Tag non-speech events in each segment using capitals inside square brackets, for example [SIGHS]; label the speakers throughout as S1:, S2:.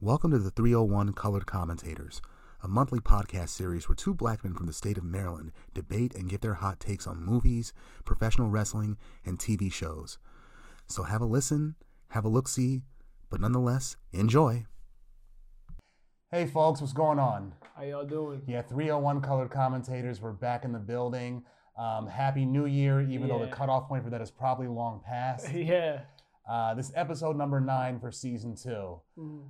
S1: Welcome to the 301 Colored Commentators, a monthly podcast series where two black men from the state of Maryland debate and give their hot takes on movies, professional wrestling, and TV shows. So have a listen, have a look see, but nonetheless, enjoy. Hey, folks, what's going on?
S2: How y'all doing?
S1: Yeah, 301 Colored Commentators, we're back in the building. Um, Happy New Year, even though the
S2: Yeah.
S1: cutoff point for that is probably long past.
S2: [LAUGHS] Yeah.
S1: Uh, this is episode number nine for season two.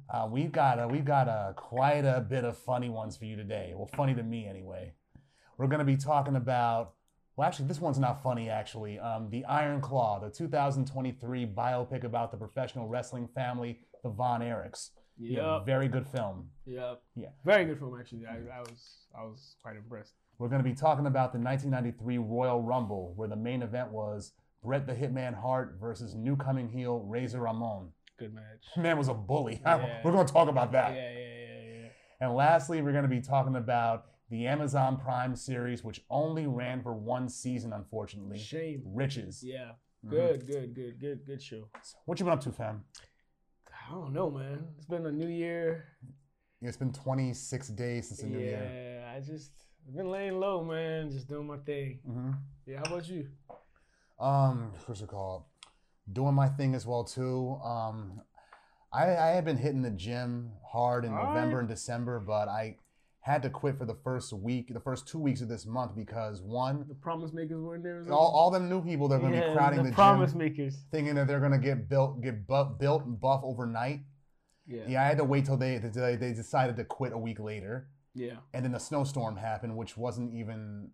S1: Uh, we've got a, we've got a quite a bit of funny ones for you today. Well, funny to me anyway. We're gonna be talking about. Well, actually, this one's not funny. Actually, um, the Iron Claw, the 2023 biopic about the professional wrestling family, the Von Erichs. Yeah,
S2: Yep.
S1: very good film.
S2: Yep.
S1: Yeah.
S2: Very good film actually. I, I was I was quite impressed.
S1: We're going to be talking about the 1993 Royal Rumble, where the main event was Bret the Hitman Hart versus new coming heel Razor Ramon.
S2: Good
S1: [LAUGHS]
S2: match.
S1: Man was a bully.
S2: Yeah.
S1: We're going to talk about
S2: Yeah,
S1: that.
S2: yeah, yeah, yeah.
S1: And lastly, we're going to be talking about the Amazon Prime series, which only ran for one season, unfortunately.
S2: Shame.
S1: Riches.
S2: Yeah.
S1: Mhm.
S2: Good, good, good, good, good show.
S1: What you been up to, fam?
S2: I don't know, man. It's been a new year.
S1: Yeah, It's been 26 days since the new year.
S2: Yeah. I just I've been laying low, man. Just doing my thing.
S1: hmm
S2: Yeah. How about you?
S1: Um, what's it called? Doing my thing as well too. Um, I I had been hitting the gym hard in
S2: All right.
S1: November and December, but I had to quit for the first week, the first two weeks of this month because one,
S2: The promise makers were in there. as
S1: all,
S2: well?
S1: all them new people that are going to
S2: Yeah,
S1: be crowding the,
S2: promise
S1: gym,
S2: makers.
S1: thinking that they're going to get built, get bu- built and buff overnight.
S2: Yeah.
S1: Yeah, I had to wait till they till they they decided to quit a week later,
S2: Yeah.
S1: and then the snowstorm happened, which wasn't even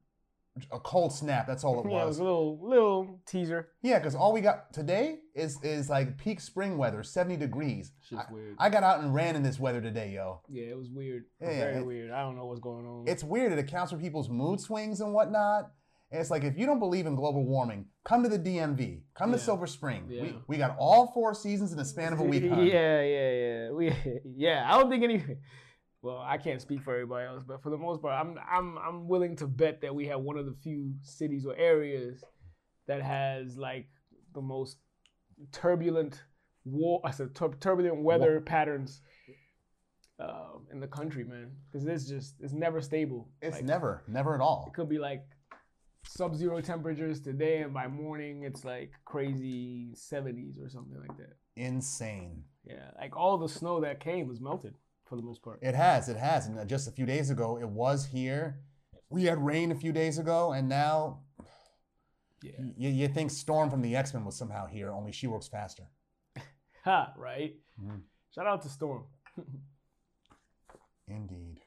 S1: a cold snap. That's all
S2: [LAUGHS]
S1: it
S2: Yeah, it was
S1: was.
S2: a little little teaser.
S1: Yeah, because all we got today is is like peak spring weather, 70 degrees.
S2: Shit's weird.
S1: I got out and ran in this weather today, yo.
S2: yeah, it was weird.
S1: Yeah,
S2: Very
S1: it-
S2: weird. I don't know what's going on.
S1: It's weird. It accounts for people's mood swings and whatnot. And it's like if you don't believe in global warming, come to the DMV. Come to
S2: Yeah.
S1: Silver Spring. We,
S2: Yeah.
S1: we got all four seasons in the span
S2: [LAUGHS]
S1: of a week. hun.
S2: Yeah, yeah, yeah. We, [LAUGHS] yeah. I don't think any. [LAUGHS] Well, I can't speak for everybody else, but for the most part, I'm I'm I'm willing to bet that we have one of the few cities or areas that has like the most turbulent war. I said tur- turbulent weather patterns. Um, in the country, man, because it's just it's never stable.
S1: It's
S2: Like,
S1: never, never at all.
S2: it could be like sub-zero temperatures today, and by morning it's like crazy 70s or something like that.
S1: Insane.
S2: Yeah, like all the snow that came was melted for the most part.
S1: It has, it has. And uh, just a few days ago, it was here. We had rain a few days ago, and now
S2: Yeah.
S1: you, you think Storm from the X Men was somehow here, only she works faster.
S2: Ha, right?
S1: Mhm.
S2: Shout out to Storm.
S1: Indeed.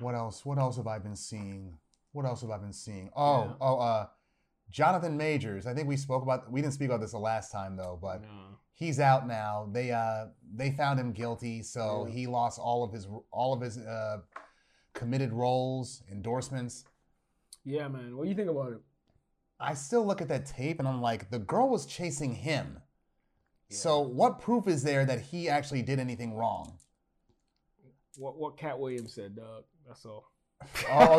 S1: What else? What else have I been seeing? What else have I been seeing? Oh,
S2: Yeah.
S1: oh, uh, Jonathan Majors. I think we spoke about. We didn't speak about this the last time though, but
S2: No.
S1: he's out now. They uh they found him guilty, so
S2: Yeah.
S1: he lost all of his all of his uh committed roles, endorsements.
S2: Yeah, man. What do you think about it?
S1: I still look at that tape and I'm like, the girl was chasing him. So what proof is there that he actually did anything wrong?
S2: What what Cat Williams said, dog. That's all.
S1: Oh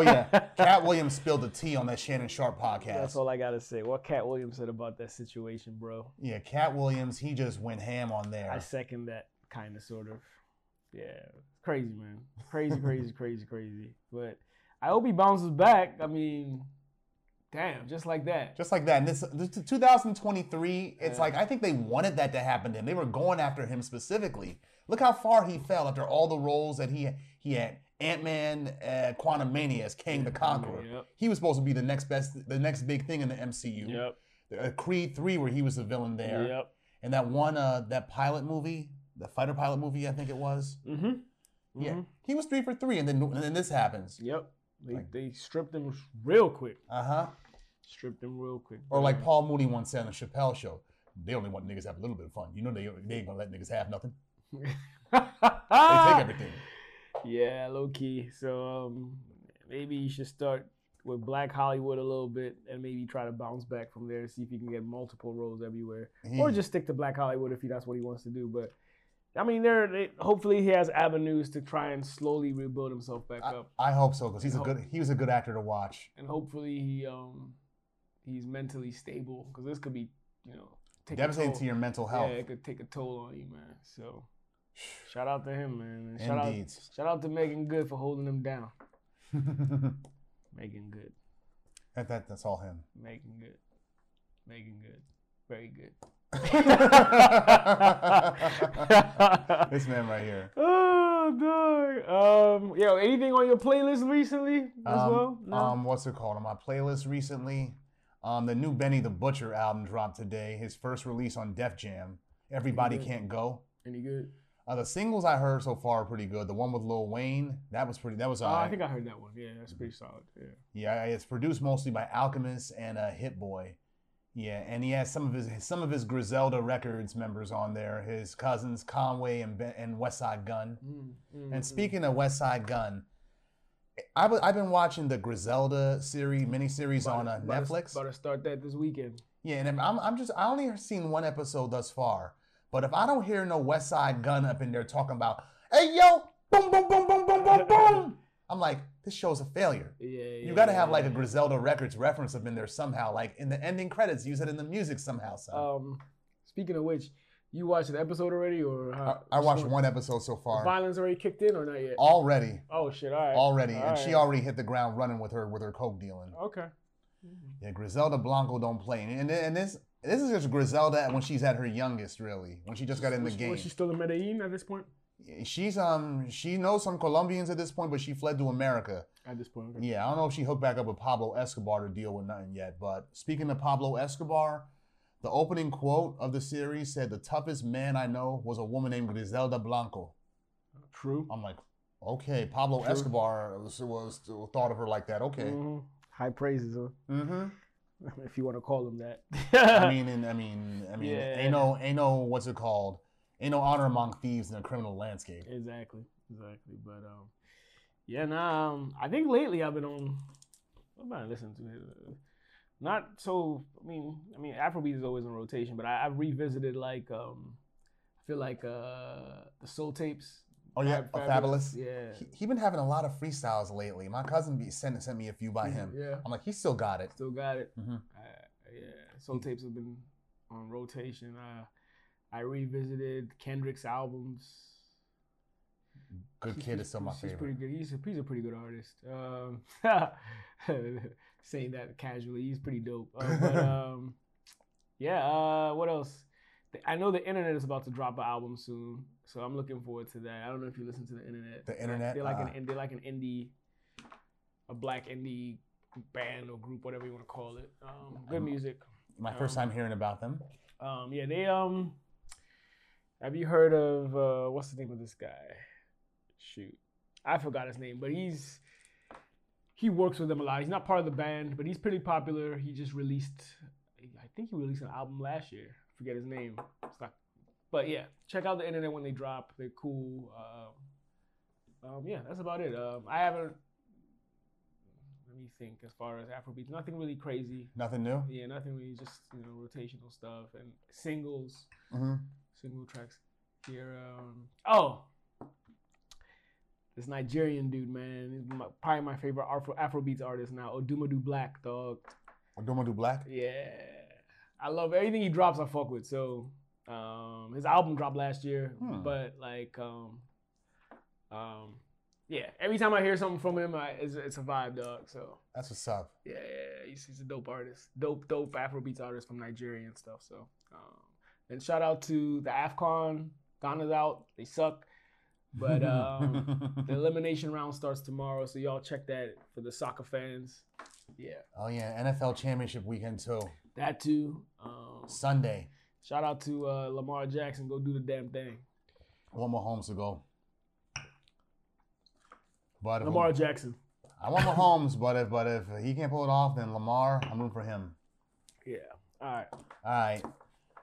S2: [LAUGHS]
S1: yeah, Cat Williams spilled the tea on that Shannon Sharp podcast.
S2: That's all I gotta say. What Cat Williams said about that situation, bro.
S1: Yeah, Cat Williams, he just went ham on there.
S2: I second that kind of sort of. Yeah. Crazy, man. Crazy,
S1: [LAUGHS]
S2: crazy, crazy, crazy. But I hope he bounces back. I mean, damn, just like that.
S1: Just like that. And this, this 2023, it's
S2: Yeah.
S1: like I think they wanted that to happen to him. They were going after him specifically. Look how far he fell after all the roles that he he had. Ant Man, uh, Quantum Mania as Kang the Conqueror.
S2: Yep.
S1: He was supposed to be the next best, the next big thing in the MCU.
S2: Yep.
S1: Uh, Creed three, where he was the villain there,
S2: Yep.
S1: and that one, uh, that pilot movie, the fighter pilot movie, I think it was.
S2: Mm-hmm.
S1: Yeah, he was three for three, and then and then this happens.
S2: Yep. They,
S1: Like-
S2: they stripped him real quick.
S1: Uh huh.
S2: Stripped him real quick.
S1: Or like
S2: man. [LAUGHS]
S1: Paul Mooney once said on the Chappelle show, they only want niggas to have a little bit of fun. You know they, they ain't gonna let niggas have nothing. They
S2: Ah!
S1: take everything.
S2: yeah, low key. So um, maybe you should start with Black Hollywood a little bit and maybe try to bounce back from there, see if you can get multiple roles everywhere. Or
S1: He-
S2: just stick to Black Hollywood if he, that's what he wants to do. But I mean, there. They, hopefully, he has avenues to try and slowly rebuild himself back
S1: I,
S2: up,
S1: I hope so because he's a
S2: I
S1: good he was a good actor to watch.
S2: and hopefully he um he's mentally stable because this could be you know take a
S1: Devastating
S2: toll.
S1: to your mental health. [SIGHS]
S2: Yeah, it could take a toll on you, man. So Shout out to him, man. And shout
S1: Indeed.
S2: out, shout out to Megan Good for holding him down. Megan Good,
S1: [LAUGHS] that, that, that's all
S2: [LAUGHS]
S1: him. [LAUGHS]
S2: Megan Good, Megan Good, very
S1: [LAUGHS]
S2: good. [LAUGHS]
S1: this man right here.
S2: oh, dog. Um, yo, anything on your playlist recently as
S1: Um,
S2: well? No.
S1: um, what's it called on my playlist recently? Um, the new Benny the Butcher album dropped today. His first release on Def Jam. Everybody
S2: good?
S1: can't go.
S2: Any good?
S1: Uh, the singles I heard so far are pretty good. The one with Lil Wayne, that was pretty. That was
S2: Oh,
S1: all
S2: I
S1: right.
S2: think I heard that one. Yeah, that's pretty solid. Yeah.
S1: yeah, it's produced mostly by Alchemist and uh, Hit Boy. Yeah, and he has some of his some of his Griselda Records members on there. His cousins Conway and ben, and Westside Gun.
S2: Mm,
S1: And speaking of West Side Gun, I w- I've been watching the Griselda series miniseries on uh, Netflix.
S2: About to start that this weekend.
S1: Yeah, and I'm, I'm just I only seen one episode thus far, but if I don't hear no West Side Gun up in there talking about, hey yo, boom boom boom boom boom boom boom, I'm like this show's a failure.
S2: Yeah,
S1: You got to have like a Griselda Records reference up in there somehow, like in the ending credits, use it in the music somehow. So
S2: Um, speaking of which, you watched an episode already, or how,
S1: I, I watched
S2: so
S1: one episode so
S2: the
S1: far
S2: Violence already kicked in, or not yet?
S1: already,
S2: oh shit! All right.
S1: already, and
S2: Alright.
S1: she already hit the ground running with her with her coke dealing.
S2: Okay.
S1: Yeah, Griselda Blanco don't play, and, and and this this is just Griselda when she's at her youngest, really, when she just got in the
S2: Was-
S1: game.
S2: Was she still in Medellin at this point?
S1: She's um she knows some Colombians at this point, but she fled to America.
S2: At this point. okay.
S1: Yeah, I don't know if she hooked back up with Pablo Escobar to deal with nothing yet. But speaking of Pablo Escobar, the opening quote of the series said, "The toughest man I know was a woman named Griselda Blanco."
S2: True.
S1: I'm like, okay, Pablo
S2: True.
S1: Escobar was, was thought of her like that. Okay.
S2: Mhm. High praises, huh? [LAUGHS]
S1: Mm-hmm.
S2: if you want to call him [LAUGHS] that.
S1: I mean, and, I mean, I mean,
S2: Yeah.
S1: ain't no, ain't no, what's it called? Ain't no honor among thieves in the criminal landscape.
S2: exactly, exactly. But um, yeah, nah. Um, I think lately I've been on. What am I listening to? uh, Not so. I mean, I mean, Afrobeat is always in rotation, but I, I revisited like um, I feel like uh, the Soul Tapes.
S1: Oh yeah,
S2: Fab-
S1: oh, fabulous.
S2: Yeah.
S1: He, he been having a lot of freestyles lately. My cousin be sent sent me a few by him.
S2: Yeah.
S1: I'm like, he still got it.
S2: Still got it.
S1: Mhm.
S2: Uh, yeah, Soul Tapes have been on rotation. Uh, I revisited Kendrick's albums.
S1: Good
S2: He's-
S1: kid
S2: he's-
S1: is still my
S2: he's- he's
S1: favorite.
S2: pretty good. He's a, he's a pretty good artist. Um, [LAUGHS] saying that casually, he's pretty dope. Uh,
S1: [LAUGHS]
S2: but, um, yeah. Uh, what else? The- I know the internet is about to drop an album soon, so I'm looking forward to that. I don't know if you listen to the internet.
S1: The Internet,
S2: They're like
S1: uh,
S2: an in- they're like an indie, a black indie band or group, whatever you want to call it. Um, good
S1: Um,
S2: music.
S1: My first
S2: um,
S1: time hearing about them.
S2: Um, yeah, they um. Have you heard of uh, what's the name of this guy? Shoot, I forgot his name, but he's he works with them a lot. He's not part of the band, but he's pretty popular. He just released, I think he released an album last year. I forget his name. It's not, but yeah, check out the internet when they drop. They're cool. Um, um, yeah, that's about it. Um, I haven't. Let me think. As far as Afrobeats, nothing really crazy.
S1: Nothing new.
S2: Yeah, nothing really, just you know, rotational stuff and singles,
S1: hmm
S2: single tracks here. Um, oh, this Nigerian dude, man, he's my, probably my favorite Afro Afrobeats artist now. Odumadu Black, dog.
S1: Odumadu Black.
S2: Yeah, I love everything he drops. I fuck with. So, um, his album dropped last year,
S1: Hmm.
S2: but like, um, um, yeah, every time I hear something from him, I, it's, it's a vibe, dog. So.
S1: That's what's up.
S2: Yeah, yeah, yeah, he's, he's a dope artist. Dope, dope Afrobeats artist from Nigeria and stuff. So, um, and shout out to the AFCON. Ghana's out. They suck.
S1: [LAUGHS]
S2: But um, the elimination round starts tomorrow. So, y'all check that for the soccer fans. Yeah,
S1: oh yeah, NFL Championship weekend too.
S2: that too. Um,
S1: Sunday.
S2: shout out to uh, Lamar Jackson. Go do the damn thing.
S1: One more homes to go. But um, if-
S2: Lamar Jackson.
S1: I want Mahomes, but if but if he can't pull it off, then Lamar, I'm rooting for him.
S2: Yeah. All right.
S1: All right.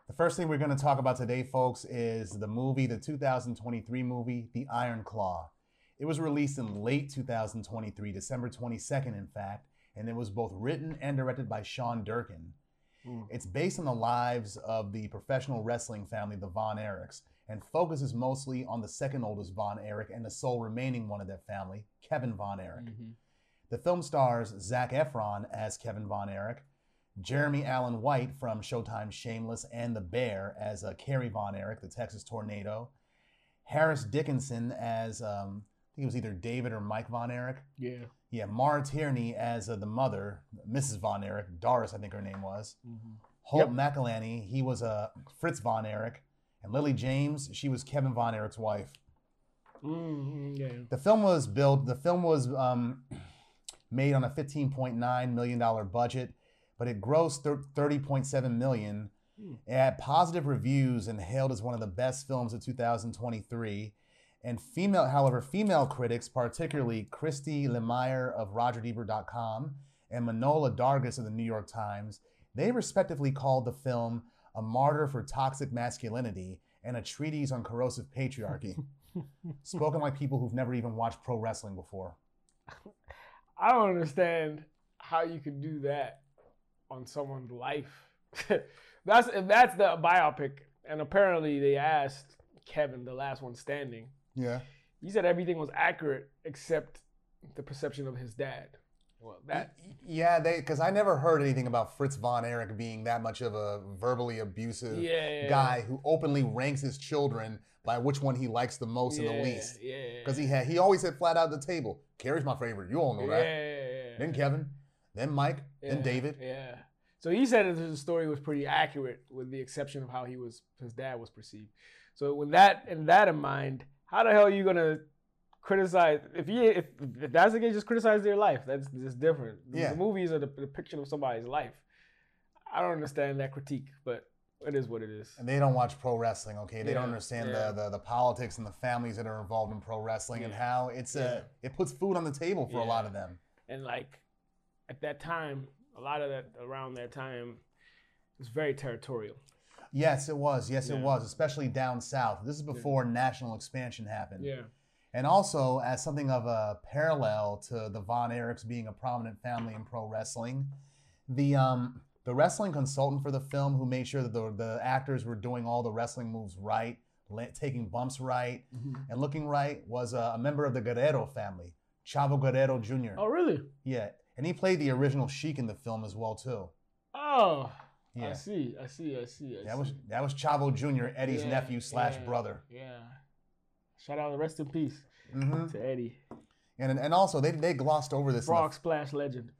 S1: The first thing we're going to talk about today, folks, is the movie, the 2023 movie, The Iron Claw. It was released in late 2023, December 22nd, in fact, and it was both written and directed by Sean Durkin.
S2: Mm.
S1: It's based on the lives of the professional wrestling family, the Von Erichs, and focuses mostly on the second oldest Von Erich and the sole remaining one of that family, Kevin Von Erich.
S2: Mhm.
S1: The film stars Zach Efron as Kevin Von Erich, Jeremy Allen White from Showtime's Shameless and The Bear as uh, Carrie Von Erich, the Texas Tornado, Harris Dickinson as um, I think it was either David or Mike Von Erich.
S2: Yeah.
S1: Yeah, Mara Tierney as uh, the mother, Mrs. Von Erich, Doris, I think her name was. Holt McElhenney, he was uh, Fritz Von Erich. And Lily James, she was Kevin Von Erich's wife.
S2: mm Yeah.
S1: The film was built. The film was um, made on a 15.9 million dollar budget, but it grossed thir- 30.7 million.
S2: Hmm.
S1: It had positive reviews and hailed as one of the best films of 2023. And female, however, female critics, particularly Christy Lemire of RogerDeber.com and Manola Dargis of the New York Times, they respectively called the film a martyr for toxic masculinity and a treatise on corrosive patriarchy spoken like people who've never even watched pro wrestling before.
S2: I don't understand how you could do that on someone's life. [LAUGHS] that's if that's the biopic, and apparently they asked Kevin, the last one standing.
S1: Yeah.
S2: He said everything was accurate except the perception of his dad. Well, that
S1: Yeah, they because I never heard anything about Fritz von Erich being that much of a verbally abusive
S2: yeah,
S1: guy who openly ranks his children by which one he likes the most and the least.
S2: Yeah,
S1: Because he had he always said flat out at the table, Carrie's my favorite. You all know
S2: yeah,
S1: that.
S2: yeah,
S1: Then Kevin, then Mike, then
S2: yeah,
S1: David.
S2: Yeah. So he said that his story was pretty accurate, with the exception of how he was his dad was perceived. So with that and that in mind, how the hell are you gonna criticize if you if, if that's the case, just criticize their life. That's just different. The-
S1: Yeah.
S2: The movies are the depiction of somebody's life. I don't understand that critique, but it is what it is.
S1: And they don't watch pro wrestling, okay? They don't
S2: Yeah,
S1: understand
S2: yeah.
S1: the, the the politics and the families that are involved in pro wrestling and
S2: Yeah,
S1: how it's a it puts food on the table for a
S2: Yeah.
S1: lot of them.
S2: and like at that time, a lot of that around that time it was very territorial.
S1: Yes, it was. Yes, it
S2: Yeah.
S1: was, especially down south. This is before national expansion happened.
S2: Yeah.
S1: And also, as something of a parallel to the Von Erichs being a prominent family in pro wrestling, the um, the wrestling consultant for the film who made sure that the, the actors were doing all the wrestling moves right, la- taking bumps right, and looking right was uh, a member of the Guerrero family, Chavo Guerrero Jr.
S2: Oh really?
S1: Yeah, and he played the original Sheik in the film as well too.
S2: Oh, I
S1: Yeah,
S2: see. I see. I see. I
S1: that was
S2: see.
S1: that was Chavo Jr. Eddie's
S2: Yeah,
S1: nephew slash
S2: yeah,
S1: brother.
S2: Yeah. Shout out, rest in peace
S1: hmm
S2: to Eddie,
S1: And and also they they glossed over this. in the
S2: Frog Splash legend.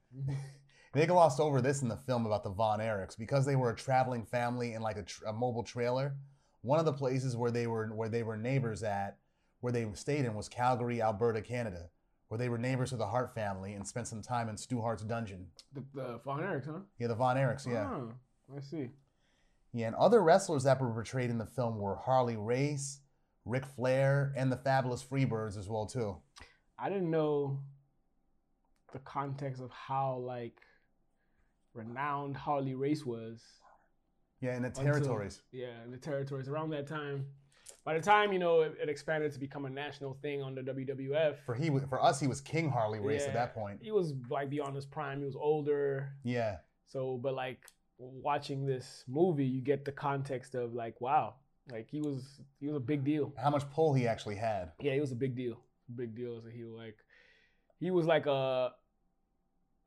S1: They glossed over this in the film about the Von Erichs because they were a traveling family in like a, tr- a mobile trailer. One of the places where they were where they were neighbors at, where they stayed in was Calgary, Alberta, Canada, where they were neighbors to the Hart family and spent some time in Stu Hart's dungeon.
S2: The, the Von Erichs, huh?
S1: Yeah, the Von Erichs. Yeah,
S2: Oh, I see.
S1: yeah. And other wrestlers that were portrayed in the film were Harley Race, Ric Flair, and the Fabulous Freebirds as well too.
S2: I didn't know the context of how like renowned Harley Race was.
S1: Yeah, in the
S2: Until-
S1: territories.
S2: Yeah, in the territories around that time. By the time you know it, it expanded to become a national thing on the WWF,
S1: For he wa- for us, he was King Harley Race at
S2: Yeah.
S1: that point.
S2: he was like beyond his prime. He was older,
S1: Yeah.
S2: so but like watching this movie, you get the context of like, wow, like he was he was a big deal.
S1: How much pull he actually had.
S2: Yeah, he was a big deal, big deal as a heel. Like he was like a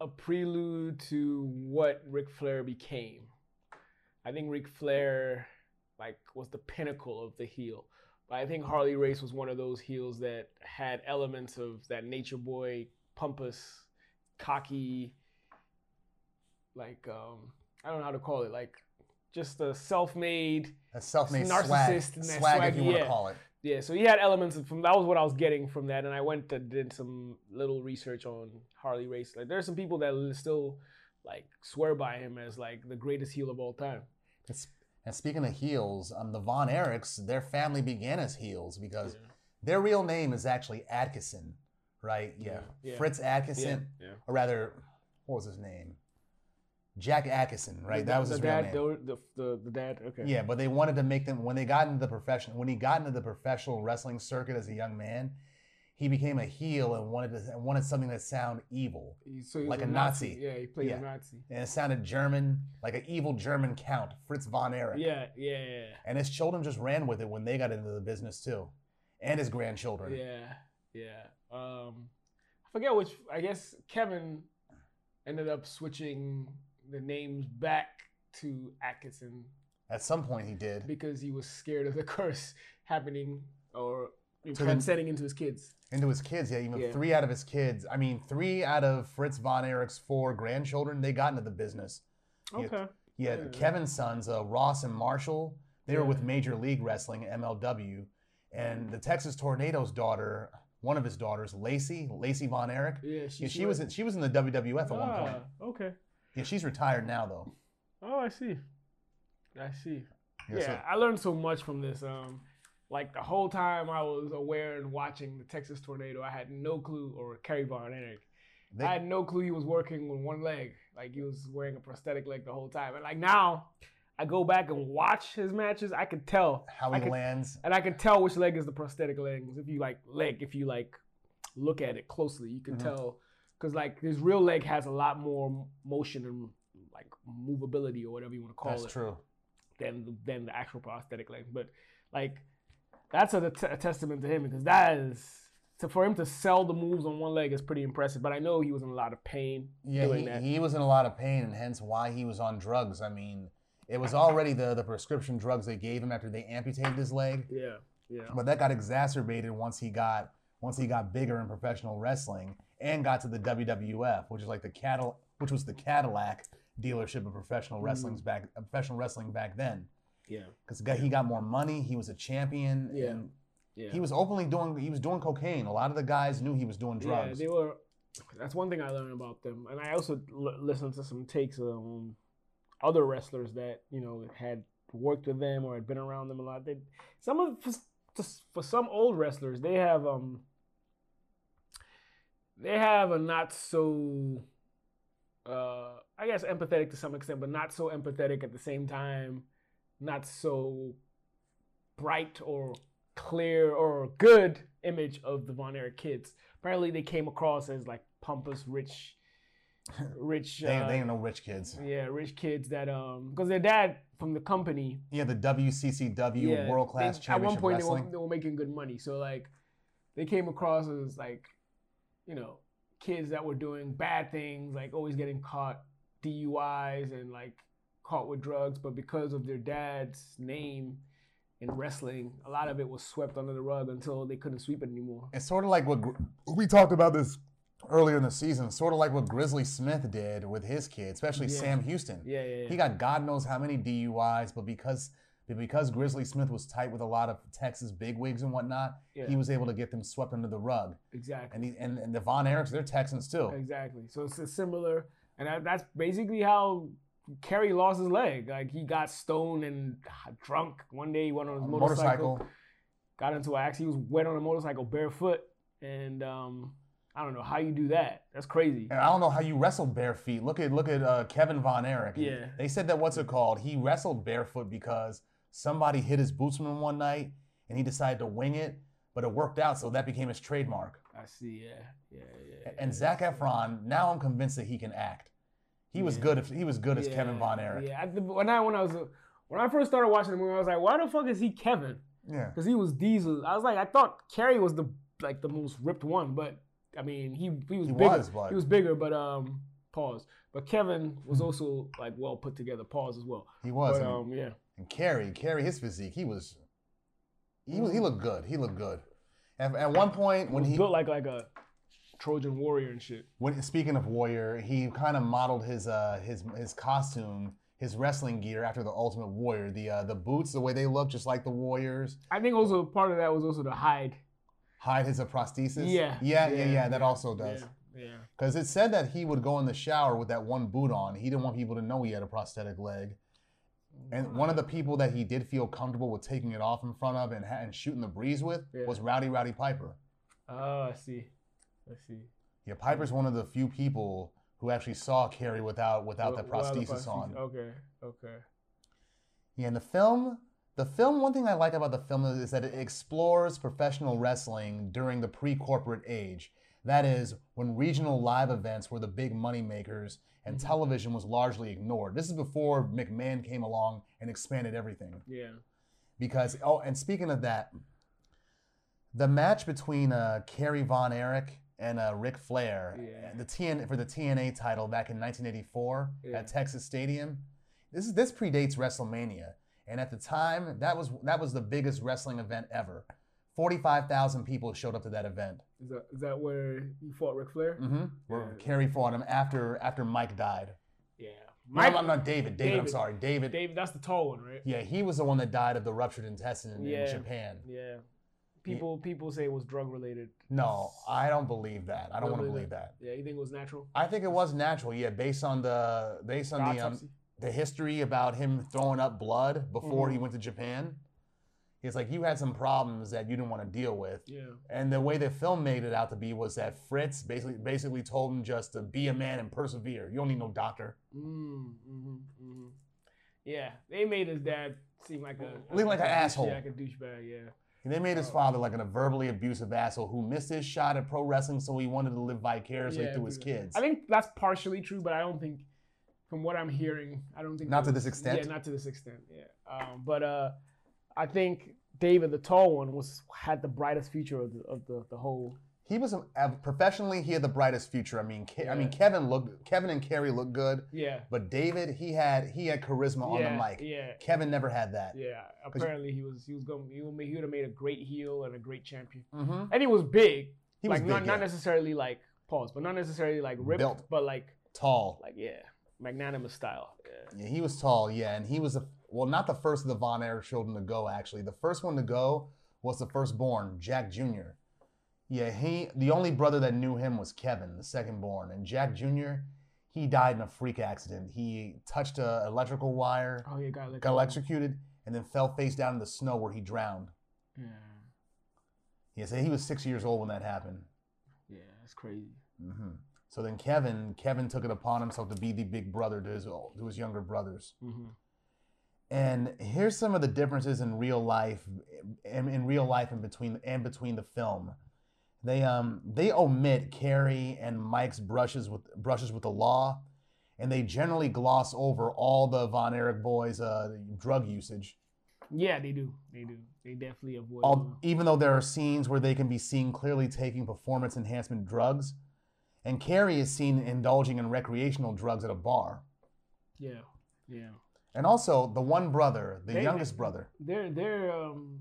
S2: a prelude to what Ric Flair became. I think Ric Flair like was the pinnacle of the heel. But I think Harley Race was one of those heels that had elements of that nature boy, pompous, cocky, like um, I don't know how to call it, like just a self-made.
S1: A self-made
S2: Narcissist
S1: swag,
S2: and that
S1: swag if
S2: swag,
S1: you want to
S2: yeah.
S1: call it.
S2: Yeah, so he had elements of- from that was what I was getting from that, and I went to did some little research on Harley Race. Like there's some people that li- still like swear by him as like the greatest heel of all time.
S1: It's- and speaking of heels, um, the Von Erichs, their family began as heels because their real name is actually Atkinson, right? Yeah,
S2: Yeah, yeah.
S1: Fritz Atkinson,
S2: yeah.
S1: or rather, what was his name? Jack Atkinson, right?
S2: The-
S1: that was
S2: the
S1: his real
S2: dad.
S1: name.
S2: The, the the dad. Okay.
S1: Yeah, but they wanted to make them when they got into the profession when he got into the professional wrestling circuit as a young man, he became a heel and wanted to and wanted something that sound evil.
S2: He- so he was
S1: Like a Nazi.
S2: Yeah, he played
S1: Yeah.
S2: a Nazi.
S1: And it sounded German, like an evil German count, Fritz von Erich.
S2: Yeah, yeah, yeah,
S1: And his children just ran with it when they got into the business too. And his grandchildren.
S2: yeah, yeah. Um, I forget which. I guess Kevin ended up switching the names back to Atkinson
S1: At some point he did.
S2: [LAUGHS] because he was scared of the curse happening or you're
S1: To the-
S2: transcending into his kids.
S1: Into his kids, yeah, even
S2: Yeah.
S1: three out of his kids. I mean, three out of Fritz von Erich's four grandchildren, they got into the business. Yeah.
S2: Okay.
S1: Yeah,
S2: Yeah.
S1: Kevin's sons, uh, Ross and Marshall, they were with
S2: Mm-hmm. Yeah.
S1: Major League Wrestling, MLW. And the Texas Tornado's daughter, one of his daughters, Lacey, Lacey Von Erich,
S2: Yeah,
S1: yeah, she was in, she was in the WWF at one point.
S2: Ah, Okay.
S1: Yeah, she's retired now though.
S2: Oh, I see. I see.
S1: Yeah,
S2: yeah, I learned so much from this. Um, like the whole time I was aware and watching the Texas tornado, I had no clue, or Kerry Von Erich,
S1: they-
S2: I had no clue he was working with one leg. Like he was wearing a prosthetic leg the whole time. And like now, I go back and watch his matches. I could tell,
S1: how
S2: I
S1: he
S2: could-
S1: lands.
S2: and I could tell which leg is the prosthetic leg. If you like leg, if you like look at it closely, you can
S1: Mhm.
S2: tell because like his real leg has a lot more motion and like movability or whatever you want to call
S1: That's
S2: it
S1: true.
S2: than than the actual prosthetic leg. But like that's a, a testament to him because that is so for him to sell the moves on one leg is pretty impressive. But I know he was in a lot of pain
S1: Yeah,
S2: doing that.
S1: he, he was in a lot of pain, and hence why he was on drugs. I mean, it was already the the prescription drugs they gave him after they amputated his leg,
S2: yeah, yeah,
S1: but that got exacerbated once he got once he got bigger in professional wrestling and got to the WWF, which is like the cattle, which was the Cadillac dealership of professional
S2: Mhm.
S1: wrestling's back of professional wrestling back then.
S2: yeah,
S1: Because he got more money, he was a champion,
S2: Yeah.
S1: and
S2: yeah.
S1: he was openly doing he was doing cocaine. A lot of the guys knew he was doing drugs.
S2: Yeah, they were. That's one thing I learned about them, and I also l- listened to some takes on other wrestlers that you know had worked with them or had been around them a lot. They, some of for, s- just for some old wrestlers, they have um, they have a not so, uh, I guess empathetic to some extent, but not so empathetic at the same time, not so bright or clear or good image of the Von Erich kids. Apparently, they came across as like pompous,
S1: [LAUGHS]
S2: rich, rich.
S1: They,
S2: uh,
S1: they ain't no rich kids.
S2: yeah, rich kids that um, because their dad from the company,
S1: Yeah, the WCCW
S2: yeah,
S1: World Class
S2: they- At one
S1: Championship
S2: point, they were,
S1: Wrestling.
S2: they were making good money, so like, they came across as like, you know, kids that were doing bad things, like always getting caught DUIs and like caught with drugs, but because of their dad's name in wrestling, a lot of it was swept under the rug until they couldn't sweep it anymore.
S1: It's sort of like what Gr- we talked about this earlier in the season. Sort of like what Grizzly Smith did with his kid, especially
S2: Yeah.
S1: Sam Houston.
S2: Yeah, yeah, yeah.
S1: He got God knows how many DUIs, but because but because Grizzly Smith was tight with a lot of Texas bigwigs and whatnot,
S2: Yeah.
S1: he was able to get them swept under the rug.
S2: exactly.
S1: And, he, and and the Von Erichs, they're Texans too.
S2: Exactly. So it's a similar, and that, that's basically how Kerry lost his leg. Like he got stoned and drunk one day. He went on his motorcycle,
S1: Motorcycle.
S2: got into an accident. He was wet on a motorcycle, barefoot, and um, I don't know how you do that. That's crazy.
S1: And I don't know how you wrestled bare feet. Look at look at uh, Kevin Von Erich.
S2: Yeah.
S1: They said that what's it called? He wrestled barefoot because somebody hit his bootsman one night and he decided to wing it, but it worked out, so that became his trademark.
S2: I see. Yeah, yeah, yeah.
S1: And Zach Efron, now I'm convinced that he can act. He was
S2: Yeah.
S1: good. If, he was good as
S2: Yeah,
S1: Kevin Von Erich.
S2: Yeah. I, when I when I was when I first started watching the movie, I was like, why the fuck is he Kevin?
S1: Yeah.
S2: because he was Diesel. I was like, I thought Kerry was the like the most ripped one, but I mean, he he was
S1: He
S2: bigger.
S1: was, but-
S2: He was bigger, but um, pause. But Kevin was also like well put together. Pause as well.
S1: He was.
S2: but
S1: and,
S2: um, yeah,
S1: and Kerry, Kerry, his physique, he was, he was, he looked good. He looked good. At, at one point when he
S2: built like like a Trojan warrior and shit.
S1: When, speaking of Warrior, he kind of modeled his uh his his costume, his wrestling gear after the Ultimate Warrior. The uh, the boots, the way they look, just like the Warriors.
S2: I think also part of that was also the hide.
S1: Hide his a prosthesis.
S2: Yeah,
S1: yeah, yeah,
S2: yeah,
S1: yeah. That also does.
S2: Yeah, yeah.
S1: Because it said that he would go in the shower with that one boot on. He didn't want people to know he had a prosthetic leg. And one of the people that he did feel comfortable with taking it off in front of and, ha- and shooting the breeze with
S2: Yeah.
S1: was Rowdy Rowdy Piper.
S2: Oh, I see. I see.
S1: Yeah, Piper's one of the few people who actually saw Carrie without without that
S2: Well, the
S1: prosthesis on.
S2: Okay, okay.
S1: Yeah, and the film, the film, one thing I like about the film is, is that it explores professional wrestling during the pre-corporate age. That is, when regional live events were the big money makers and
S2: Mhm.
S1: television was largely ignored. This is before McMahon came along and expanded everything.
S2: Yeah.
S1: Because, oh, and speaking of that, the match between uh, Kerry Von Erich and uh, Ric Flair
S2: Yeah.
S1: the TN, for the TNA title back in 1984
S2: Yeah.
S1: at Texas Stadium. This is this predates WrestleMania, and at the time, that was that was the biggest wrestling event ever. Forty-five thousand people showed up to that event.
S2: Is that, is that where you fought Ric Flair?
S1: Mm-hmm. Where Kerry fought him after after Mike died.
S2: Yeah.
S1: No,
S2: Mike,
S1: I'm not David. David. I'm
S2: David.
S1: sorry, David.
S2: Dave, that's the tall one, right?
S1: Yeah, he was the one that died of the ruptured intestine in,
S2: Yeah.
S1: in Japan.
S2: Yeah. People people say it was drug related.
S1: No, I don't believe that. I don't
S2: Don't
S1: want to
S2: believe
S1: believe that.
S2: Yeah, you think it was natural?
S1: I think it was natural. Yeah, based on the based on the um,
S2: Autopsy?
S1: the history about him throwing up blood before
S2: Mm-hmm.
S1: he went to Japan. It's like you had some problems that you didn't want to deal with.
S2: Yeah.
S1: And the way the film made it out to be was that Fritz basically basically told him just to be a man and persevere. You don't need no doctor.
S2: Mm, hmm hmm Yeah, they made his dad seem like a
S1: Look like an
S2: douche-
S1: asshole.
S2: Yeah, like a douchebag. Yeah.
S1: And they made his
S2: Oh.
S1: father like an verbally abusive asshole who missed his shot at pro wrestling, so he wanted to live vicariously
S2: Yeah,
S1: through his
S2: through
S1: kids.
S2: I think that's partially true, but I don't think, from what I'm hearing, I don't think
S1: Not to
S2: those-
S1: this extent?
S2: Yeah, not to this extent. Yeah, um, but uh, I think David, the tall one, was had the brightest future of the of the, the whole.
S1: he was a, uh, professionally he had the brightest future. I mean, Ke- I mean
S2: Yeah.
S1: Kevin looked Kevin and Kerry looked good,
S2: Yeah.
S1: but David he had he had charisma
S2: yeah,
S1: on the mic.
S2: Yeah.
S1: Kevin never had that.
S2: Yeah. Apparently, he was he was going he would he would have made a great heel and a great champion,
S1: Mm-hmm.
S2: and he was big.
S1: He was
S2: like
S1: big,
S2: not not
S1: yeah.
S2: necessarily like pause, but not necessarily like ripped,
S1: Built.
S2: but like
S1: tall.
S2: like yeah, magnanimous style. Yeah.
S1: Yeah, he was tall. Yeah, and he was the well, not the first of the Von Erich children to go. Actually, the first one to go was the firstborn, Jack Jr. Yeah, he the only brother that knew him was Kevin, the secondborn, and Jack Jr. He died in a freak accident. He touched a electrical wire,
S2: Oh yeah, got electric.
S1: got electrocuted, and then fell face down in the snow where he drowned.
S2: Yeah.
S1: Yeah, so he was six years old when that happened.
S2: Yeah, that's crazy.
S1: hmm So then Kevin, Kevin took it upon himself to be the big brother to his to his younger brothers.
S2: Mm-hmm.
S1: And here's some of the differences in real life, in, in real life and between and between the film. They um they omit Carrie and Mike's brushes with brushes with the law, and they generally gloss over all the Von Erich boys' uh, drug usage.
S2: Yeah, they do. They do. They definitely avoid.
S1: Al- even though there are scenes where they can be seen clearly taking performance enhancement drugs, and Carrie is seen indulging in recreational drugs at a bar.
S2: yeah, yeah.
S1: And also the one brother, the
S2: They-
S1: youngest brother,
S2: There, there um,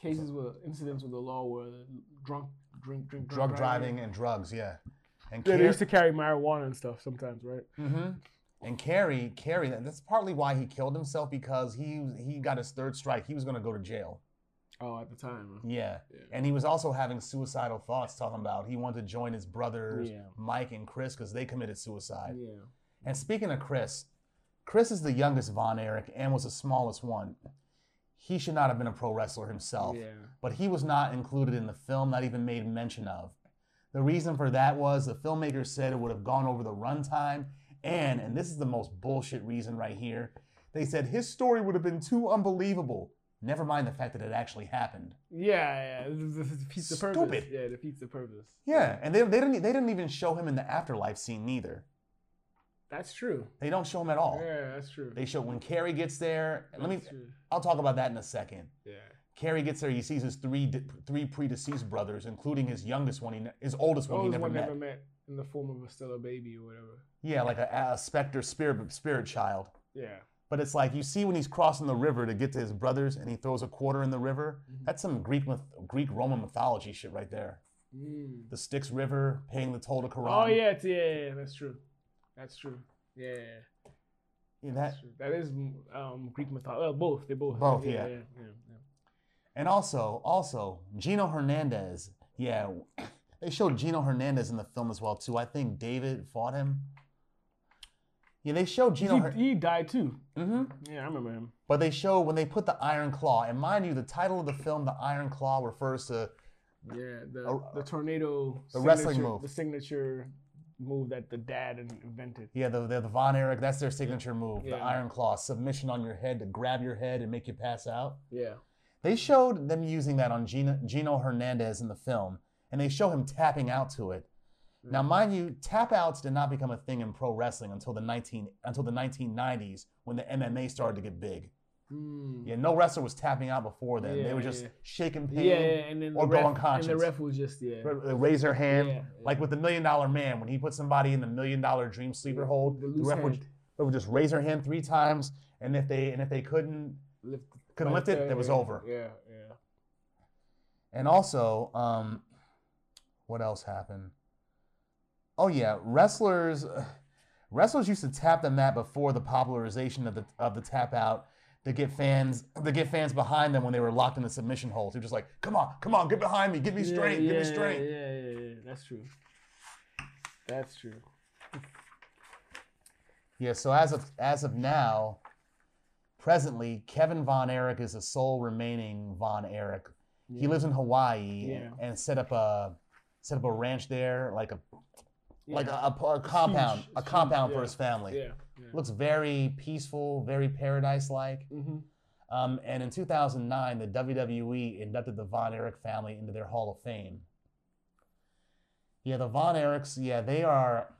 S2: cases with incidents with the law where drunk, drink, drink, drunk
S1: drug driving and drugs, yeah. And
S2: Yeah,
S1: Carrie,
S2: they used to carry marijuana and stuff sometimes, right?
S1: hmm And Carrie, Carrie, that- that's partly why he killed himself because he he got his third strike. He was going to go to jail.
S2: Oh, at the time. huh?
S1: Yeah.
S2: Yeah.
S1: And he was also having suicidal thoughts, talking about he wanted to join his brothers
S2: Yeah.
S1: Mike and Chris because they committed suicide.
S2: Yeah.
S1: And speaking of Chris, Chris is the youngest Von Erich and was the smallest one. He should not have been a pro wrestler himself,
S2: Yeah.
S1: but he was not included in the film, not even made mention of. The reason for that was the filmmakers said it would have gone over the runtime, and, and this is the most bullshit reason right here, they said his story would have been too unbelievable. Never mind the fact that it actually happened.
S2: Yeah, yeah. It defeats the purpose.
S1: Stupid.
S2: Yeah, it defeats the purpose.
S1: Yeah, and they, they, didn't, they didn't even show him in the afterlife scene, neither.
S2: That's true.
S1: They don't show him at all.
S2: Yeah, that's true.
S1: Oh. They show when Carrie gets there. Let me,
S2: That's true.
S1: I'll talk about that in a second.
S2: Yeah.
S1: Carrie gets there. He sees his three three predeceased brothers, including his youngest one, he ne- his oldest one he
S2: Those
S1: never
S2: one
S1: met.
S2: never met in the form of a stellar baby or whatever.
S1: Yeah, like a, a specter spirit spirit child.
S2: Yeah.
S1: But it's like you see when he's crossing the river to get to his brothers, and he throws a quarter in the river.
S2: Mm-hmm.
S1: That's some Greek myth, Greek Roman mythology shit right there.
S2: Mm.
S1: The Styx River, paying the toll to Quran.
S2: Oh yeah, it's- yeah, yeah, yeah, that's true. That's true. Yeah.
S1: Yeah, that,
S2: That's true. That is um, Greek mythology. Well, both. They both.
S1: Both, yeah.
S2: Yeah. yeah, yeah.
S1: and also, also Gino Hernandez. Yeah, [COUGHS] they showed Gino Hernandez in the film as well too. I think David fought him. Yeah, they showed Gino. Her-
S2: he, he died too.
S1: mm-hmm.
S2: Yeah, I remember him.
S1: But they show when they put the Iron Claw, and mind you, the title of the film, The Iron Claw, refers to
S2: Yeah, the
S1: Oh,
S2: the tornado.
S1: the wrestling
S2: signature-
S1: move.
S2: The signature move that the dad in- invented.
S1: yeah, the the, the Von Erich. That's their signature move, the
S2: Yeah.
S1: Iron Claw, submission on your head to grab your head and make you pass out.
S2: Yeah.
S1: They showed them using that on Gino, Gino Hernandez in the film, and they show him tapping out to it.
S2: Mm-hmm.
S1: Now, mind you, tap outs did not become a thing in pro wrestling until the 19 until the 1990s when the MMA started to get big.
S2: Mm.
S1: Yeah, no wrestler was tapping out before then. they
S2: Yeah,
S1: were just
S2: yeah.
S1: shaking
S2: Yeah,
S1: pain.
S2: yeah, and then
S1: or
S2: the
S1: go
S2: ref,
S1: unconscious.
S2: And the ref was just yeah.
S1: Ra- raise their hand,
S2: Yeah.
S1: like with the million dollar man. When he put somebody in the million dollar dream sleeper hold,
S2: The
S1: the,
S2: loose
S1: ref would,
S2: hand.
S1: they would just raise their hand three times, and if they and if they couldn't
S2: Lift,
S1: couldn't lift it,
S2: uh,
S1: it was
S2: yeah,
S1: over.
S2: Yeah, yeah.
S1: And also, um, what else happened? Oh yeah, wrestlers, [SIGHS] wrestlers used to tap the mat before the popularization of the of the tap out to get fans to get fans behind them when they were locked in the submission holds. They're just like, come on, come on, get behind me, get me straight,
S2: yeah,
S1: get
S2: yeah,
S1: me straight.
S2: Yeah, yeah, yeah, that's true. That's true.
S1: Yeah, so as of as of now, presently, Kevin Von Erich is the sole remaining Von Erich. He
S2: Yeah.
S1: lives in Hawaii
S2: Yeah.
S1: and set up a set up a ranch there, like a like a,
S2: Yeah.
S1: a, a compound,
S2: huge.
S1: a
S2: It's
S1: compound
S2: huge,
S1: for
S2: yeah.
S1: his family.
S2: yeah, yeah.
S1: Looks very peaceful, very paradise like.
S2: hmm
S1: Um, and in 2009, the WWE inducted the Von Erich family into their Hall of Fame. Yeah, the Von Erichs, yeah, they are,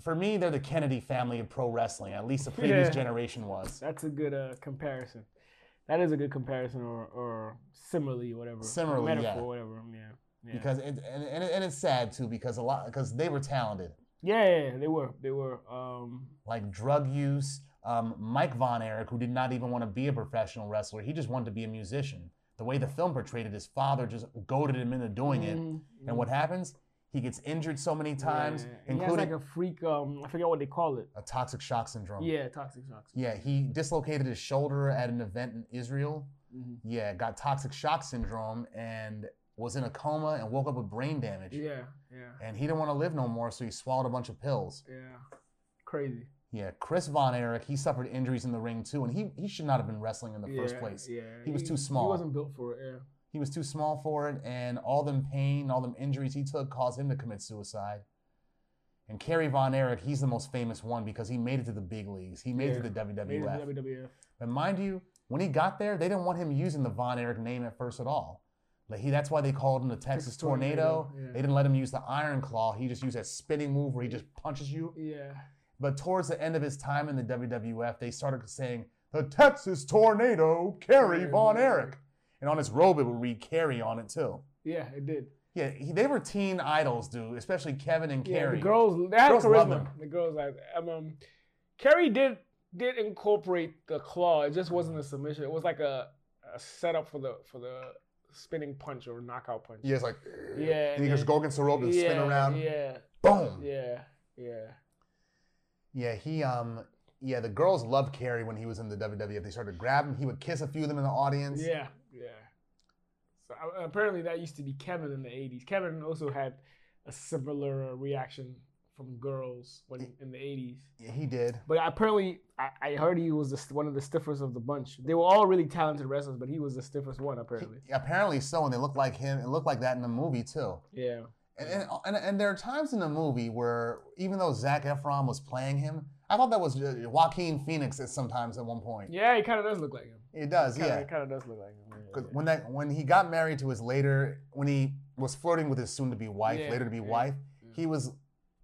S1: for me, they're the Kennedy family of pro wrestling. At least the previous
S2: Yeah.
S1: generation was.
S2: That's a good uh, comparison. That is a good comparison, or or similarly, whatever.
S1: Simile, yeah.
S2: metaphor, whatever. um, Yeah, yeah.
S1: Because it, and, and, it- and it's sad too because a lot because they were talented
S2: yeah, yeah, yeah, they were, they were. Um,
S1: like drug use. Um, Mike Von Erich, who did not even want to be a professional wrestler, he just wanted to be a musician. The way the film portrayed it, his father just goaded him into doing it.
S2: mhm,
S1: And what happens? He gets injured so many times,
S2: mm-hmm. yeah. He has
S1: including
S2: like a freak. Um, I forget what they call it.
S1: a toxic shock syndrome.
S2: Yeah, toxic shocks.
S1: Yeah, he dislocated his shoulder at an event in Israel.
S2: Mhm.
S1: Yeah, got toxic shock syndrome and was in a coma and woke up with brain damage.
S2: Yeah, yeah,
S1: And he didn't want to live no more, so he swallowed a bunch of pills.
S2: yeah. Crazy.
S1: Yeah, Chris Von Erich, he suffered injuries in the ring too, and he, he should not have been wrestling in the
S2: yeah,
S1: first place.
S2: Yeah,
S1: He was too
S2: He
S1: small.
S2: wasn't built for it. Yeah.
S1: He was too small for it, and all them pain, all them injuries he took caused him to commit suicide. And Kerry Von Erich, he's the most famous one because he made it to the big leagues. He made it to the
S2: Made it to
S1: WWF.
S2: WWF.
S1: But mind you, when he got there, they didn't want him using the Von Erich name at first at all. Like he, that's why they called him the Texas,
S2: Texas
S1: Tornado.
S2: Tornado, yeah.
S1: They didn't let him use the Iron Claw. He just used that spinning move where he just punches you.
S2: Yeah.
S1: But towards the end of his time in the WWF, they started saying, The Texas Tornado, Kerry
S2: Kerry
S1: Von
S2: Von
S1: Erich.
S2: Erich.
S1: And on his robe, it would read Kerry on it too.
S2: Yeah, it did.
S1: Yeah, he, they were teen idols, dude, especially Kevin and
S2: Yeah,
S1: Kerry.
S2: the girls they had
S1: Girls
S2: charisma.
S1: love them.
S2: The girls like um, um Carrie did did incorporate the claw. It just wasn't a submission. It was like a, a setup for the for the spinning punch or knockout punch.
S1: yeah, it's like,
S2: Yeah,
S1: And he just
S2: yeah.
S1: go against the rope and
S2: yeah,
S1: spin around.
S2: Yeah.
S1: Boom.
S2: Yeah. Yeah.
S1: Yeah, he um yeah, the girls loved Kerry when he was in the WWF. They started to grab him. He would kiss a few of them in the audience.
S2: Yeah. Yeah. So uh, apparently that used to be Kevin in the eighties. Kevin also had a similar uh, reaction from girls when in the eighties.
S1: Yeah, he did.
S2: But apparently, I, I heard he was the, st- one of the stiffest of the bunch. They were all really talented wrestlers, but he was the stiffest one,
S1: [LAUGHS]
S2: apparently.
S1: Apparently so, and they looked like him. It looked like that in the movie too.
S2: Yeah.
S1: And and, uh, and, and there are times in the movie where even though Zach Efron was playing him, I thought that was uh, Joaquin Phoenix at sometimes at one point.
S2: Yeah, he kind of does look like him.
S1: It does,
S2: Kinda,
S1: yeah.
S2: kind of does look like him. yeah,
S1: 'Cause
S2: yeah.
S1: when that when he got married to his later when he was flirting with his soon to be wife,
S2: Yeah,
S1: later to be
S2: yeah,
S1: wife,
S2: yeah.
S1: he was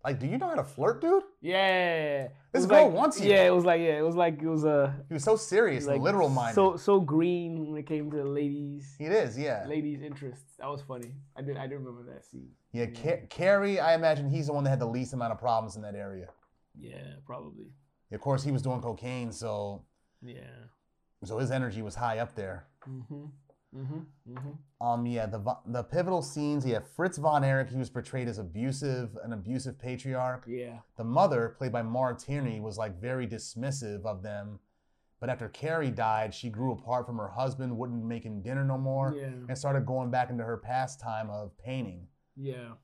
S1: like, "Do you know how to flirt, dude?"
S2: Yeah.
S1: This
S2: It was
S1: girl
S2: like,
S1: wants you.
S2: Yeah, it was like, yeah, it was like, it was a.
S1: He was so serious
S2: like,
S1: and literal minded.
S2: So, so green when it came to the ladies.
S1: he is, yeah.
S2: Ladies' interests. That was funny. I did. I do remember that scene.
S1: Yeah, Ca- Carey, I imagine he's the one that had the least amount of problems in that area.
S2: Yeah, probably.
S1: Of course, he was doing cocaine, so
S2: Yeah.
S1: so his energy was high up there.
S2: Mhm. Mhm. Mhm.
S1: Um, yeah, the vo- the pivotal scenes. Yeah, Fritz von Erich, he was portrayed as abusive, an abusive patriarch.
S2: Yeah.
S1: The mother, played by Mara Tierney, was like very dismissive of them. But after Carrie died, she grew apart from her husband, wouldn't make him dinner no more,
S2: Yeah.
S1: and started going back into her pastime of painting.
S2: Yeah.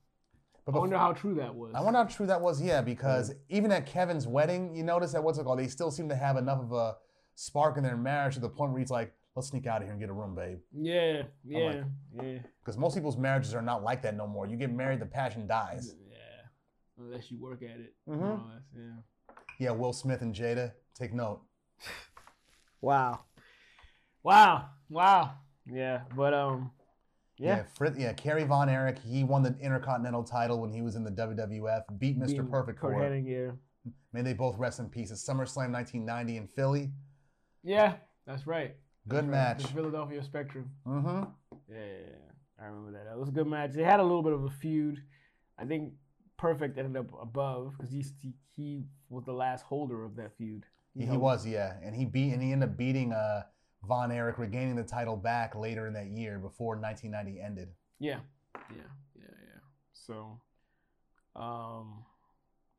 S1: But
S2: I wonder
S1: bef-
S2: how true that was.
S1: I wonder how true that was. Yeah, because even at Kevin's wedding, you notice that what's it called? They still seem to have enough of a spark in their marriage to the point where he's like, "Let's sneak out of here and get a room, babe."
S2: Yeah. Yeah.
S1: like-
S2: yeah.
S1: Because most people's marriages are not like that no more. You get married, the passion dies.
S2: Yeah, unless you work at it.
S1: Mhm.
S2: more or less, yeah.
S1: Yeah, Will Smith and Jada, take note.
S2: Wow. Wow. Wow. Yeah, but um, yeah,
S1: Fritz, yeah. Kerry Von Erich, he won the Intercontinental title when he was in the WWF, beat Mr.
S2: being
S1: Perfect
S2: Kurt
S1: for it.
S2: Hennig, yeah,
S1: May they both rest in peace. It's SummerSlam 1990 in Philly.
S2: yeah, that's right.
S1: Good match.
S2: The Philadelphia Spectrum.
S1: Mm-hmm.
S2: Yeah, yeah, yeah. I remember that. That was a good match. They had a little bit of a feud. I think Perfect ended up above because he, he he was the last holder of that feud.
S1: He, he
S2: held-
S1: was, yeah, and he beat and he ended up beating uh, Von Erich regaining the title back later in that year before 1990 ended.
S2: Yeah. Yeah. Yeah. Yeah. So, um,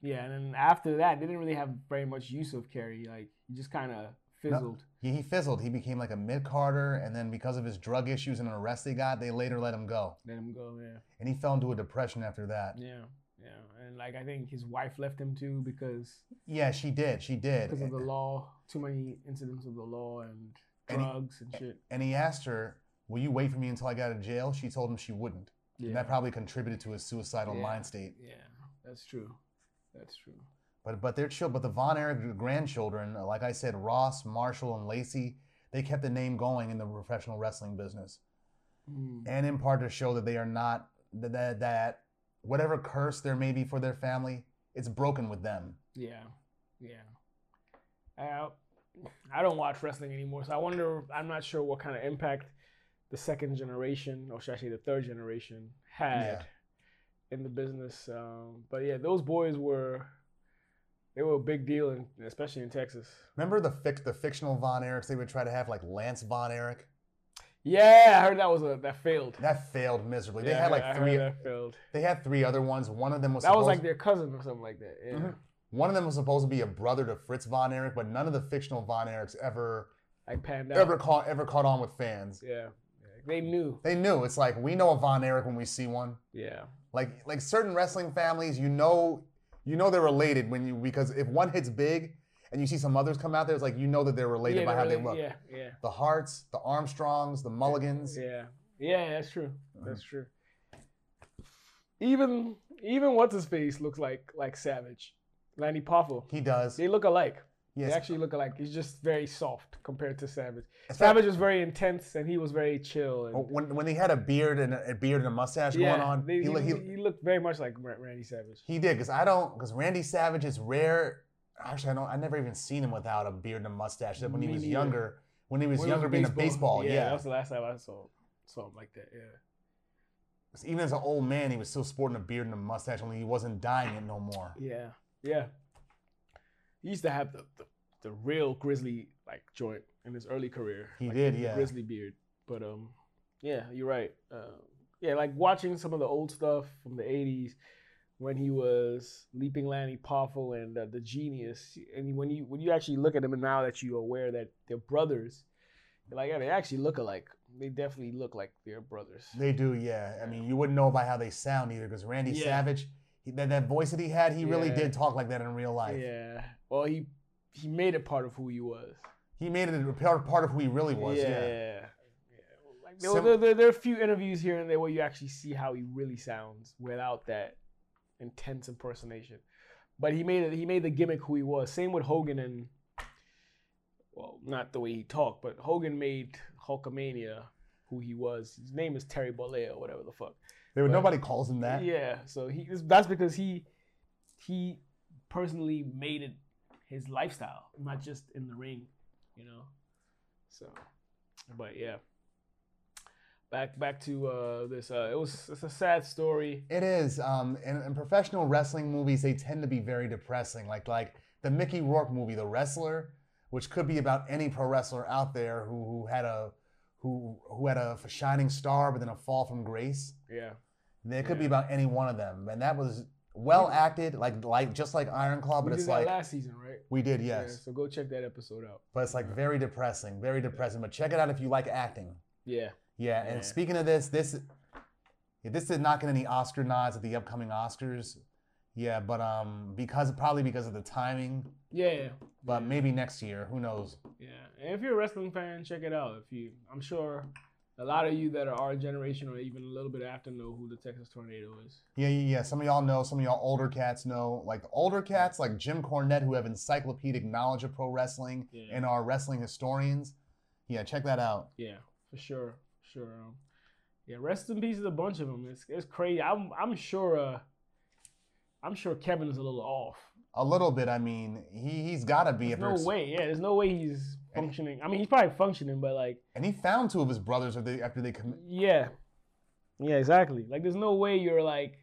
S2: yeah. And then after that, they didn't really have very much use of Kerry. Like, he just kind of fizzled.
S1: He, he fizzled. He became like a mid Carter, and then because of his drug issues and an arrest he got, they later let him go.
S2: Let him go. Yeah.
S1: And he fell into a depression after that.
S2: Yeah. Yeah. And like, I think his wife left him too because
S1: Yeah, she did. She did.
S2: because of the
S1: And,
S2: law, too many incidents of the law and
S1: And he-
S2: drugs and shit.
S1: and he asked her, Will you wait for me until I get out of jail? She told him she wouldn't.
S2: Yeah.
S1: And that probably contributed to his suicidal
S2: Yeah.
S1: mind state.
S2: yeah. That's true. That's true.
S1: But but their children, but the Von Erich grandchildren, uh, like I said, Ross, Marshall, and Lacey, they kept the name going in the professional wrestling business,
S2: Mm.
S1: and in part to show that they are not that that, that whatever curse there may be for their family, it's broken with them.
S2: Yeah, yeah. I I don't watch wrestling anymore, so I wonder. I'm not sure what kind of impact the second generation, or should I say the third generation, had
S1: Yeah.
S2: in the business. Um, but yeah, those boys were they were a big deal, in, especially in Texas.
S1: Remember the fic- the fictional Von Erichs they would try to have like Lance Von Erich?
S2: Yeah, I heard that was a that failed.
S1: That failed miserably. They
S2: Yeah, I
S1: had
S2: heard-
S1: like
S2: I heard
S1: three.
S2: that failed.
S1: They had three other ones. One of them was
S2: That was
S1: supposed-
S2: like their cousin or something like that. Yeah.
S1: Mhm. one of them was supposed to be a brother to Fritz Von Erich, but none of the fictional Von Erichs ever
S2: Like panned out.
S1: ever caught ever caught on with fans.
S2: Yeah. yeah. They knew.
S1: They knew. It's like we know a Von Erich when we see one.
S2: Yeah.
S1: Like like certain wrestling families, you know, you know they're related when you because if one hits big and you see some others come out there, it's like you know that they're related
S2: yeah,
S1: by how they
S2: really-
S1: look.
S2: Yeah, yeah.
S1: The Harts, the Armstrongs, the Mulligans.
S2: Yeah, yeah, that's true.
S1: Mm-hmm.
S2: That's true. Even even what's his face looks like like Savage, Lanny Poffo.
S1: He does.
S2: They look alike.
S1: Yes.
S2: They actually look alike. He's just very soft compared to Savage.
S1: In fact,
S2: Savage was very intense, and he was very chill. And,
S1: when when he had a beard and a, a beard and a mustache
S2: yeah,
S1: Oh, going on,
S2: they-
S1: he,
S2: he,
S1: look- he,
S2: he looked very much like Ra- Randy Savage.
S1: he did because I don't because Randy Savage is rare. Actually, I don't. I never even seen him without a beard and a mustache. When he
S2: Me
S1: was
S2: neither.
S1: younger, when he was
S2: When he
S1: younger, being a baseball, yeah.
S2: that was the last time I saw saw him like that. Yeah,
S1: 'Cause even as an old man, he was still sporting a beard and a mustache, only he wasn't dying it no more.
S2: yeah, yeah. He used to have the the, the real grizzly like joint in his early career.
S1: He
S2: Like,
S1: did,
S2: the
S1: yeah.
S2: grizzly beard. But um, yeah, you're right. Uh, yeah, like watching some of the old stuff from the '80s when he was Leaping Lanny Poffo and uh, the Genius, and when you when you actually look at them and now that you're aware that they're brothers, you're like yeah, they actually look alike. They definitely look like they're brothers.
S1: They do, yeah. I mean, you wouldn't know by how they sound either, because Randy
S2: Yeah.
S1: Savage, he, that, that voice that he had, he really
S2: Yeah.
S1: did talk like that in real life.
S2: Yeah. Well, he he made it part of who he was.
S1: He made it a part, part of who he really was, yeah.
S2: yeah. yeah. Like, there,
S1: Sim-
S2: there, there, there are a few interviews here and there where you actually see how he really sounds without that intense impersonation. But he made it. He made the gimmick who he was. Same with Hogan and well, not the way he talked, but Hogan made Hulkamania who he was. His name is Terry Bollea or whatever the fuck.
S1: There,
S2: But-
S1: nobody calls him that.
S2: Yeah, so he that's because he he personally made it his lifestyle, not just in the ring, you know. So, but yeah, back back to uh, this. Uh, it was it's a sad story.
S1: It is. Um, in, in professional wrestling movies, they tend to be very depressing. Like like the Mickey Rourke movie, The Wrestler, which could be about any pro wrestler out there who, who had a who who had a shining star, but then a fall from grace.
S2: Yeah,
S1: It could be
S2: Yeah.
S1: about any one of them, and that was well acted, like like just like Iron
S2: we
S1: Claw, Oh, but
S2: did
S1: it's
S2: that
S1: like
S2: last season, right?
S1: we did,
S2: Yeah,
S1: yes,
S2: so go check that episode out.
S1: but it's like very depressing, very depressing. But check it out if you like acting.
S2: Yeah,
S1: Yeah, and
S2: Yeah.
S1: speaking of this, this yeah, this did not get any Oscar nods at the upcoming Oscars. Yeah, but um, because probably because of the timing,
S2: yeah,
S1: but
S2: yeah.
S1: maybe next year, who knows?
S2: Yeah, and if you're a wrestling fan, check it out. If you, I'm sure a lot of you that are our generation or even a little bit after know who the Texas Tornado is.
S1: Yeah, yeah, yeah. Some of y'all know, some of y'all older cats know. Like the older cats, like Jim Cornette, who have encyclopedic knowledge of pro wrestling
S2: Yeah.
S1: and are wrestling historians. Yeah, check that out.
S2: Yeah, for sure, for sure. Um, yeah, rest in peace to a bunch of them. It's it's crazy. I'm I'm sure. Uh, I'm sure Kevin is a little off.
S1: A little bit. I mean, he he's got to be.
S2: There's
S1: if
S2: no
S1: there's-
S2: way. Yeah, there's no way he's functioning. I mean, he's probably functioning, but like,
S1: And he found two of his brothers after they, after they commit
S2: yeah, yeah, exactly. Like, there's no way you're like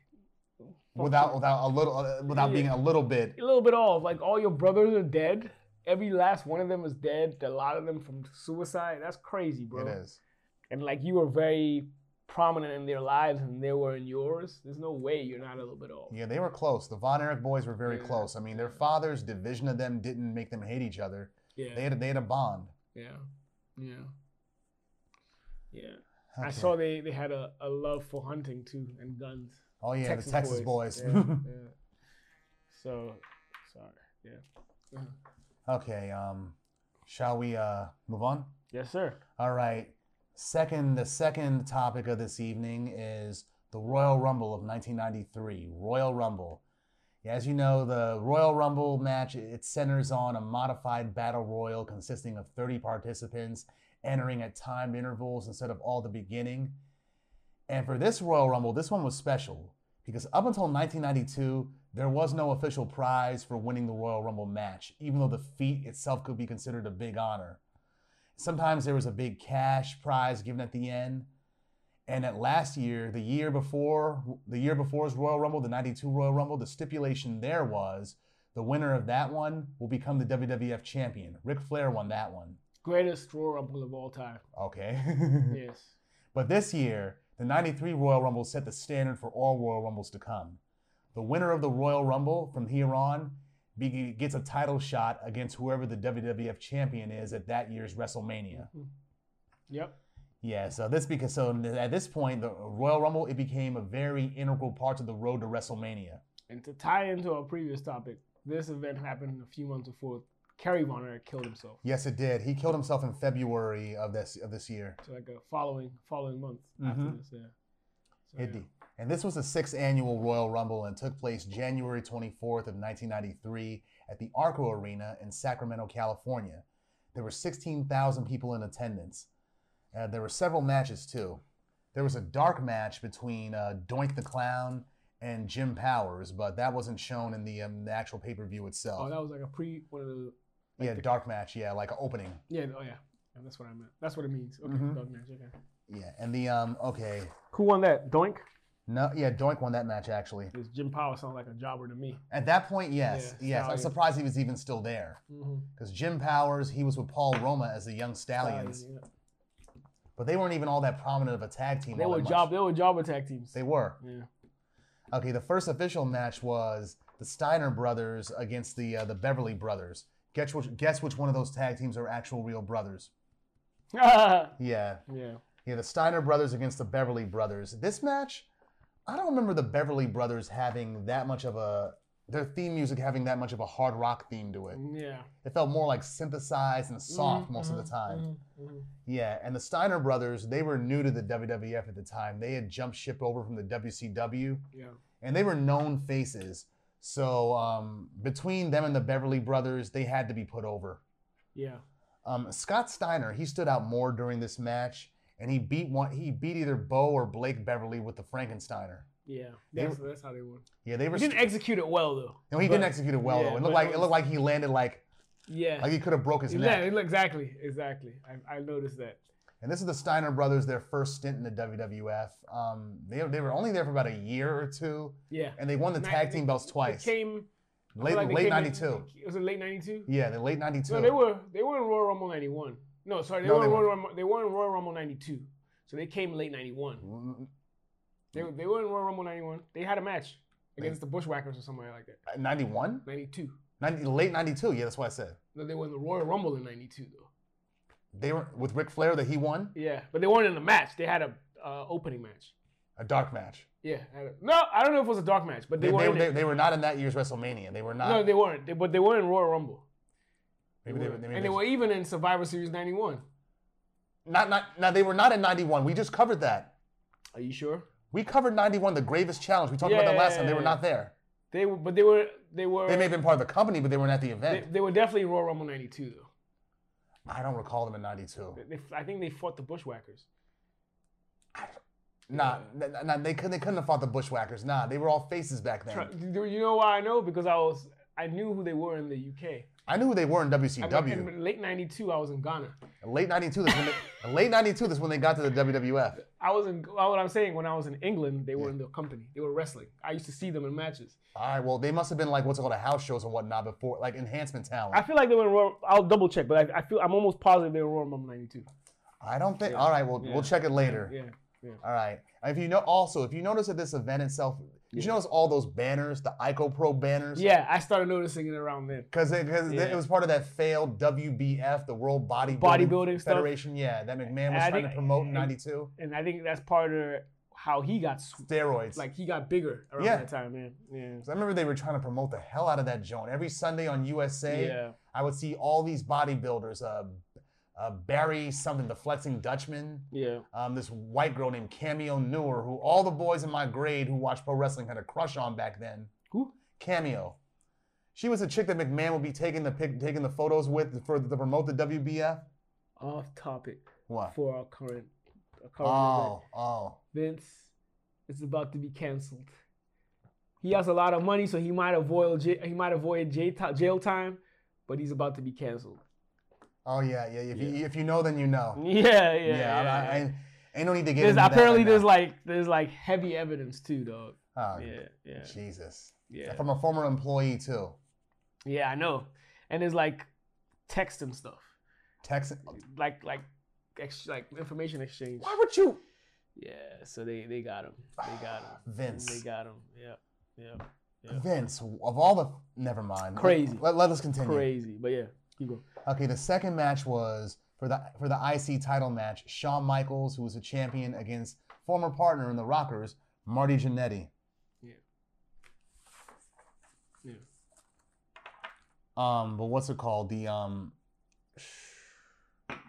S1: without without a little uh, without being a little bit.
S2: a little bit off. Like, all your brothers are dead, every last one of them is dead. A lot of them from suicide. That's crazy, bro.
S1: It is.
S2: And like you were very prominent in their lives, and they were in yours. There's no way you're not a little bit off.
S1: Yeah, they were close. The Von Erich boys were very
S2: Yeah.
S1: close. I mean, their father's division of them didn't make them hate each other.
S2: Yeah.
S1: They had a, they had a bond.
S2: Yeah. Yeah. Yeah. I
S1: Okay.
S2: saw they, they had a, a love for hunting too and guns.
S1: Oh yeah, the Texas boys.
S2: Yeah,
S1: [LAUGHS]
S2: yeah. So, sorry. Yeah.
S1: okay. Um, shall we uh move on?
S2: Yes, sir.
S1: All right. Second, the second topic of this evening is the Royal Rumble of 1993. Royal Rumble. As you know, the Royal Rumble match it centers on a modified battle royal consisting of 30 participants entering at timed intervals instead of all the beginning. And for this Royal Rumble, this one was special because up until 1992, there was no official prize for winning the Royal Rumble match, even though the feat itself could be considered a big honor. Sometimes there was a big cash prize given at the end. And at last year, the year before, the year before's Royal Rumble, the 92 Royal Rumble, the stipulation there was the winner of that one will become the WWF champion. Ric Flair won that one.
S2: Greatest Royal Rumble of all time.
S1: Okay. [LAUGHS]
S2: Yes.
S1: But this year, the 93 Royal Rumble set the standard for all Royal Rumbles to come. The winner of the Royal Rumble from here on be- gets a title shot against whoever the WWF champion is at that year's WrestleMania.
S2: Yep.
S1: Yeah, so this because so at this point the Royal Rumble it became a very integral part of the road to WrestleMania.
S2: And to tie into our previous topic, this event happened a few months before Kerry Von Erich killed himself.
S1: Yes, it did. He killed himself in February of this of this year.
S2: So like a following following month after
S1: Mhm.
S2: this, yeah. So,
S1: It
S2: yeah.
S1: did. And this was the sixth annual Royal Rumble and took place January 24th of 1993 at the Arco Arena in Sacramento, California. There were 16,000 people in attendance. Uh, there were several matches too. There was a dark match between uh, Doink the Clown and Jim Powers, but that wasn't shown in the, um, the actual pay per view itself.
S2: Oh, that was like a pre one of the like
S1: yeah,
S2: the-
S1: dark match. Yeah, like an opening.
S2: Yeah, oh yeah. And that's what I meant. That's what it means. Okay,
S1: Mhm.
S2: dog match, okay.
S1: Yeah, and the um. Okay,
S2: Who won that? Doink?
S1: no, yeah, Doink won that match actually.
S2: This Jim Power sounds like a jobber to me.
S1: At that point, yes,
S2: Yeah,
S1: yes. I'm
S2: Stallion.
S1: surprised he was even still there. because Jim Powers, he was with Paul Roma as the Young Stallions,
S2: Stallion, yeah.
S1: but they weren't even all that prominent of a tag team.
S2: They
S1: all that
S2: were
S1: much.
S2: job. They were job attack teams.
S1: They were
S2: yeah. [LAUGHS]
S1: okay. The first official match was the Steiner brothers against the uh, the Beverly brothers. Guess which, guess which one of those tag teams are actual real brothers? Yeah,
S2: yeah.
S1: yeah. The Steiner brothers against the Beverly brothers. This match, I don't remember the Beverly brothers having that much of a their theme music having that much of a hard rock theme to it.
S2: Yeah.
S1: It felt more like synthesized and soft
S2: Mhm,
S1: most of the
S2: mhm,
S1: time.
S2: mhm, mhm.
S1: Yeah, and the Steiner brothers, they were new to the WWF at the time. They had jumped ship over from the WCW,
S2: Yeah.
S1: and they were known faces. So um, between them and the Beverly brothers, they had to be put over.
S2: Yeah.
S1: Um, Scott Steiner, he stood out more during this match, and he beat one. He beat either Bo or Blake Beverly with the Frankensteiner.
S2: Yeah.
S1: They
S2: That's, that's how they won.
S1: Yeah, they were.
S2: He didn't execute it well though.
S1: no, he
S2: but-
S1: didn't execute it well
S2: yeah,
S1: though. It
S2: but
S1: looked like
S2: it
S1: it
S2: was-
S1: looked like he landed like
S2: Yeah.
S1: like he could have broke his neck.
S2: Exactly. Exactly. Exactly. I, I noticed that.
S1: And this is the Steiner brothers, their first stint in the WWF. Um, they, they were only there for about a year or two,
S2: Yeah.
S1: and they won the
S2: Ni-
S1: tag team belts
S2: It
S1: twice.
S2: came I feel
S1: late
S2: like they
S1: late
S2: came in-
S1: '92.
S2: It was it late '92?
S1: Yeah, the late '92.
S2: No, they were they were in Royal Rumble '91. No, sorry, they
S1: No,
S2: were in
S1: they
S2: Royal Rumble, they were in Royal Rumble '92. So they came late '91. They,
S1: Mm-hmm.
S2: they were in Royal Rumble '91. They had a match against the Bushwhackers or somebody like that.
S1: '91,
S2: '92.
S1: 90, late '92. Yeah, that's what I said.
S2: No, they were in the Royal Rumble in '92 though.
S1: They were with Ric Flair that he won
S2: Yeah, but they weren't in a match. They had a uh, opening match.
S1: a dark match.
S2: Yeah. had a- no, I don't know if it was a dark match, but
S1: They,
S2: they,
S1: they,
S2: were.
S1: they,
S2: in
S1: they,
S2: it.
S1: were not in that year's WrestleMania. They were not.
S2: no, they weren't. They, but they were in Royal Rumble. They
S1: maybe they,
S2: were.
S1: were- maybe
S2: and
S1: they
S2: they were even in Survivor Series '91.
S1: not not. No, they were not in '91. We just covered that.
S2: Are you sure?
S1: We covered '91, the Gravest Challenge. We talked about that last time. They were
S2: Yeah.
S1: not there.
S2: They were, but they were. They were.
S1: They may have been part of the company, but they weren't at the
S2: They,
S1: event.
S2: they were definitely in Royal Rumble '92 though.
S1: I don't recall them in '92.
S2: They, they- I think they fought the Bushwhackers.
S1: Nah, nah, nah, they couldn't. They couldn't have fought the Bushwhackers. Nah, they were all faces back then.
S2: Try- do You know why I know? Because I was I knew who they were in the UK.
S1: I knew who they were in
S2: I
S1: WCW.
S2: went- in late '92, I was in Ghana.
S1: late '92. That's when they, late '92. That's when they got to the WWF.
S2: I was in. Well, what I'm saying, when I was in England, they were in the company. They were wrestling. I used to see them in matches.
S1: All right. Well, they must have been like what's it called a house shows and whatnot before, like enhancement
S2: I
S1: talent.
S2: feel like they were in Royal. I'll double check, but I, I feel I'm almost positive they were in Royal Rumble '92.
S1: I, don't think. All right. Well,
S2: Yeah.
S1: we'll check it later.
S2: Yeah.
S1: All right. And if you know, also if you notice at this event itself, did you
S2: Yeah.
S1: notice all those banners, the Ico Pro banners?
S2: Yeah, I started noticing it around then.
S1: Because it, 'cause it
S2: Yeah.
S1: was part of that failed WBF, the World Bodybuilding,
S2: Bodybuilding stuff.
S1: Federation. Yeah, that McMahon was
S2: I
S1: trying to
S2: think-
S1: promote in '92.
S2: and I think that's part of how he got s-
S1: Steroids.
S2: like he got bigger around
S1: Yeah.
S2: that time, man. Yeah.
S1: 'Cause I remember they were trying to promote the hell out of that joint. Every Sunday on USA,
S2: Yeah.
S1: I would see all these bodybuilders. Uh, uh, Barry something, the flexing Dutchman.
S2: Yeah.
S1: Um, this white girl named Cameo Newer, who all the boys in my grade who watched pro wrestling had a crush on back then.
S2: Who?
S1: Cameo. She was a chick that McMahon would be taking the pic, taking the photos with for to promote the WBF.
S2: Off topic
S1: What?
S2: for our current, our current
S1: Oh, oh.
S2: event. Vince is about to be canceled. He has a lot of money, so he might avoid j- he might avoid j- ti- jail time, but he's about to be canceled.
S1: Oh yeah, yeah. If you if you know, then you know.
S2: [LAUGHS] Yeah, yeah.
S1: Yeah,
S2: yeah,
S1: I, I,
S2: yeah.
S1: ain't- ain't no need to get
S2: there's
S1: into that
S2: apparently
S1: right
S2: there's
S1: now.
S2: like there's like heavy evidence too, dog.
S1: Oh,
S2: Yeah, yeah,
S1: Jesus.
S2: yeah.
S1: From a former employee too.
S2: Yeah, I know. And it's like text and stuff,
S1: Text.
S2: like like ex- like information exchange.
S1: Why would you?
S2: Yeah, so they they got him. They got him.
S1: [SIGHS] Vince.
S2: They got him. Yeah, yeah. Yeah.
S1: Vince, of all the never mind.
S2: Crazy.
S1: Let, let us continue.
S2: Crazy, but yeah, keep going.
S1: Okay, the second match was for the for the IC title match. Shawn Michaels, who was a champion, against former partner in the Rockers, Marty Jannetty.
S2: Yeah.
S1: Um, but what's it called? The um,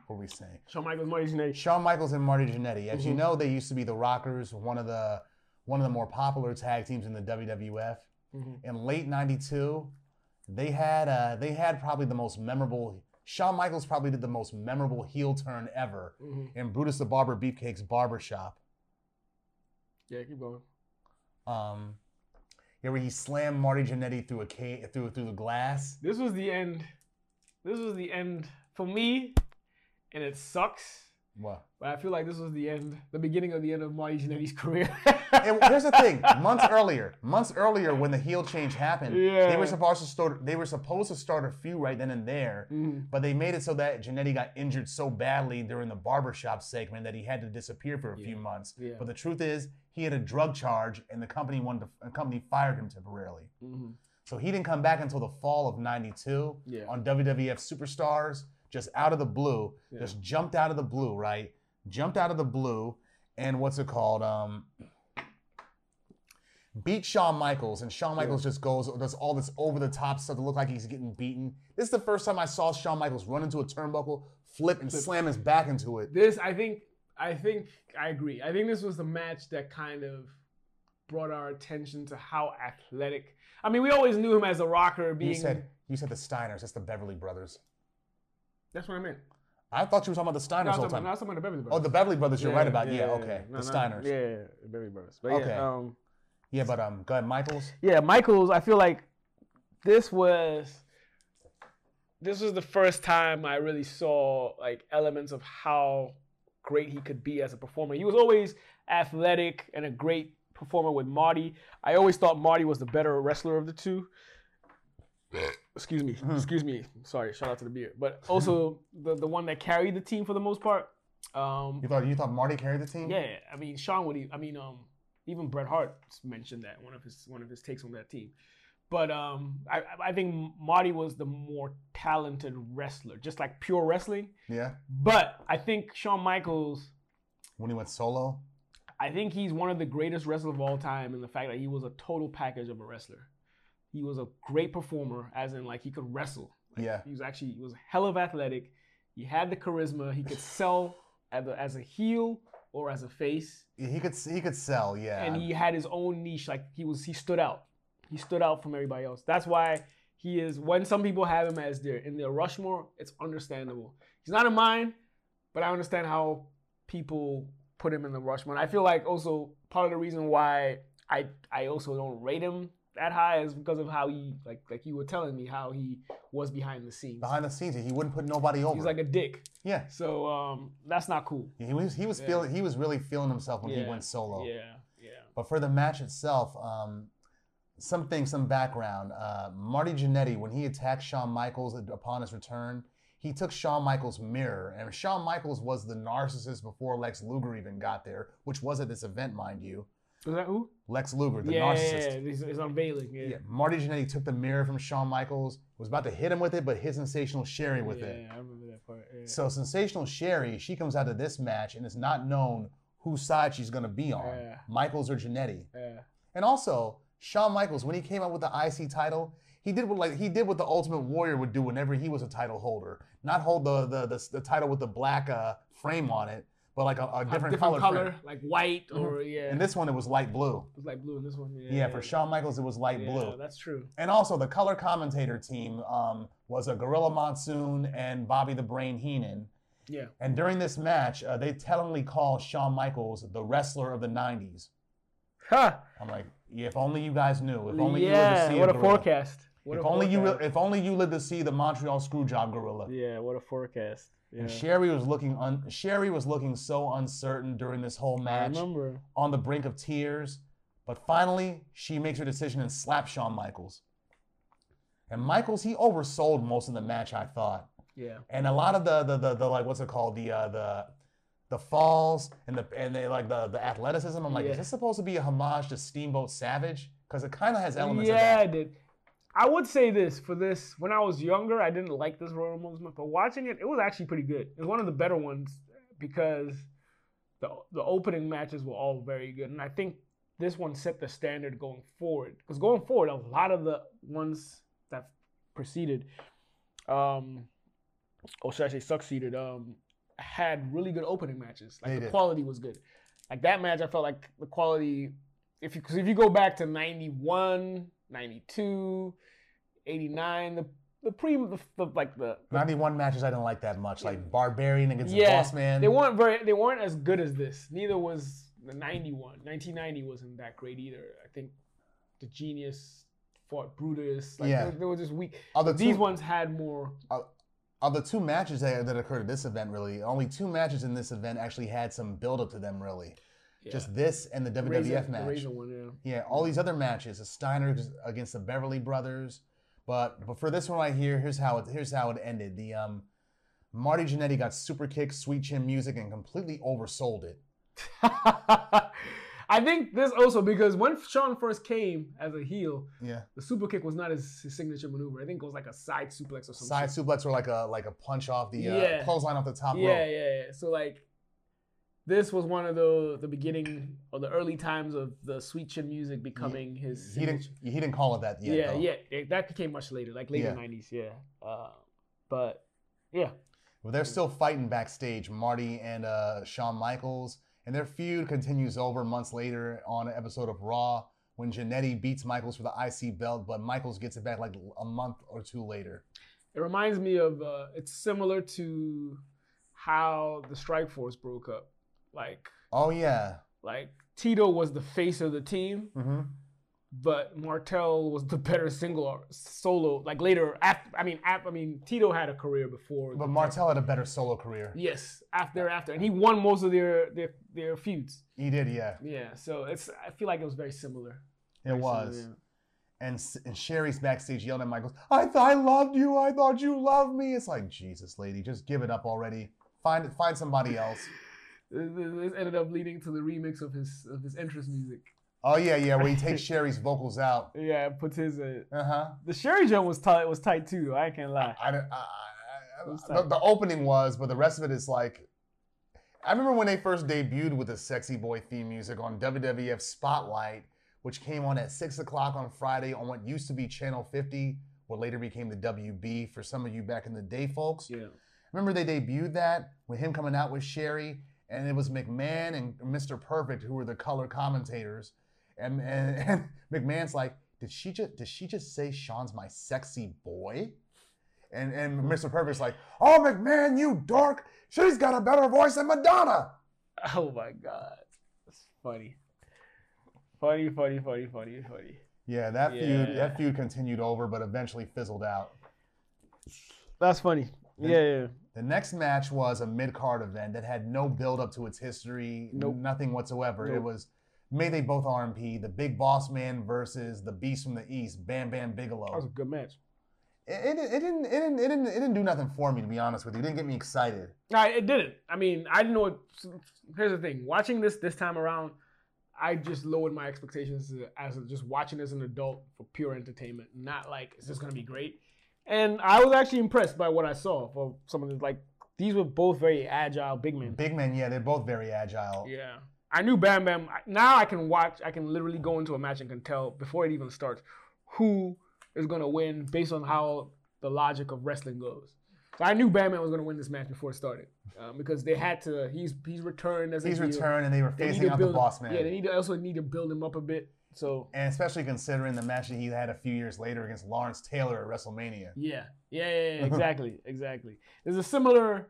S1: what were we saying?
S2: Shawn Michaels, Marty Jannetty.
S1: Shawn Michaels and Marty Jannetty. As you
S2: Mhm.
S1: know, they used to be the Rockers, one of the one of the more popular tag teams in the WWF.
S2: Mhm.
S1: In late '92, they had uh, they had probably the most memorable. Shawn Michaels probably did the most memorable heel turn ever
S2: Mhm.
S1: in Brutus the Barber Beefcake's barbershop.
S2: Yeah, keep going.
S1: Um, yeah, where he slammed Marty Jannetty through a ca- through through the glass.
S2: This was the end. This was the end for me, and it sucks.
S1: What?
S2: But I feel like this was the end, the beginning of the end of Marty Jannetty's [LAUGHS] career.
S1: And here's the thing: [LAUGHS] months earlier, months earlier, when the heel change happened, they
S2: Yeah.
S1: were supposed to start. They were supposed to start a feud right then and there.
S2: Mhm.
S1: But they made it so that Janetti got injured so badly during the barbershop segment that he had to disappear for a few months.
S2: Yeah.
S1: But the truth is, he had a drug charge, and the company wanted to, the company fired him temporarily.
S2: Mhm.
S1: So he didn't come back until the fall of '92
S2: Yeah.
S1: on WWF Superstars, just out of the blue,
S2: Yeah.
S1: just jumped out of the blue, right? Jumped out of the blue, and what's it called? Um, beat Shawn Michaels, and Shawn Michaels just goes does all this over the top stuff to look like he's getting beaten. This is the first time I saw Shawn Michaels run into a turnbuckle, flip, and slam his back into it.
S2: This, I think, I think I agree. I think this was the match that kind of brought our attention to how athletic. I mean, we always knew him as a rocker, being.
S1: You said you said the Steiners, that's the Beverly Brothers.
S2: that's what I meant.
S1: I thought you were talking about the
S2: No, I was talking
S1: Steiners all the
S2: about-
S1: time.
S2: I was talking about the Beverly
S1: Oh,
S2: Brothers.
S1: the Beverly Brothers. You're right about. Yeah, okay.
S2: No,
S1: the
S2: no,
S1: Steiners.
S2: Yeah,
S1: yeah.
S2: yeah, the Beverly Brothers. But
S1: Okay.
S2: yeah, um,
S1: but um, go ahead, Michaels.
S2: yeah, Michaels. I feel like this was this was the first time I really saw like elements of how great he could be as a performer. He was always athletic and a great performer with Marty. I always thought Marty was the better wrestler of the two. Excuse me. Excuse me. Sorry. Shout out to the beer. But also the, the one that carried the team for the most part. Um,
S1: You thought you thought Marty carried the team?
S2: yeah, I mean Sean would. e- I mean, um, even Bret Hart mentioned that in one of his one of his takes on that team. But um, I I- I think Marty was the more talented wrestler, just like pure wrestling.
S1: Yeah.
S2: But I think Shawn Michaels.
S1: When he went solo.
S2: I think he's one of the greatest wrestlers of all time in the fact that he was a total package of a wrestler. He was a great performer, as in like he could wrestle. Like,
S1: Yeah.
S2: he was actually he was hell of athletic. He had the charisma. He could sell as a, as a heel or as a face.
S1: He could he could sell, yeah.
S2: and he had his own niche. Like he was, he stood out. He stood out from everybody else. That's why he is. When some people have him as their in their Rushmore, it's understandable. He's not in mine, but I understand how people put him in the Rushmore. And I feel like also part of the reason why I I also don't rate him that high is because of how he like like you were telling me how he was behind the scenes.
S1: Behind the scenes, he wouldn't put nobody over.
S2: He's like a dick.
S1: yeah,
S2: So um, that's not cool.
S1: he was he was
S2: Yeah.
S1: feeling he was really feeling himself when he
S2: Yeah.
S1: went solo.
S2: Yeah, yeah.
S1: But for the match itself, um, something, some background. Uh, Marty Jannetty, when he attacked Shawn Michaels upon his return, he took Shawn Michaels' mirror. And Shawn Michaels was the narcissist before Lex Luger even got there, which was at this event, mind you.
S2: Is that who?
S1: Lex Luger, the
S2: yeah, yeah,
S1: narcissist.
S2: yeah. It's, it's unveiling. Yeah,
S1: Yeah, Marty Jannetty took the mirror from Shawn Michaels, was about to hit him with it, but hit Sensational Sherry with
S2: yeah,
S1: it.
S2: I remember that part. Yeah.
S1: So Sensational Sherry, she comes out of this match and it's not known whose side she's going to be on,
S2: Yeah.
S1: Michaels or Jannetty.
S2: yeah.
S1: And also, Shawn Michaels, when he came out with the IC title, he did what like he did what the Ultimate Warrior would do whenever he was a title holder, not hold the the the, the title with the black uh, frame on it, but like a, a
S2: A
S1: different, color. Frame.
S2: like white or yeah.
S1: And this one, it was light blue.
S2: Mm-hmm. it was like blue in this one. Yeah,
S1: Yeah, for Shawn Michaels, it was light
S2: yeah,
S1: blue.
S2: That's true.
S1: And also, the color commentator team um, was a Gorilla Monsoon and Bobby the Brain Heenan.
S2: Yeah.
S1: And during this match, uh, they tellingly call Shawn Michaels the wrestler of the '90s.
S2: Huh.
S1: I'm like, yeah, if only you guys knew. If only
S2: yeah.
S1: you lived to see
S2: what a,
S1: gorilla.
S2: forecast. What
S1: if
S2: a
S1: only you,
S2: forecast.
S1: if only you lived to see the Montreal Screwjob Gorilla.
S2: Yeah. What a forecast. Yeah.
S1: And Sherry was looking un- Sherry was looking so uncertain during this whole
S2: I
S1: match,
S2: remember.
S1: on the brink of tears. But finally, she makes her decision and slaps Shawn Michaels. And Michaels, he oversold most of the match, I thought.
S2: Yeah.
S1: And a lot of the the, the, the like what's it called the uh, the the falls and the and they like the the athleticism. I'm like,
S2: Yeah.
S1: is this supposed to be a homage to Steamboat Savage? Because it kind of has elements
S2: yeah,
S1: of that.
S2: I did. I would say this for this. When I was younger, I didn't like this Royal Rumble as much, but watching it, it was actually pretty good. It was one of the better ones because the the opening matches were all very good, and I think this one set the standard going forward. Because going forward, a lot of the ones that preceded, um, or should I say succeeded, um, had really good opening matches. Like
S1: They
S2: the
S1: did.
S2: quality was good. Like that match, I felt like the quality if you, cause if you go back to 91, 92, 89, the the pre the, the like the
S1: 91 matches I didn't like that much, like Barbarian against the
S2: Yeah,
S1: Boss Man.
S2: they weren't very they weren't as good as this. Neither was the 91. 1990 wasn't that great either. I think the Genius fought Brutus. Like
S1: Yeah.
S2: they, they were just weak.
S1: Of the
S2: These
S1: two-
S2: ones had more.
S1: Of the two matches that, that occurred at this event, really, only two matches in this event actually had some build up to them, really.
S2: Yeah.
S1: Just this and the WWF
S2: Razor- the
S1: match.
S2: Razor one, yeah.
S1: Yeah, all these other matches, the Steiner against the Beverly Brothers, but but for this one right here, here's how it here's how it ended. The um, Marty Jannetty got super kicked, sweet chin music, and completely oversold it.
S2: [LAUGHS] I think this also because when Sean first came as a heel,
S1: Yeah,
S2: the super kick was not his, his signature maneuver. I think it was like a side suplex or something.
S1: side suplex or like a like a punch off the uh,
S2: Yeah.
S1: clothesline off the top
S2: yeah,
S1: rope.
S2: yeah, yeah. So like, this was one of the the beginning or the early times of the sweet chin music becoming his.
S1: He didn't
S2: signature-
S1: he didn't call it that yet.
S2: yeah,
S1: though.
S2: yeah, yeah, That became much later, like later
S1: Yeah.
S2: nineties. Yeah. Uh, but yeah,
S1: Well, they're still fighting backstage, Marty and uh, Shawn Michaels, and their feud continues over months later on an episode of Raw when Janetti beats Michaels for the IC belt, but Michaels gets it back like a month or two later.
S2: it reminds me of uh, it's similar to how the Strike Force broke up. Like,
S1: Oh yeah,
S2: like Tito was the face of the team.
S1: mm-hmm.
S2: but Martel was the better single or solo. Like later, after, I mean, af I mean, Tito had a career before.
S1: but Martel had a better solo career.
S2: Yes, after after, and he won most of their their their feuds.
S1: He did, yeah,
S2: Yeah, so it's I feel like it was very similar.
S1: it
S2: Very similar,
S1: was.
S2: yeah.
S1: And, S- and Sherry's backstage yelling at Michaels, "I thought I loved you. I thought you loved me." It's like Jesus, lady, just give it up already. Find find somebody else.
S2: This- This ended up leading to the remix of his of his entrance music.
S1: Oh yeah, yeah, where he [LAUGHS] takes Sherry's vocals out.
S2: Yeah, it puts his uh,
S1: Uh huh.
S2: the Sherry Jump was tight was tight too. I can't lie.
S1: I, don't- I,
S2: It
S1: I,
S2: was
S1: I the,
S2: tight.
S1: the opening was, but the rest of it is like. I remember when they first debuted with the Sexy Boy theme music on WWF Spotlight, which came on at 6 o'clock on Friday on what used to be Channel 50, what later became the WB for some of you back in the day, folks.
S2: Yeah,
S1: Remember they debuted that with him coming out with Sherry, and it was McMahon and Mr. Perfect who were the color commentators, and and, [LAUGHS] and McMahon's like, did she just did she just say Sean's my sexy boy? And and Mr. Perfect's like, oh McMahon, you dork, she's got a better voice than Madonna.
S2: Oh my god, it's funny, funny, funny, funny, funny, funny.
S1: Yeah, that feud
S2: Yeah.
S1: that feud continued over, but eventually fizzled out.
S2: That's funny.
S1: Yeah.
S2: Yeah, yeah.
S1: The next match was a mid card event that had no build up to its history,
S2: Nope.
S1: nothing whatsoever. It
S2: Nope.
S1: was may they both RMP, the Big Boss Man versus the Beast from the East, Bam Bam
S2: That was a
S1: Bigelow.
S2: good match.
S1: It, it, it didn't it didn't it didn't it didn't do nothing for me to be honest with you. It didn't get me excited.
S2: No, it didn't. I mean, I didn't know. What, here's the thing: watching this this time around, I just lowered my expectations as, as just watching as an adult for pure entertainment. Not like is this gonna be great? And I was actually impressed by what I saw for some of the like. These were both very agile big men.
S1: Big men, yeah, they're both very agile.
S2: Yeah. I knew Bam Bam. Now I can watch. I can literally go into a match and can tell before it even starts who is gonna win based on how the logic of wrestling goes. So I knew Bam Bam was gonna win this match before it started um, because they had to. He's he's returned as a
S1: He's
S2: heel.
S1: returned and they were
S2: They need
S1: facing
S2: to
S1: out
S2: build,
S1: the Boss Man.
S2: Yeah, they need to, also need to build him up a bit. So
S1: and especially considering the match that he had a few years later against Lawrence Taylor at WrestleMania.
S2: yeah, yeah, yeah,
S1: [LAUGHS]
S2: yeah exactly, exactly. There's a similar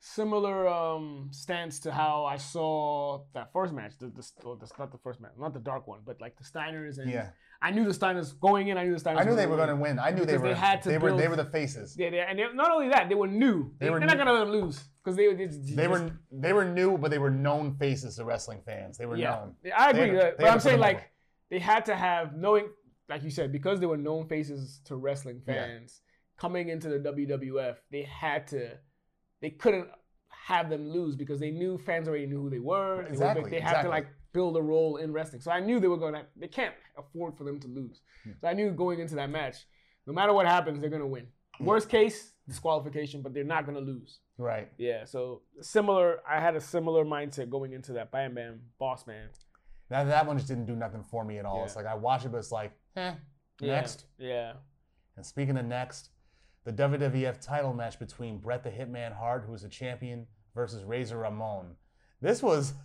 S2: similar um stance to how I saw that first match. The, the, oh, that's not the first match, not the dark one, but like the Steiners and
S1: Yeah,
S2: I knew the Steiners going in. I knew the Steiners.
S1: I knew they were
S2: gonna
S1: going to win. I knew they
S2: Because
S1: were.
S2: they
S1: They,
S2: had to
S1: were. They
S2: build-
S1: were the faces.
S2: win. Yeah, they, and they, not only that, they were new.
S1: They
S2: They
S1: were
S2: are not
S1: new.
S2: gonna let them lose because they, they, they
S1: They were. They were new, but they were known faces to wrestling fans. They were
S2: Yeah,
S1: known.
S2: Yeah, I
S1: They
S2: agree.
S1: had to-
S2: that-
S1: they
S2: but
S1: had
S2: I'm
S1: to put
S2: saying
S1: them
S2: like they had to have knowing, like you said, because they were known faces to wrestling
S1: Yeah.
S2: fans coming into the WWF. They had to. They couldn't have them lose because they knew fans already knew who they were. They were big.
S1: Exactly,
S2: They had to
S1: exactly.
S2: like build a role in wrestling. So I knew they were going to. They can't afford for them to lose.
S1: Hmm.
S2: So I knew going into that match, no matter what happens, they're going to win.
S1: Hmm.
S2: Worst case, disqualification, but they're not going to lose.
S1: Right.
S2: Yeah, so similar. I had a similar mindset going into that. Bam, bam, boss man.
S1: That that one just didn't do nothing for me at all.
S2: Yeah.
S1: It's like I watch it, but it's like, eh.
S2: Yeah,
S1: Next.
S2: Yeah.
S1: And speaking of next, the WWF title match between Bret the Hitman Hart, who is a champion, versus Razor Ramon. This was [LAUGHS]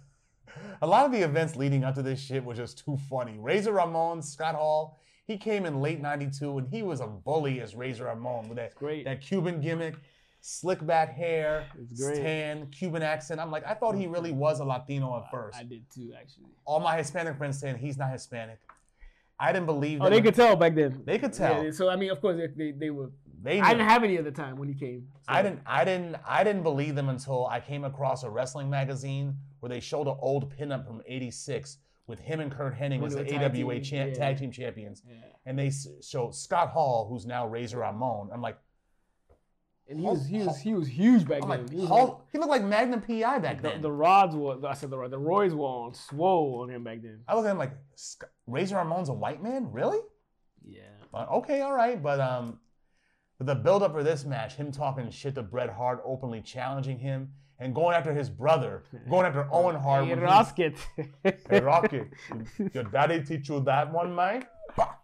S1: a lot of the events leading up to this shit was just too funny. Razor Ramon, Scott Hall, he came in late '92 and he was a bully as Razor Ramon with that
S2: Great.
S1: that Cuban gimmick, slick back hair,
S2: It's great.
S1: tan, Cuban accent. I'm like, I thought he really was a Latino at first.
S2: I did too, actually.
S1: All my Hispanic friends saying he's not Hispanic. I didn't believe.
S2: Oh,
S1: them.
S2: they could tell back then.
S1: They could
S2: Yeah,
S1: tell.
S2: they- so I mean, of course, they, they, they were.
S1: they
S2: I
S1: knew.
S2: didn't have any other time when he came. so-
S1: I didn't I didn't I didn't believe them until I came across a wrestling magazine where they showed an old pinup from 86 with him and Kurt Hennig
S2: When
S1: as
S2: they
S1: the
S2: were tag
S1: AWA
S2: team,
S1: champ,
S2: yeah.
S1: tag team champions.
S2: Yeah.
S1: And they s- showed Scott Hall, who's now Razor Ramon. I'm like,
S2: And he was he was he was huge back
S1: I'm
S2: then.
S1: like
S2: he was
S1: Hall, he looked like Magnum PI Oh back
S2: the,
S1: then.
S2: the rods were. I said the rod. The Roy's were on swole on him back then.
S1: I looked at him like "Sc- Razor Ramon's a white man, really?
S2: Yeah.
S1: But okay, all right. But um, the build up for this match, him talking shit to Bret Hart, openly challenging him, and going after his brother, going after Owen Hart.
S2: Hey,
S1: when he- [LAUGHS]
S2: Rosket. [LAUGHS]
S1: Hey, Rocky, your daddy teach you that one, Mike? Bah.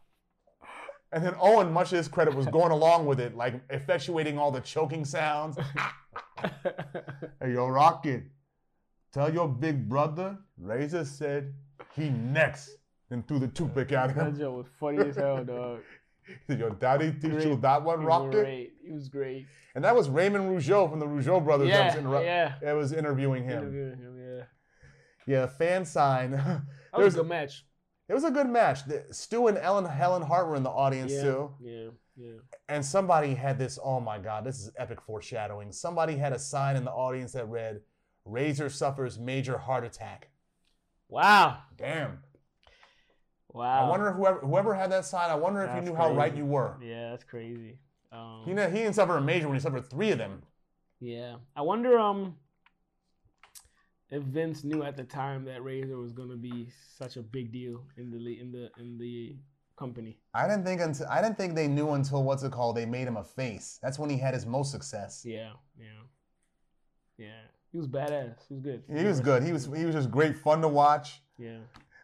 S1: And then Owen, much to his credit, was going along with it, like effectuating all the choking sounds. Hey, yo, Rocky, tell your big brother, Razor said, he next. And threw the toothpick at
S2: that
S1: [LAUGHS] him.
S2: joke was funny as hell, dog.
S1: Your daddy teach you
S2: Great.
S1: that one,
S2: He was
S1: Rocky?
S2: great. He was great.
S1: And that was Raymond Rougeau from the Rougeau Brothers that was,
S2: Yeah.
S1: interrupt-
S2: Yeah.
S1: that was interviewing him.
S2: Interviewing him, yeah.
S1: Yeah, fan sign. [LAUGHS]
S2: That was
S1: There's-
S2: a good match.
S1: It was a good match. The- Stu and Ellen Helen Hart were in the audience
S2: Yeah.
S1: too.
S2: Yeah. Yeah.
S1: And somebody had this, oh my God, this is epic foreshadowing. Somebody had a sign in the audience that read, Razor suffers major heart attack.
S2: Wow.
S1: Damn.
S2: Wow.
S1: I wonder if whoever whoever had that sign, I wonder if
S2: That's
S1: you knew how right
S2: crazy.
S1: you were.
S2: Yeah, that's crazy. Um,
S1: He, ne- he didn't suffer a major when he suffered three of them.
S2: yeah, I wonder um if Vince knew at the time that Razor was gonna be such a big deal in the le- in the in the company.
S1: I didn't think until I didn't think they knew until what's it called? They made him a face. That's when he had his most success.
S2: Yeah, yeah, yeah. He was badass. He was good.
S1: He was good. He was he was just great fun to watch. [LAUGHS]
S2: Yeah,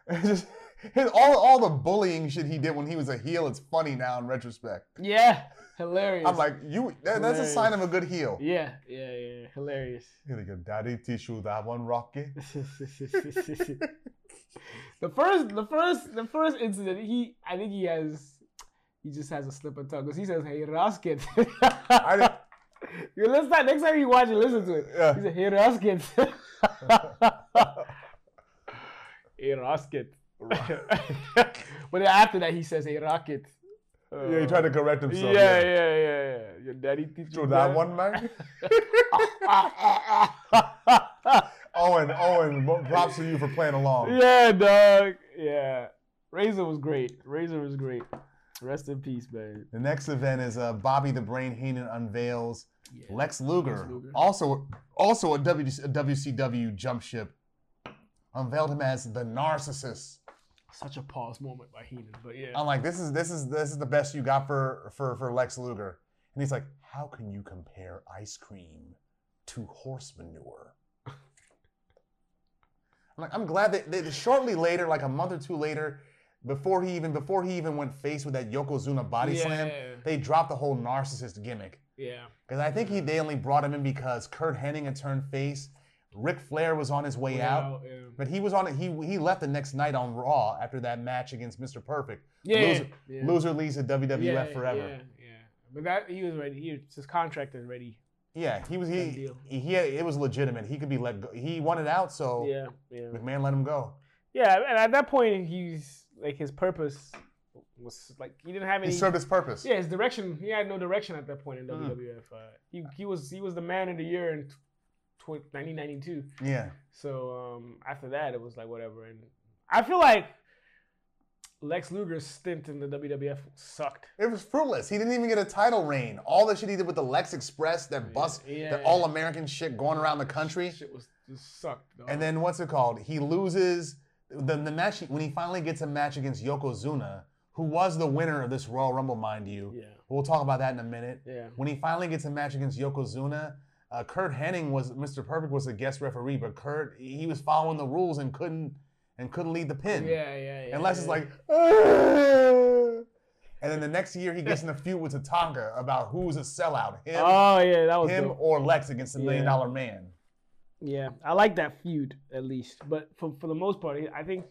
S1: It's just his, all all the bullying shit he did when he was a heel. It's funny now in retrospect.
S2: yeah. Hilarious.
S1: I'm like, you. That, that's a sign of a good heel.
S2: Yeah, yeah, yeah. Hilarious.
S1: He's like, your daddy teach you that one,
S2: [LAUGHS]
S1: Rocky. [LAUGHS]
S2: the first, the first, the first incident, he, I think he has, he just has a slip of tongue because he says, "Hey, Raskin."
S1: I didn't,
S2: [LAUGHS] you listen that next time you watch it, listen to it.
S1: Yeah.
S2: He said,
S1: [LAUGHS]
S2: "Hey, Raskin." [LAUGHS] hey, Raskin. but then after that, he says, "Hey, rocket." Uh,
S1: Yeah, he tried to correct himself.
S2: yeah, yeah, yeah, yeah. Your daddy teach
S1: Through
S2: you
S1: that one,
S2: [LAUGHS]
S1: man. [LAUGHS] Owen, Owen, mo- props to you for playing along.
S2: yeah, dog. Yeah, Razor was great. Razor was great. Rest in peace, man.
S1: The next event is uh, Bobby the Brain Heenan unveils
S2: Yeah.
S1: Lex Luger,
S2: Lex Luger.
S1: also also a, w, a WCW jump ship, unveiled him as the narcissist.
S2: Such a pause moment by Heenan, but yeah.
S1: I'm like, this is this is this is the best you got for for for Lex Luger, and he's like, how can you compare ice cream to horse manure? [LAUGHS] I'm like, I'm glad that they, shortly later, like a month or two later, before he even before he even went face with that Yokozuna body
S2: yeah,
S1: slam, they dropped the whole narcissist gimmick.
S2: yeah.
S1: Because I think he they only brought him in because Kurt Hennig had turned face. Ric Flair was on his way out.
S2: Yeah,
S1: But he was on it. He he left the next night on Raw after that match against Mr. Perfect.
S2: yeah,
S1: Loser-
S2: yeah.
S1: Loser leaves the WWF
S2: Yeah,
S1: forever.
S2: Yeah, yeah. But that he was ready. He was, his contract is ready.
S1: Yeah. he was
S2: Done
S1: he,
S2: deal.
S1: he had, it was legitimate. He could be let go. He wanted out, so
S2: Yeah, yeah.
S1: McMahon let him go.
S2: Yeah, and at that point, he's like his purpose was like he didn't have
S1: He
S2: any.
S1: served his purpose.
S2: yeah, his direction. He had no direction at that point in
S1: Mm.
S2: WWF. Uh, he he was he was the man of the year in tw- 1992.
S1: Yeah.
S2: So um, after that, it was like whatever. And I feel like Lex Luger's stint in the WWF sucked.
S1: It was fruitless. He didn't even get a title reign. All the shit he did with the Lex Express, that bus,
S2: yeah,
S1: that
S2: yeah.
S1: all American shit going around the country.
S2: Shit was just sucked. Dog.
S1: And then what's it called? He loses the, the match when he finally gets a match against Yokozuna, who was the winner of this Royal Rumble, mind you.
S2: yeah,
S1: We'll talk about that in a minute.
S2: yeah.
S1: When he finally gets a match against Yokozuna, uh, Kurt Hennig was Mr. Perfect was a guest referee, but Kurt he was following the rules and couldn't and couldn't lead the pin.
S2: Yeah, yeah, yeah.
S1: Unless
S2: yeah.
S1: it's like, "Ah." and then the next year he gets in a feud with Tatanka about who's a sellout, him,
S2: oh yeah, that was
S1: him
S2: dope.
S1: or Lex against the Million
S2: Yeah.
S1: Dollar Man.
S2: Yeah, I like that feud at least. But for for the most part, I think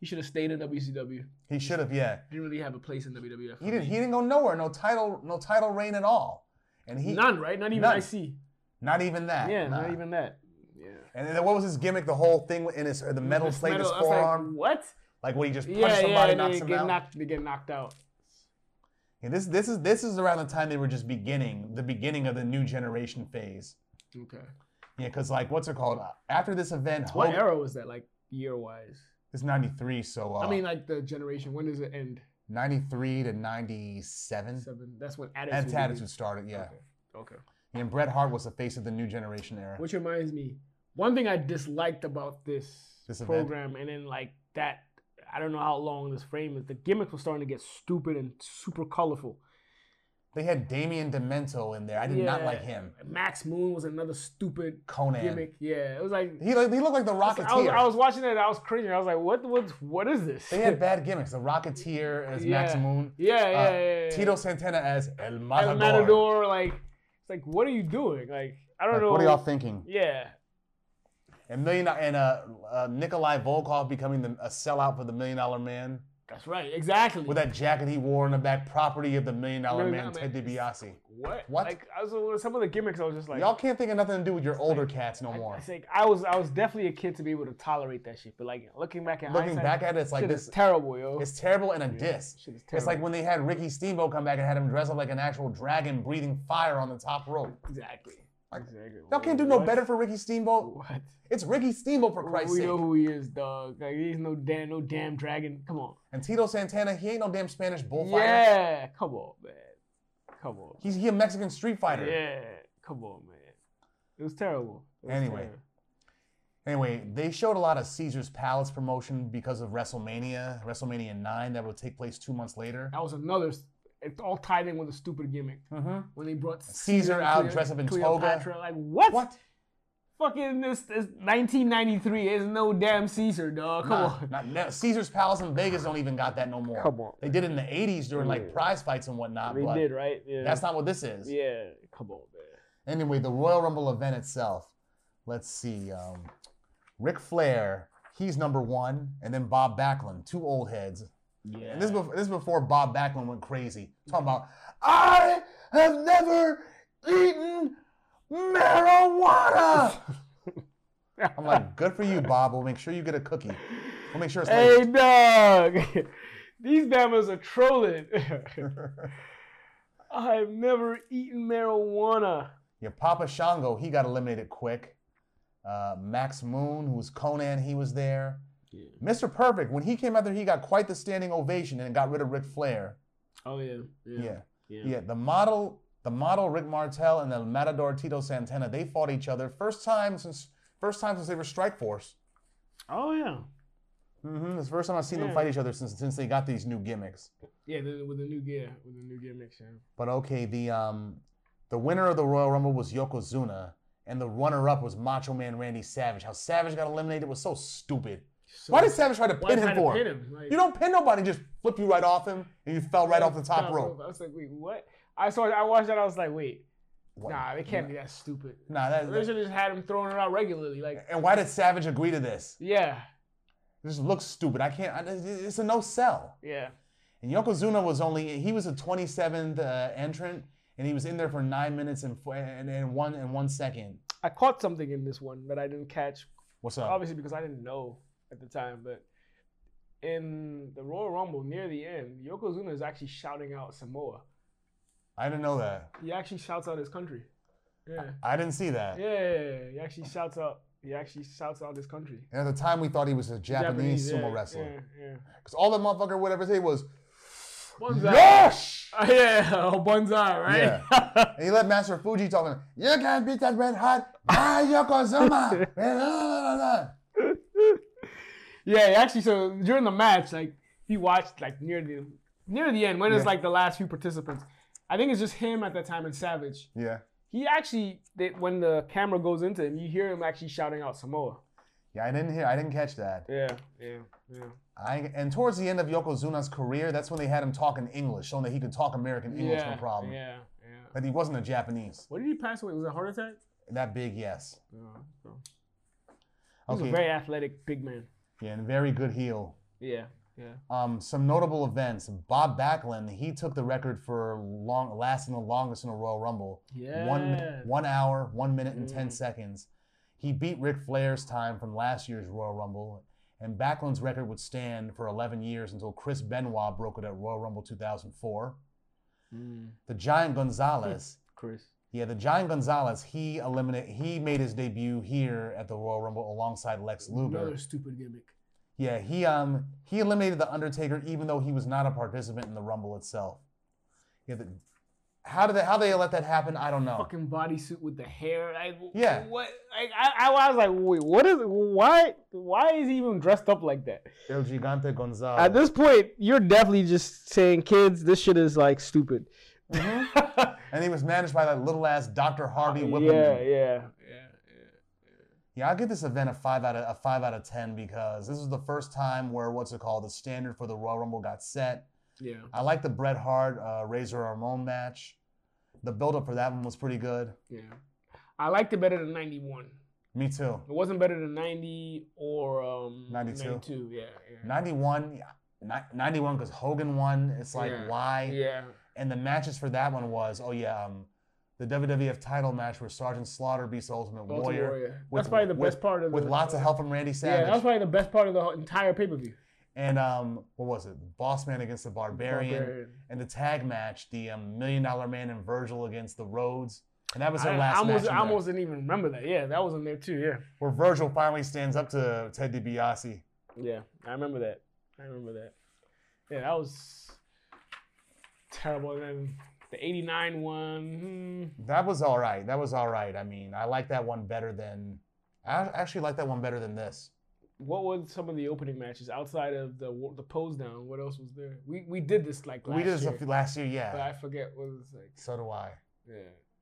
S2: he should have stayed in WCW.
S1: He should have, yeah.
S2: Didn't really have a place in WWF.
S1: He didn't. He didn't go nowhere. No title. No title reign at all. And he
S2: None, right? Not even
S1: None.
S2: IC.
S1: not even that.
S2: Yeah,
S1: nah.
S2: not even that. Yeah.
S1: And then what was his gimmick? The whole thing in his the metal
S2: This
S1: plate
S2: metal-
S1: his
S2: I was like,
S1: forearm,
S2: what?
S1: like, when he just punched
S2: Yeah, yeah.
S1: somebody,
S2: And
S1: knocks
S2: they
S1: him
S2: get
S1: out.
S2: knocked. They get knocked out.
S1: And this this is this is around the time they were just beginning the beginning of the new generation phase.
S2: Okay.
S1: Yeah, because like what's it called? Uh, After this event,
S2: What
S1: Hogan,
S2: era was that? Like year wise?
S1: it's ninety three. So uh,
S2: I mean, like the generation. When does it end?
S1: ninety three to ninety seven.
S2: Seven. That's when attitude.
S1: That's
S2: Began.
S1: attitude started. Mm. Yeah,
S2: Okay. okay.
S1: and Bret Hart was the face of the new generation era.
S2: Which reminds me, one thing I disliked about this,
S1: This event?
S2: program, and then like that, I don't know how long this frame is. The gimmicks were starting to get stupid and super colorful.
S1: they had Damien Demento in there. I did not like
S2: Yeah,
S1: him.
S2: Max Moon was another stupid
S1: Conan.
S2: gimmick. Yeah, it was like
S1: He, like, he looked like the
S2: I was, I was-
S1: Rocketeer.
S2: I was watching it. I was cringing. I was like, what? What? What is this?
S1: they
S2: [LAUGHS]
S1: had bad gimmicks. The Rocketeer as Max
S2: Yeah.
S1: Moon.
S2: yeah, yeah,
S1: uh,
S2: yeah, yeah.
S1: Tito Santana as El Matador.
S2: El Matador. Like, it's like, what are you doing? Like, I don't
S1: Like,
S2: know.
S1: what are y'all thinking?
S2: yeah,
S1: And million and uh, uh, Nikolai Volkov becoming the, a sellout for the Million Dollar Man
S2: that's right. Exactly.
S1: with that jacket he wore in the back property of the Million Dollar
S2: Million
S1: Man,
S2: Dollar
S1: Ted
S2: Man.
S1: DiBiase.
S2: what?
S1: What?
S2: Like, I was, some of the gimmicks. I was just like,
S1: y'all can't think of nothing to do with your older cats no
S2: I-
S1: more.
S2: I, think I was I was definitely a kid to be able to tolerate that shit. But like looking back at
S1: Looking
S2: hindsight,
S1: back at it, it's like
S2: shit
S1: this.
S2: is terrible, yo.
S1: It's terrible and a diss.
S2: shit is terrible.
S1: It's like when they had Ricky Steamboat come back and had him dress up like an actual dragon breathing fire on the top rope.
S2: exactly. Exactly.
S1: Y'all can't do no
S2: What?
S1: better for Ricky Steamboat.
S2: [LAUGHS] What?
S1: It's Ricky Steamboat for Christ's
S2: we
S1: sake.
S2: know who he is, dog. Like he's no damn no damn dragon. Come on.
S1: And Tito Santana, he ain't no damn Spanish bullfighter.
S2: Yeah, come on, man. Come on.
S1: He's he a Mexican street fighter.
S2: Yeah, come on, man. It was terrible. It was
S1: Anyway.
S2: terrible.
S1: Anyway, they showed a lot of Caesar's Palace promotion because of WrestleMania, WrestleMania 9, that would take place two months later.
S2: that was another. s- It's all tied in with a stupid gimmick
S1: Mm-hmm.
S2: when they brought
S1: Caesar out
S2: Cle-
S1: dressed up in toga.
S2: Cleopatra. Like
S1: What?
S2: Fucking this, this 1993 is no damn Caesar, dog. Come
S1: Nah,
S2: on.
S1: not- no, Caesar's Palace in Vegas don't even got that no more.
S2: Come on.
S1: They did it in the 80s during like
S2: Yeah.
S1: prize fights and whatnot,
S2: They
S1: but
S2: did, right? Yeah.
S1: that's not what this is.
S2: Yeah, come on, man.
S1: Anyway, the Royal Rumble event itself. Let's see. Um, Ric Flair, he's number one, and then Bob Backlund, two old heads.
S2: Yeah.
S1: And
S2: [LAUGHS]
S1: this is, before, this is before Bob Backlund went crazy. Talking about, I have never eaten
S2: [LAUGHS]
S1: marijuana. I'm like, good for you, Bob. We'll make sure you get a cookie. We'll make sure it's
S2: Hey,
S1: late.
S2: dog. [LAUGHS] These bammers are trolling. [LAUGHS]
S1: [LAUGHS]
S2: I've never eaten marijuana.
S1: Your Papa Shango, he got eliminated quick. Uh, Max Moon, who was Conan, he was there.
S2: Yeah.
S1: Mr. Perfect, when he came out there, he got quite the standing ovation and got rid of Ric Flair.
S2: Oh yeah.
S1: Yeah. Yeah.
S2: Yeah.
S1: The model, the model Rick Martel and the Matador Tito Santana, they fought each other first time since first time since they were Strike Force.
S2: Oh yeah.
S1: Mm-hmm. It's the first time I've seen them
S2: Yeah.
S1: fight each other since since they got these new gimmicks.
S2: Yeah, the, with the new gear, with the new gear mix, yeah.
S1: But okay, the um, the winner of the Royal Rumble was Yokozuna, and the runner-up was Macho Man Randy Savage. How Savage got eliminated was so stupid.
S2: So,
S1: Why did Savage try to pin him
S2: try to
S1: for?
S2: pin him? Like,
S1: You don't pin nobody; just flip you right off him, and you fell right off the top rope.
S2: I was like, wait, what? I saw, I watched that. I was like, wait,
S1: What?
S2: nah, they can't be that stupid.
S1: Nah, that,
S2: They should just had him throwing it out regularly. Like,
S1: and why did Savage agree to this?
S2: yeah,
S1: It just looks stupid. I can't. I, it's a no sell.
S2: yeah,
S1: And Yokozuna was only he was a 27th uh, entrant, and he was in there for nine minutes and four, and, and one and one second.
S2: I caught something in this one that I didn't catch,
S1: What's up?
S2: obviously because I didn't know at the time. But in the Royal Rumble near the end, Yokozuna is actually shouting out Samoa.
S1: I didn't know that.
S2: He actually shouts out his country. Yeah,
S1: I didn't see that.
S2: yeah. He actually shouts out. He actually shouts out his country.
S1: And at the time, we thought he was a Japanese,
S2: yeah,
S1: sumo wrestler.
S2: Yeah, yeah.
S1: Because all the motherfucker would ever say was,
S2: Bonsai.
S1: Yosh!
S2: Oh, [LAUGHS] yeah, oh, bonsai, right?
S1: And he let Master Fuji talk to him, You can't beat that red hot. Ah,
S2: [LAUGHS]
S1: Yokozuna. Blah, blah, blah, blah."
S2: [LAUGHS] yeah, actually, so during the match, like he watched like near the near the end when it's
S1: Yeah.
S2: like the last few participants. I think it's just him at that time and Savage.
S1: yeah.
S2: He actually, they, when the camera goes into him, you hear him actually shouting out Samoa.
S1: Yeah, I didn't hear, I didn't catch that.
S2: Yeah, yeah, yeah.
S1: I, and towards the end of Yokozuna's career, that's when they had him talking English, showing that he could talk American English,
S2: yeah,
S1: no problem.
S2: Yeah, yeah.
S1: But he wasn't a Japanese.
S2: What did he pass away? Was it a heart attack?
S1: That big, yes.
S2: No. no. He was
S1: Okay.
S2: a very athletic big man.
S1: yeah, and very good heel.
S2: Yeah, yeah.
S1: Um, some notable events. Bob Backlund, he took the record for long lasting the longest in a Royal Rumble. One
S2: Yeah.
S1: min- one hour, one minute and ten
S2: Mm.
S1: seconds. He beat Ric Flair's time from last year's Royal Rumble, and Backlund's record would stand for 11 years until Chris Benoit broke it at Royal Rumble 2004.
S2: Mm,
S1: The Giant Gonzalez,
S2: Chris.
S1: yeah, the Giant Gonzalez, he eliminated, he made his debut here at the Royal Rumble alongside Lex Luger.
S2: Another stupid gimmick.
S1: Yeah, he um he eliminated the Undertaker even though he was not a participant in the Rumble itself. Yeah, the, how did they, how they let that happen? I don't know.
S2: fucking bodysuit with the hair. Like, w-
S1: Yeah.
S2: What? Like, I, I was like, wait, what is? Why? Why is he even dressed up like that?
S1: El Gigante
S2: At
S1: Gonzalez.
S2: this point, you're definitely just saying, kids, this shit is like stupid.
S1: [LAUGHS] and he was managed by that little ass Dr. Harvey
S2: yeah,
S1: Whippleman.
S2: yeah,
S1: Yeah,
S2: yeah,
S1: I'll give this event a five out of a five out of ten because this was the first time where what's it called the standard for the Royal Rumble got set.
S2: yeah.
S1: I like the Bret Hart uh, Razor Ramon match. The build up for that one was pretty good.
S2: Yeah. I liked it better than '91.
S1: Me too.
S2: It wasn't better than '90 or um,
S1: 92.
S2: 92. Yeah, yeah.
S1: 91 yeah, ni- 91 because Hogan won. It's like
S2: Yeah.
S1: why?
S2: yeah.
S1: And the matches for that one was, oh yeah, um, the WWF title match where Sergeant Slaughter beats the Ultimate,
S2: Ultimate
S1: Warrior,
S2: Warrior.
S1: with-
S2: that's probably the
S1: with-
S2: best part of
S1: with
S2: the,
S1: lots of help from Randy
S2: Yeah,
S1: Savage.
S2: that's probably the best part of the whole- entire pay per view.
S1: and um, what was it? Boss Man against the Barbarian, and the tag match, the um, Million Dollar Man and Virgil against the Rhodes. And that was their
S2: I,
S1: last
S2: I almost,
S1: match. in
S2: I
S1: there,
S2: almost didn't even remember that. Yeah, that was in there too. Yeah.
S1: where Virgil finally stands up to Ted DiBiase.
S2: Yeah, I remember that. I remember that. Yeah, that was terrible. And then the '89 one. hmm.
S1: That was all right. That was all right. I mean, I like that one better than. I actually like that one better than this.
S2: hmm, What were some of the opening matches outside of the wa- the pose down? What else was there? We we did this like last
S1: we did this
S2: year,
S1: a few, last year,
S2: but
S1: yeah.
S2: I forget what it was like.
S1: So do I.
S2: Yeah,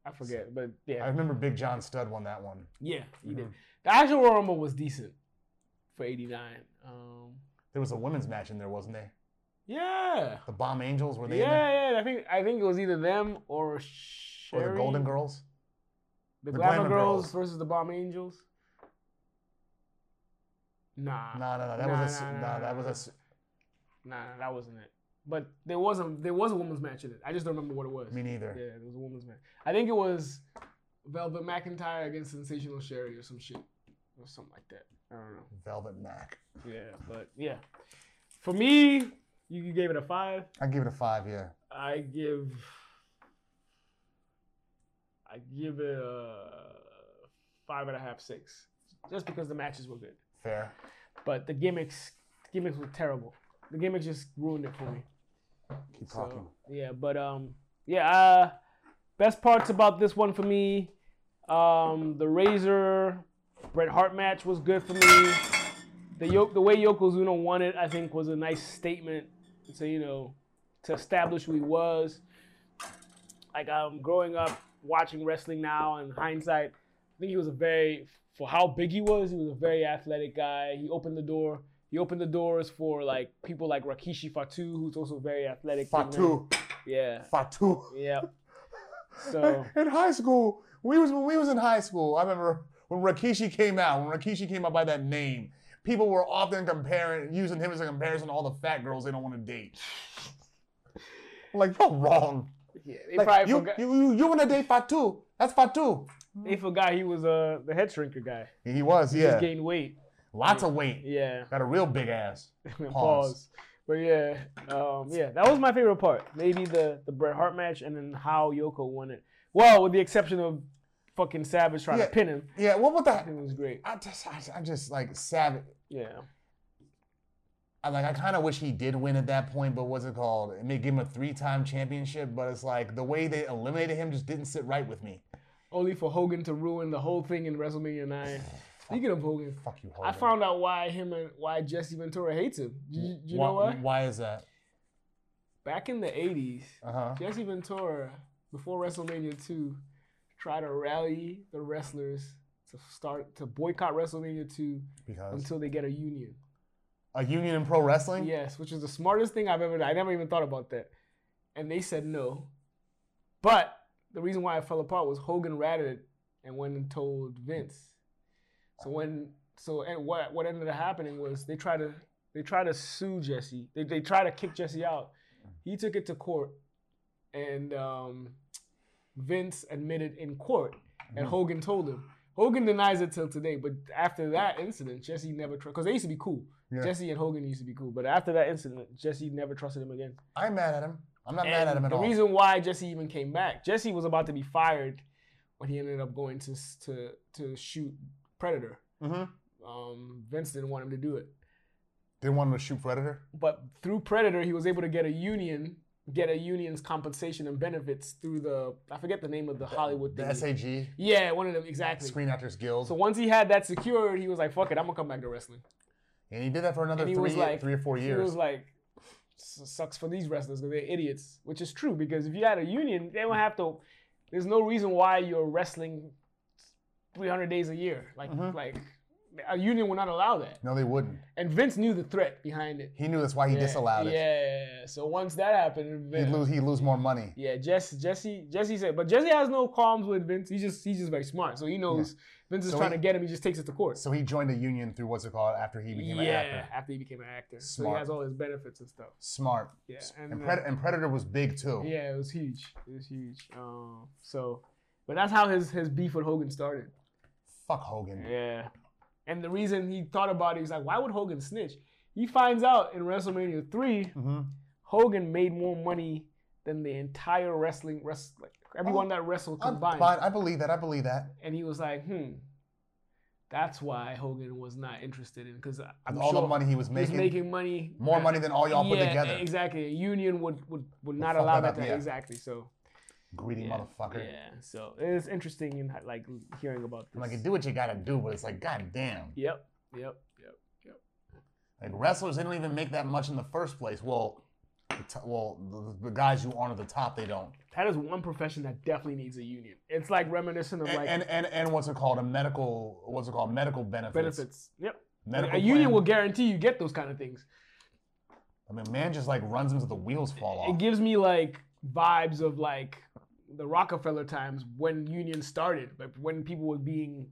S2: I forget. But
S1: I
S2: yeah,
S1: remember Big John Studd won that one.
S2: yeah, he did.
S1: Mhm.
S2: The actual Royal Rumble was decent for '89. Um,
S1: There was a women's match in there, wasn't there?
S2: yeah,
S1: The Bomb Angels were they? in there?
S2: yeah, yeah. I think I think it was either them or Sherry,
S1: Or the Golden Girls?
S2: The,
S1: The
S2: Glamour,
S1: Glamour
S2: Girls,
S1: Girls.
S2: versus the Bomb Angels. Nah.
S1: No, no, no. That
S2: Nah,
S1: was a.
S2: nah,
S1: No,
S2: nah,
S1: that was a.
S2: nah.
S1: s-
S2: Nah, nah, that wasn't it. But there was a there was a women's match in it. I just don't remember what it was.
S1: Me
S2: yeah,
S1: neither.
S2: there was a women's match. I think it was Velvet McIntyre against Sensational Sherry or some shit or something like that. I I don't know.
S1: Velvet Mac.
S2: Yeah, but yeah. For me, you, you gave it a five.
S1: I give it a five. Yeah.
S2: I give. I give it a five and a half, six, just because the matches were good,
S1: Fair.
S2: but the gimmicks, the gimmicks were terrible. The gimmicks just ruined it for me.
S1: Keep
S2: So,
S1: talking.
S2: yeah, but um, yeah. Uh, best parts about this one for me, um, the Razor Bret Hart match was good for me. The Yo- the way Yokozuna won it, I think, was a nice statement to you know to establish who he was. Like um, growing up watching wrestling now, in hindsight, I think he was a very for how big he was. He was a very athletic guy. He opened the door. He opened the doors for like people like Rakishi Fatu, who's also very athletic. big man.
S1: Fatu.
S2: Yeah.
S1: Fatu.
S2: Yeah.
S1: [LAUGHS]
S2: So
S1: In high school, we was when we was in high school. I remember when Rikishi came out. When Rikishi came out by that name, people were often comparing, using him as a comparison to all the fat girls they don't want to
S2: [LAUGHS]
S1: date. Like you're wrong.
S2: yeah, they
S1: Like,
S2: probably
S1: you,
S2: forgot,
S1: you you you want to date Fatu? That's Fatu.
S2: they forgot he was uh, the head shrinker guy.
S1: He was
S2: He
S1: yeah.
S2: just gained weight.
S1: Lots of weight.
S2: Yeah.
S1: Got a real big ass.
S2: [LAUGHS] Pause.
S1: Pause.
S2: But yeah, um, yeah, that was my favorite part. Maybe the the Bret Hart match and then how Yoko won it. Well, with the exception of fucking Savage trying
S1: Yeah.
S2: to pin him,
S1: Yeah. What was
S2: I
S1: that?
S2: think it was great.
S1: I just I, I just like savage.
S2: Yeah.
S1: I like I kind of wish he did win at that point, but what's it called? It may give him a three-time championship, but it's like the way they eliminated him just didn't sit right with me.
S2: Only for Hogan to ruin the whole thing in WrestleMania Nine. Speaking of Hogan,
S1: Fuck you, Hogan.
S2: I found out why him and why Jesse Ventura hates him. Do you, do you know
S1: why,
S2: why?
S1: Why is that?
S2: Back in the '80s,
S1: Uh huh.
S2: Jesse Ventura, before WrestleMania 2, tried to rally the wrestlers to start to boycott WrestleMania 2
S1: Because
S2: until they get a union.
S1: a union in pro wrestling.
S2: Yes, which is the smartest thing I've ever done. I never even thought about that. And they said no. But the reason why it fell apart was Hogan ratted it and went and told Vince. So when so and what what ended up happening was they tried to they tried to sue Jesse. They they tried to kick Jesse out. He took it to court and um, Vince admitted in court and Hogan told him. Hogan denies it till today, but after that incident, Jesse never trusted because they used to be cool.
S1: Yeah.
S2: Jesse and Hogan used to be cool, but after that incident, Jesse never trusted him again.
S1: I'm mad at him. I'm not mad
S2: And
S1: at him at
S2: the
S1: all.
S2: reason why Jesse even came back, Jesse was about to be fired when he ended up going to s- to to shoot Predator.
S1: Mhm.
S2: Um, Vince didn't want him to do it,
S1: Didn't want him to shoot Predator.
S2: but through Predator, he was able to get a union, get a union's compensation and benefits through the I forget the name of the Hollywood
S1: The
S2: thing.
S1: SAG,
S2: yeah, one of them exactly.
S1: Screen Actors Guild,
S2: So once he had that secured, he was like, "Fuck it, I'm gonna come back to wrestling."
S1: and he did that for another
S2: and he
S1: three,
S2: was like-
S1: three or four
S2: It
S1: years.
S2: was like, "S- sucks for these wrestlers because they're idiots, which is true because if you had a union, they don't have to. There's no reason why you're wrestling 300 days a year. Like,
S1: Mm-hmm.
S2: like a union will not allow that.
S1: no, they wouldn't.
S2: And Vince knew the threat behind it.
S1: He knew that's why he disallowed it.
S2: Yeah. So once that happened,
S1: He'd
S2: Vin-
S1: lose. He'd lose more money.
S2: yeah, Jesse, Jesse, Jesse said, but Jesse has no qualms with Vince. He's just, he's just very smart. So he knows Vince is
S1: So
S2: trying
S1: he-
S2: to get him. He just takes it to court.
S1: So he joined a union through what's it called after he became an actor.
S2: after he became an actor, so he
S1: Smart.
S2: has all his benefits and stuff.
S1: Smart.
S2: Yeah,
S1: And,
S2: and, uh,
S1: Pred- and Predator was big too.
S2: Yeah, it was huge. It was huge. Um, so, but that's how his his beef with Hogan started.
S1: Fuck Hogan.
S2: Yeah, and the reason he thought about it, he's like, why would Hogan snitch? He finds out in WrestleMania three,
S1: hmm
S2: Hogan made more money than the entire wrestling rest like everyone
S1: Oh,
S2: that wrestled
S1: I'm
S2: combined.
S1: fine. I believe that. I believe that.
S2: And he was like, hmm, that's why Hogan was not interested in because I'm
S1: With all
S2: sure
S1: the money he was
S2: he was
S1: making,
S2: making money
S1: more money than all y'all put
S2: yeah,
S1: together.
S2: exactly. A union would would, would not
S1: fuck
S2: allow
S1: that
S2: that, to
S1: up, yeah.
S2: exactly. So
S1: Greedy
S2: Yeah,
S1: motherfucker.
S2: Yeah, so it's interesting in like hearing about this.
S1: I'm like, do what you gotta do, but it's like, god damn.
S2: yep, yep, yep.
S1: Like wrestlers, they don't even make that much in the first place. Well, the t- well, the, the guys who aren't at the top, they don't.
S2: That is one profession that definitely needs a union. It's like reminiscent of
S1: And,
S2: like
S1: and and and what's it called? A medical, what's it called? Medical benefits.
S2: benefits. Yep,
S1: Medical
S2: a union
S1: plan.
S2: will guarantee you get those kind of things.
S1: I mean, man, just like runs into the wheels fall off.
S2: It gives me like vibes of like the Rockefeller times when unions started, but when people were being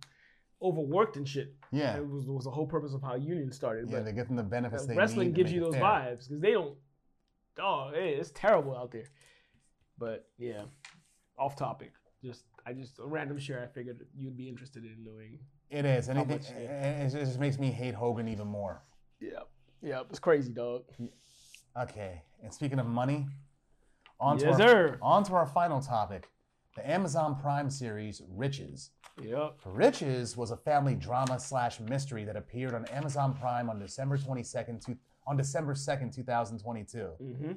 S2: overworked and shit.
S1: yeah,
S2: It was, was the whole purpose of how unions started.
S1: yeah,
S2: but
S1: they get them the benefits. They
S2: wrestling
S1: need to
S2: gives
S1: make
S2: you
S1: it
S2: those
S1: fair.
S2: vibes because they don't. Oh, it- it's terrible out there. But yeah, off topic. Just I just a random share I figured you'd be interested in knowing.
S1: It is, and
S2: How
S1: it,
S2: much,
S1: it, it just makes me hate Hogan even more.
S2: Yep. Yep. It's crazy, dog.
S1: Okay, and speaking of money, on to
S2: yes,
S1: our,
S2: sir.
S1: on to our final topic, the Amazon Prime series Riches.
S2: Yep.
S1: Riches was a family drama slash mystery that appeared on Amazon Prime on December 22nd, two, on December 2nd, 2022.
S2: Mm-hmm.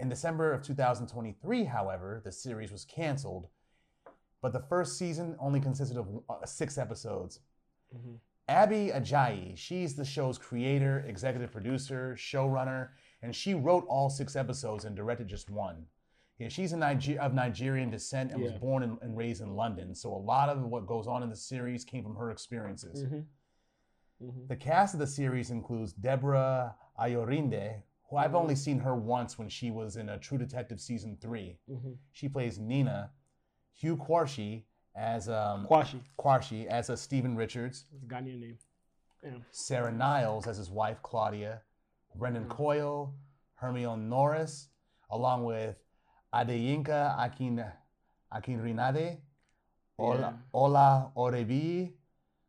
S1: In December of 2023, however, the series was canceled, but the first season only consisted of uh, six episodes.
S2: Mhm.
S1: Abby Ajayi, she's the show's creator, executive producer, showrunner, and she wrote all six episodes and directed just one. Yeah, she's a Niger- of Nigerian descent and was
S2: Yeah.
S1: born and, and raised in London, so a lot of what goes on in the series came from her experiences.
S2: Mm-hmm. Mm-hmm.
S1: The cast of the series includes Deborah Ayorinde, who I've
S2: Mhm.
S1: only seen her once when she was in a True Detective season three.
S2: Mm-hmm.
S1: She plays Nina. Hugh Quarshie as um,
S2: Kwashi.
S1: Quarshie as a Stephen Richards.
S2: It's a Ghanaian name.
S1: Sarah Niles as his wife Claudia. Brendan
S2: Mhm.
S1: Coyle, Hermione Norris, along with Adeyinka Akin Akinrinade, Ola,
S2: Yeah.
S1: Ola Orebi,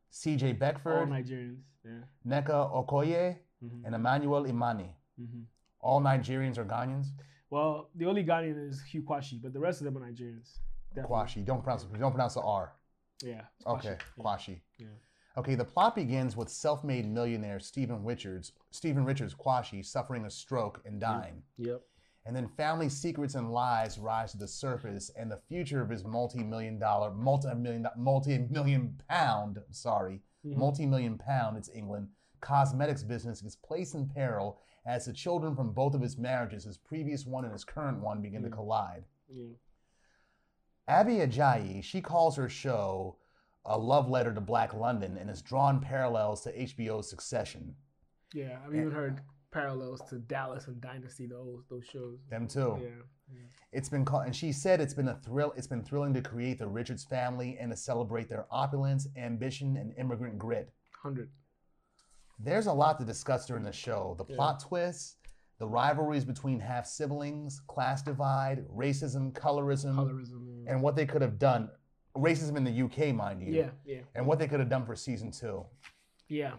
S1: C.J.
S2: All
S1: Beckford,
S2: Nigerians. Yeah.
S1: Neka Okoye,
S2: Mm-hmm.
S1: and Emmanuel Imani.
S2: Mm-hmm.
S1: All Nigerians are Ghanaians.
S2: Well, the only Ghanaian is Hugh Kwashi, but the rest of them are Nigerians. Definitely.
S1: Kwashi. Don't pronounce don't pronounce the R.
S2: Yeah. it's Kwashi.
S1: Okay,
S2: Yeah.
S1: Kwashi.
S2: Yeah.
S1: Okay, the plot begins with self-made millionaire Stephen Richards, Stephen Richards Kwashi, suffering a stroke and dying.
S2: Yep.
S1: And then family secrets and lies rise to the surface, and the future of his multi-million dollar, multi-million, multi-million pound, I'm sorry,
S2: Mhm.
S1: multi-million pound, it's England, cosmetics business is placed in peril as the children from both of his marriages, his previous one and his current one, begin to
S2: Mm.
S1: collide.
S2: Yeah.
S1: Abby Ajayi, she calls her show a love letter to Black London and has drawn parallels to HBO's Succession.
S2: Yeah. I've
S1: Yeah.
S2: even heard parallels to Dallas and Dynasty. Those those shows.
S1: Them too.
S2: Yeah. yeah.
S1: It's been called, and she said it's been a thrill. It's been thrilling to create the Richards family and to celebrate their opulence, ambition, and immigrant grit.
S2: Hundred.
S1: There's a lot to discuss during the show: the
S2: Yeah.
S1: plot twists, the rivalries between half siblings, class divide, racism, colorism,
S2: Colorism. Yeah.
S1: and what they could have done. Racism in the UK, mind you,
S2: yeah. Yeah.
S1: and what they could have done for season two.
S2: Yeah.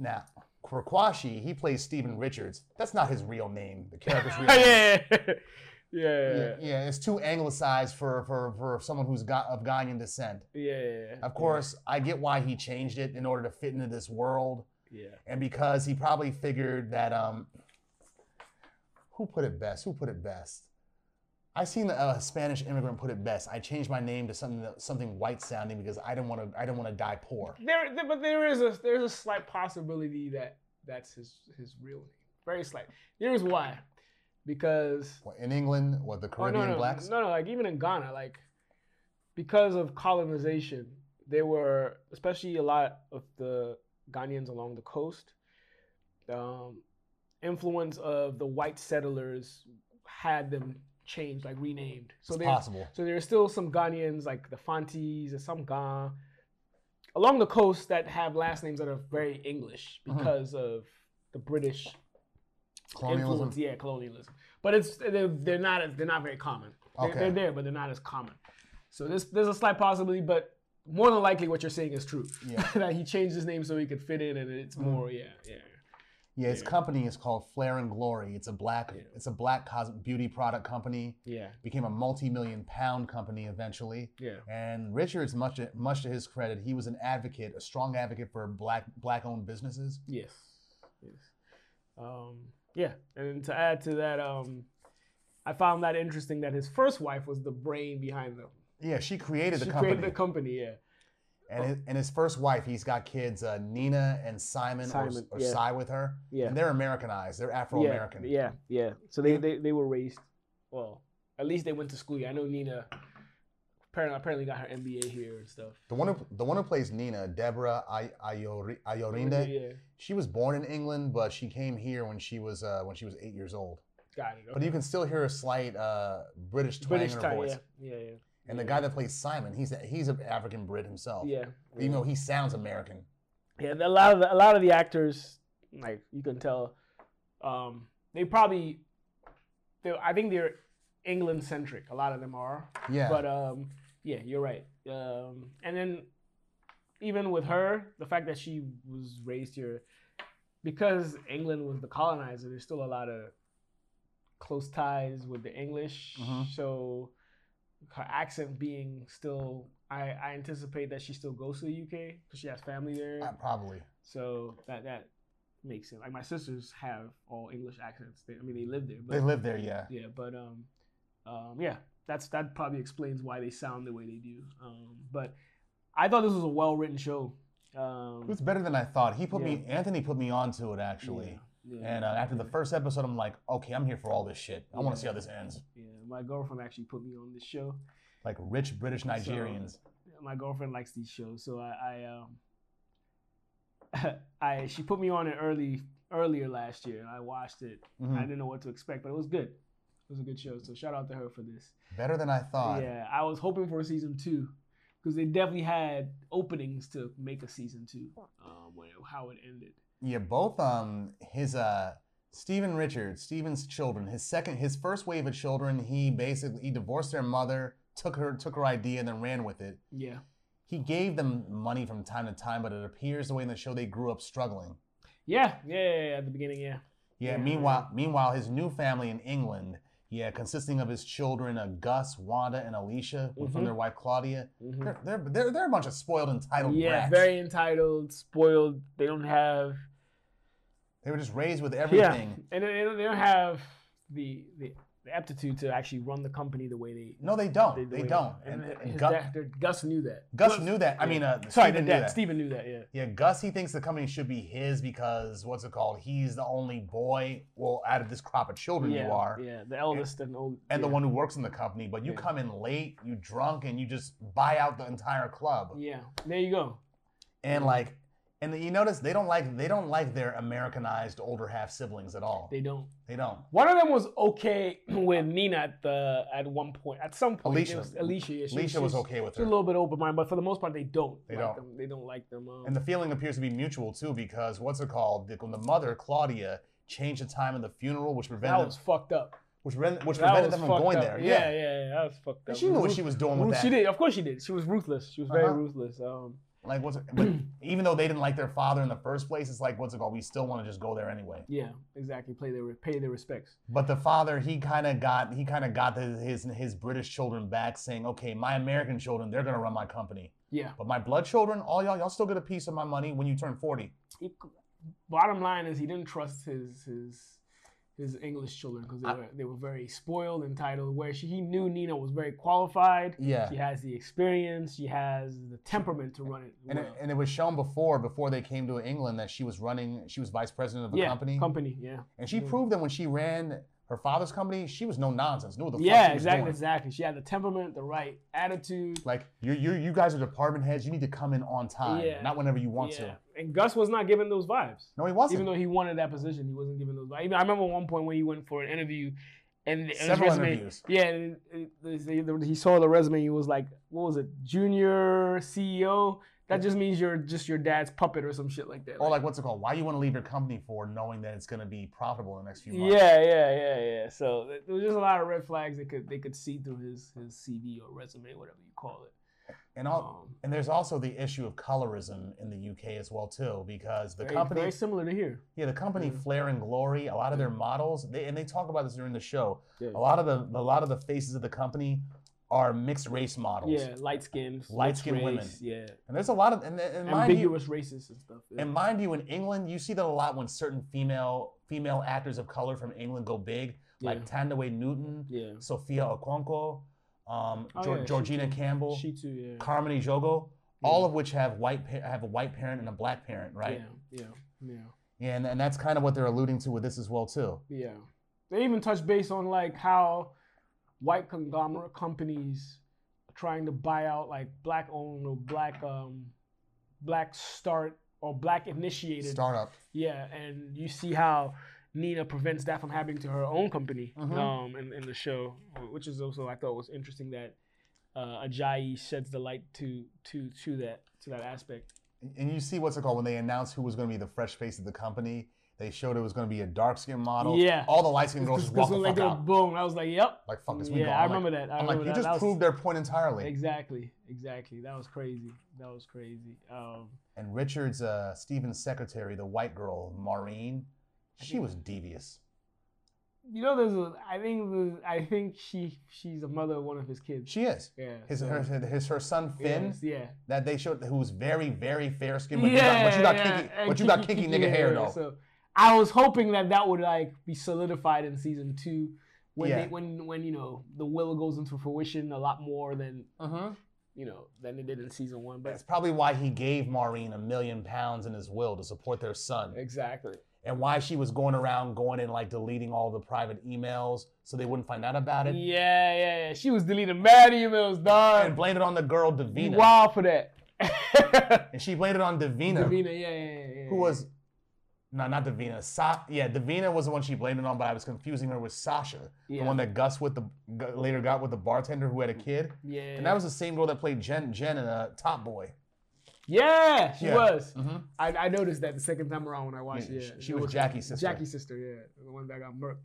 S1: Now, Krakwashi, he plays Stephen Richards. That's not his real name.
S2: [LAUGHS]
S1: The character's real name.
S2: yeah.
S1: Yeah,
S2: Yeah.
S1: yeah, it's too anglicized for, for, for someone who's got of Ghanaian descent.
S2: Yeah.
S1: Of course, I get why he changed it in order to fit into this world,
S2: Yeah.
S1: and because he probably figured that um, who put it best? Who put it best? I seen a Spanish immigrant put it best. I changed my name to something that, something white sounding because I didn't want to I didn't want to die poor.
S2: There, there- but there is a there's a slight possibility that that's his his real name. Very slight. Here's why, because
S1: What, in England, what the
S2: oh,
S1: Caribbean
S2: no, no,
S1: blacks?
S2: no, no, like even in Ghana, like because of colonization, they were especially a lot of the Ghanaians along the coast, um, influence of the white settlers had them changed, like renamed. So
S1: it's
S2: they
S1: possible.
S2: so there are still some Ghanaians, like the Fontes and some Ga along the coast that have last names that are very English
S1: Mhm.
S2: because of the British
S1: Colonialism.
S2: influence. Yeah, colonialism. But it's they're, they're not as- they're not very common. They're,
S1: Okay.
S2: they're there, but they're not as common. So this there's a slight possibility, but more than likely what you're saying is true.
S1: Yeah.
S2: [LAUGHS]
S1: Mm-hmm.
S2: that he changed his name so he could fit in, and it's more yeah yeah.
S1: Yeah, his
S2: Yeah.
S1: company is called Flair and Glory. It's a black,
S2: Yeah.
S1: it's a black cos- beauty product company.
S2: Yeah,
S1: Became a multi-million pound company eventually.
S2: yeah,
S1: And Richards, much to, much to his credit, he was an advocate, a strong advocate for black black-owned businesses.
S2: yes, yes. Um, yeah, and to add to that, um, I found that interesting that his first wife was the brain behind them.
S1: Yeah, she created the
S2: she
S1: company.
S2: created the company. Yeah,
S1: and, his, and his first wife, he's got kids, uh, Nina and Simon, or,
S2: Simon,
S1: or
S2: yeah.
S1: Cy with her.
S2: yeah.
S1: And they're Americanized. They're Afro-American.
S2: Yeah, yeah. yeah. So they, they, they were raised, well, at least they went to school. here. I know Nina apparently, apparently got her MBA here and stuff.
S1: The one who the one who plays Nina, Deborah Ay- Ayori- Ayorinde,
S2: Yeah,
S1: she was born in England, but she came here when she was uh, when she was eight years old.
S2: got it.
S1: But you can still hear a slight uh, British twang
S2: British
S1: in her
S2: tie,
S1: voice.
S2: yeah, yeah, yeah.
S1: And
S2: yeah.
S1: the guy that plays Simon, he's a, he's an African Brit himself.
S2: yeah,
S1: Even
S2: yeah.
S1: though he sounds American.
S2: yeah, a lot of the, a lot of the actors, like you can tell, um, they probably, they I think they're England centric. A lot of them are,
S1: Yeah.
S2: but um, yeah, you're right. Um, and then even with her, the fact that she was raised here, because England was the colonizer, there's still a lot of close ties with the English.
S1: Mhm.
S2: So her accent being still, I, I anticipate that she still goes to the UK because she has family there.
S1: Uh, probably.
S2: so that that makes sense. Like my sisters have all English accents. They, I mean, they live there, but
S1: They live there, yeah.
S2: yeah, but um, um, yeah, that's that probably explains why they sound the way they do. Um, but I thought this was a well written show. Um,
S1: It was better than I thought. He put me,
S2: Yeah.
S1: Anthony put me onto it actually.
S2: yeah,
S1: And uh, after the first episode, I'm like, okay, I'm here for all this shit. I want
S2: Yeah.
S1: to see how this ends.
S2: yeah, my girlfriend actually put me on this show.
S1: Like rich British Nigerians.
S2: My girlfriend likes these shows, so I, I um, [LAUGHS] I she put me on it early earlier last year. and I watched it. I
S1: Mhm.
S2: didn't know what to expect, but it was good. It was a good show. So shout out to her for this.
S1: Better than I thought.
S2: Yeah, I was hoping for a season two because they definitely had openings to make a season two. Um, when how it ended.
S1: Yeah, both um his uh Stephen Richards, Stephen's children, his second his first wave of children, he basically he divorced their mother, took her took her idea and then ran with it.
S2: Yeah,
S1: He gave them money from time to time, but it appears the way in the show they grew up struggling.
S2: yeah, yeah. yeah, yeah, at the beginning, yeah,
S1: Yeah,
S2: Yeah,
S1: meanwhile meanwhile his new family in England, yeah, consisting of his children, uh, Gus, Wanda, and Alicia,
S2: Mhm.
S1: from their wife Claudia.
S2: Mhm.
S1: They're, they're they're they're a bunch of spoiled entitled
S2: yeah.
S1: brats.
S2: Very entitled, spoiled. They don't have
S1: They were just raised with
S2: yeah,
S1: everything.
S2: and they don't, they don't have the, the the aptitude to actually run the company the way they.
S1: No, they don't. They,
S2: the way
S1: don't.
S2: And,
S1: And, and
S2: his
S1: Gus,
S2: dad- their- Gus knew that.
S1: Gus knew that. I mean, uh,
S2: Sorry,
S1: Stephen
S2: the
S1: knew
S2: dad.
S1: that.
S2: Stephen knew that. Yeah.
S1: Yeah, Gus, he thinks the company should be his because what's it called? He's the only boy, well, out of this crop of children
S2: yeah,
S1: you are,
S2: Yeah, the eldest and old.
S1: and the
S2: yeah.
S1: one who works in the company. But you
S2: Yeah.
S1: come in late, you drunk, and you just buy out the entire club.
S2: Yeah, there you go.
S1: And
S2: Mm.
S1: like, and you notice they don't like they don't like their Americanized older half siblings at all. They,
S2: They don't.
S1: don't.
S2: One of them was okay [CLEARS THROAT] with Nina at the at one point. At some point,
S1: Alicia.
S2: it was Alicia. Yeah, she,
S1: Alicia was
S2: she's-
S1: okay with
S2: She's a
S1: her,
S2: little bit open minded, but for the most part, they don't.
S1: They
S2: like
S1: don't.
S2: Them. They don't like them. Um,
S1: and the feeling appears to be mutual too because what's it called? When the mother Claudia changed the time of the funeral, which
S2: that
S1: prevented
S2: was fucked up.
S1: which, prevent- which
S2: That
S1: prevented
S2: was
S1: them from
S2: fucked
S1: going
S2: up.
S1: there.
S2: Yeah, yeah, yeah, That was fucked up.
S1: And she knew what
S2: Ruth-
S1: she was doing with
S2: Ruth-
S1: that.
S2: She did. Of course, she did. She was ruthless. She was very
S1: Uh-huh.
S2: ruthless. Um,
S1: Like what's it,
S2: [CLEARS THROAT]
S1: but even though they didn't like their father in the first place, it's like what's it called? We still want to just go there anyway.
S2: yeah, exactly. Play their pay their respects.
S1: But the father, he kind of got he kind of got his, his his British children back, saying, "Okay, my American children, they're gonna run my company,
S2: Yeah.
S1: but my blood children, all y'all, y'all still get a piece of my money when you turn 40.
S2: He- bottom line is he didn't trust his his his English children because they
S1: I-
S2: were they were very spoiled, entitled. Where she, he knew Nina was very qualified.
S1: Yeah.
S2: She has the experience. She has the temperament to run it.
S1: And it,
S2: well.
S1: and it was shown before before they came to England that she was running, she was vice president of a
S2: yeah,
S1: company,
S2: Yeah.
S1: and she
S2: yeah.
S1: proved that when she ran her father's company, she was no nonsense, knew what the fuck
S2: yeah.
S1: she was
S2: Exactly.
S1: doing.
S2: Exactly. She had the temperament, the right attitude.
S1: Like you, you, you guys are department heads. You need to come in on time,
S2: Yeah.
S1: not whenever you want
S2: yeah.
S1: to.
S2: And Gus was not giving those vibes.
S1: No, he wasn't.
S2: Even though he wanted that position, he wasn't giving those vibes. Even- I remember one point when he went for an interview, and, and his
S1: Several
S2: resume-
S1: interviews.
S2: Yeah, and it- it- he saw the resume. He was like, "What was it, junior CEO?" That just means you're just your dad's puppet or some shit like that.
S1: Or like, what's it called? Why you want to leave your company for, knowing that it's going to be profitable in the next few months?
S2: yeah, yeah, yeah, yeah. So th- there was just a lot of red flags they could they could see through his his CV or resume, whatever you call it.
S1: And all,
S2: Um,
S1: and there's also the issue of colorism in the UK as well too, because the
S2: very,
S1: company,
S2: very similar to here.
S1: yeah, the company
S2: Mhm.
S1: Flair and Glory, a lot of their
S2: Mm-hmm.
S1: models, they, and they talk about this during the show.
S2: Yeah.
S1: A lot of the, a lot of the faces of the company are mixed race models.
S2: Yeah, light skinned,
S1: Light-skinned women.
S2: Yeah,
S1: And there's a lot of, and, and mind you,
S2: ambiguous races and stuff. yeah.
S1: And mind you, in England, you see that a lot when certain female female actors of color from England go big, like Tandawe Newton,
S2: yeah,
S1: Sophia Okonkwo, um,
S2: Oh,
S1: Geor-
S2: yeah, she
S1: Georgina
S2: too.
S1: Campbell,
S2: yeah. she too. Yeah,
S1: Carmine Jogo, all
S2: Yeah.
S1: of which have white pa- have a white parent and a black parent, right?
S2: Yeah, yeah, yeah.
S1: Yeah. And, and that's kind of what they're alluding to with this as well too.
S2: Yeah. They even touch base on like how white conglomerate companies are trying to buy out like black owned or black um black start or black initiated.
S1: Startup.
S2: Yeah, and you see how Nina prevents that from happening to her own company
S1: Mhm.
S2: um in, in the show, which is also I thought was interesting that uh, Ajayi sheds the light to to to that to that aspect.
S1: And you see what's it called when they announced who was going to be the fresh face of the company. They showed it was going to be a dark skinned model.
S2: Yeah.
S1: All the light skinned girls
S2: Because
S1: just
S2: [LAUGHS]
S1: walked the
S2: when they
S1: fuck
S2: did a
S1: out.
S2: boom, I was like, yep.
S1: Like fuck this. We
S2: Yeah,
S1: gone.
S2: I
S1: I'm like-
S2: remember that. I
S1: I'm like,
S2: remember
S1: you
S2: that.
S1: just
S2: That was-
S1: proved their point entirely.
S2: Exactly, exactly. That was crazy. That was crazy. Um,
S1: And Richard's uh, Stephen's secretary, the white girl Maureen, she was devious.
S2: you know, there's a. I think the, I think she she's a mother of one of his kids.
S1: She is.
S2: yeah.
S1: His
S2: so-
S1: her, his her son Finn
S2: yes, yeah.
S1: that they showed who's very very fair skinned, but, you got- but you got kinky,
S2: and
S1: but you got
S2: kinky, [LAUGHS]
S1: kinky nigga
S2: yeah,
S1: hair
S2: yeah,
S1: though.
S2: So I was hoping that that would like be solidified in season two when
S1: Yeah.
S2: they, when when you know the will goes into fruition a lot more than you know than it did in season one. But
S1: That's probably why he gave Maureen a million pounds in his will to support their son,
S2: exactly,
S1: and why she was going around going and like deleting all the private emails so they wouldn't find out about
S2: yeah,
S1: it,
S2: yeah, yeah. She was deleting mad emails, dog.
S1: and blamed it on the girl
S2: Be
S1: Davina,
S2: wild for that.
S1: and she blamed it on
S2: [LAUGHS]
S1: Davina,
S2: Davina, yeah, yeah, yeah, yeah.
S1: who was no not Davina, Sa- yeah Davina was the one she blamed it on, but I was confusing her with Sasha,
S2: yeah.
S1: the one that Gus with the g- later got with the bartender who had a kid.
S2: yeah,
S1: And that was the same girl that played Jen Jen in uh, Top Boy.
S2: yeah, she
S1: Yeah.
S2: was.
S1: Mhm.
S2: I, I noticed that the second time around when I watched
S1: Yeah,
S2: it. Yeah.
S1: Hmm, she- she
S2: It
S1: was Jackie's sister.
S2: Jackie's sister, yeah, the one that got murked.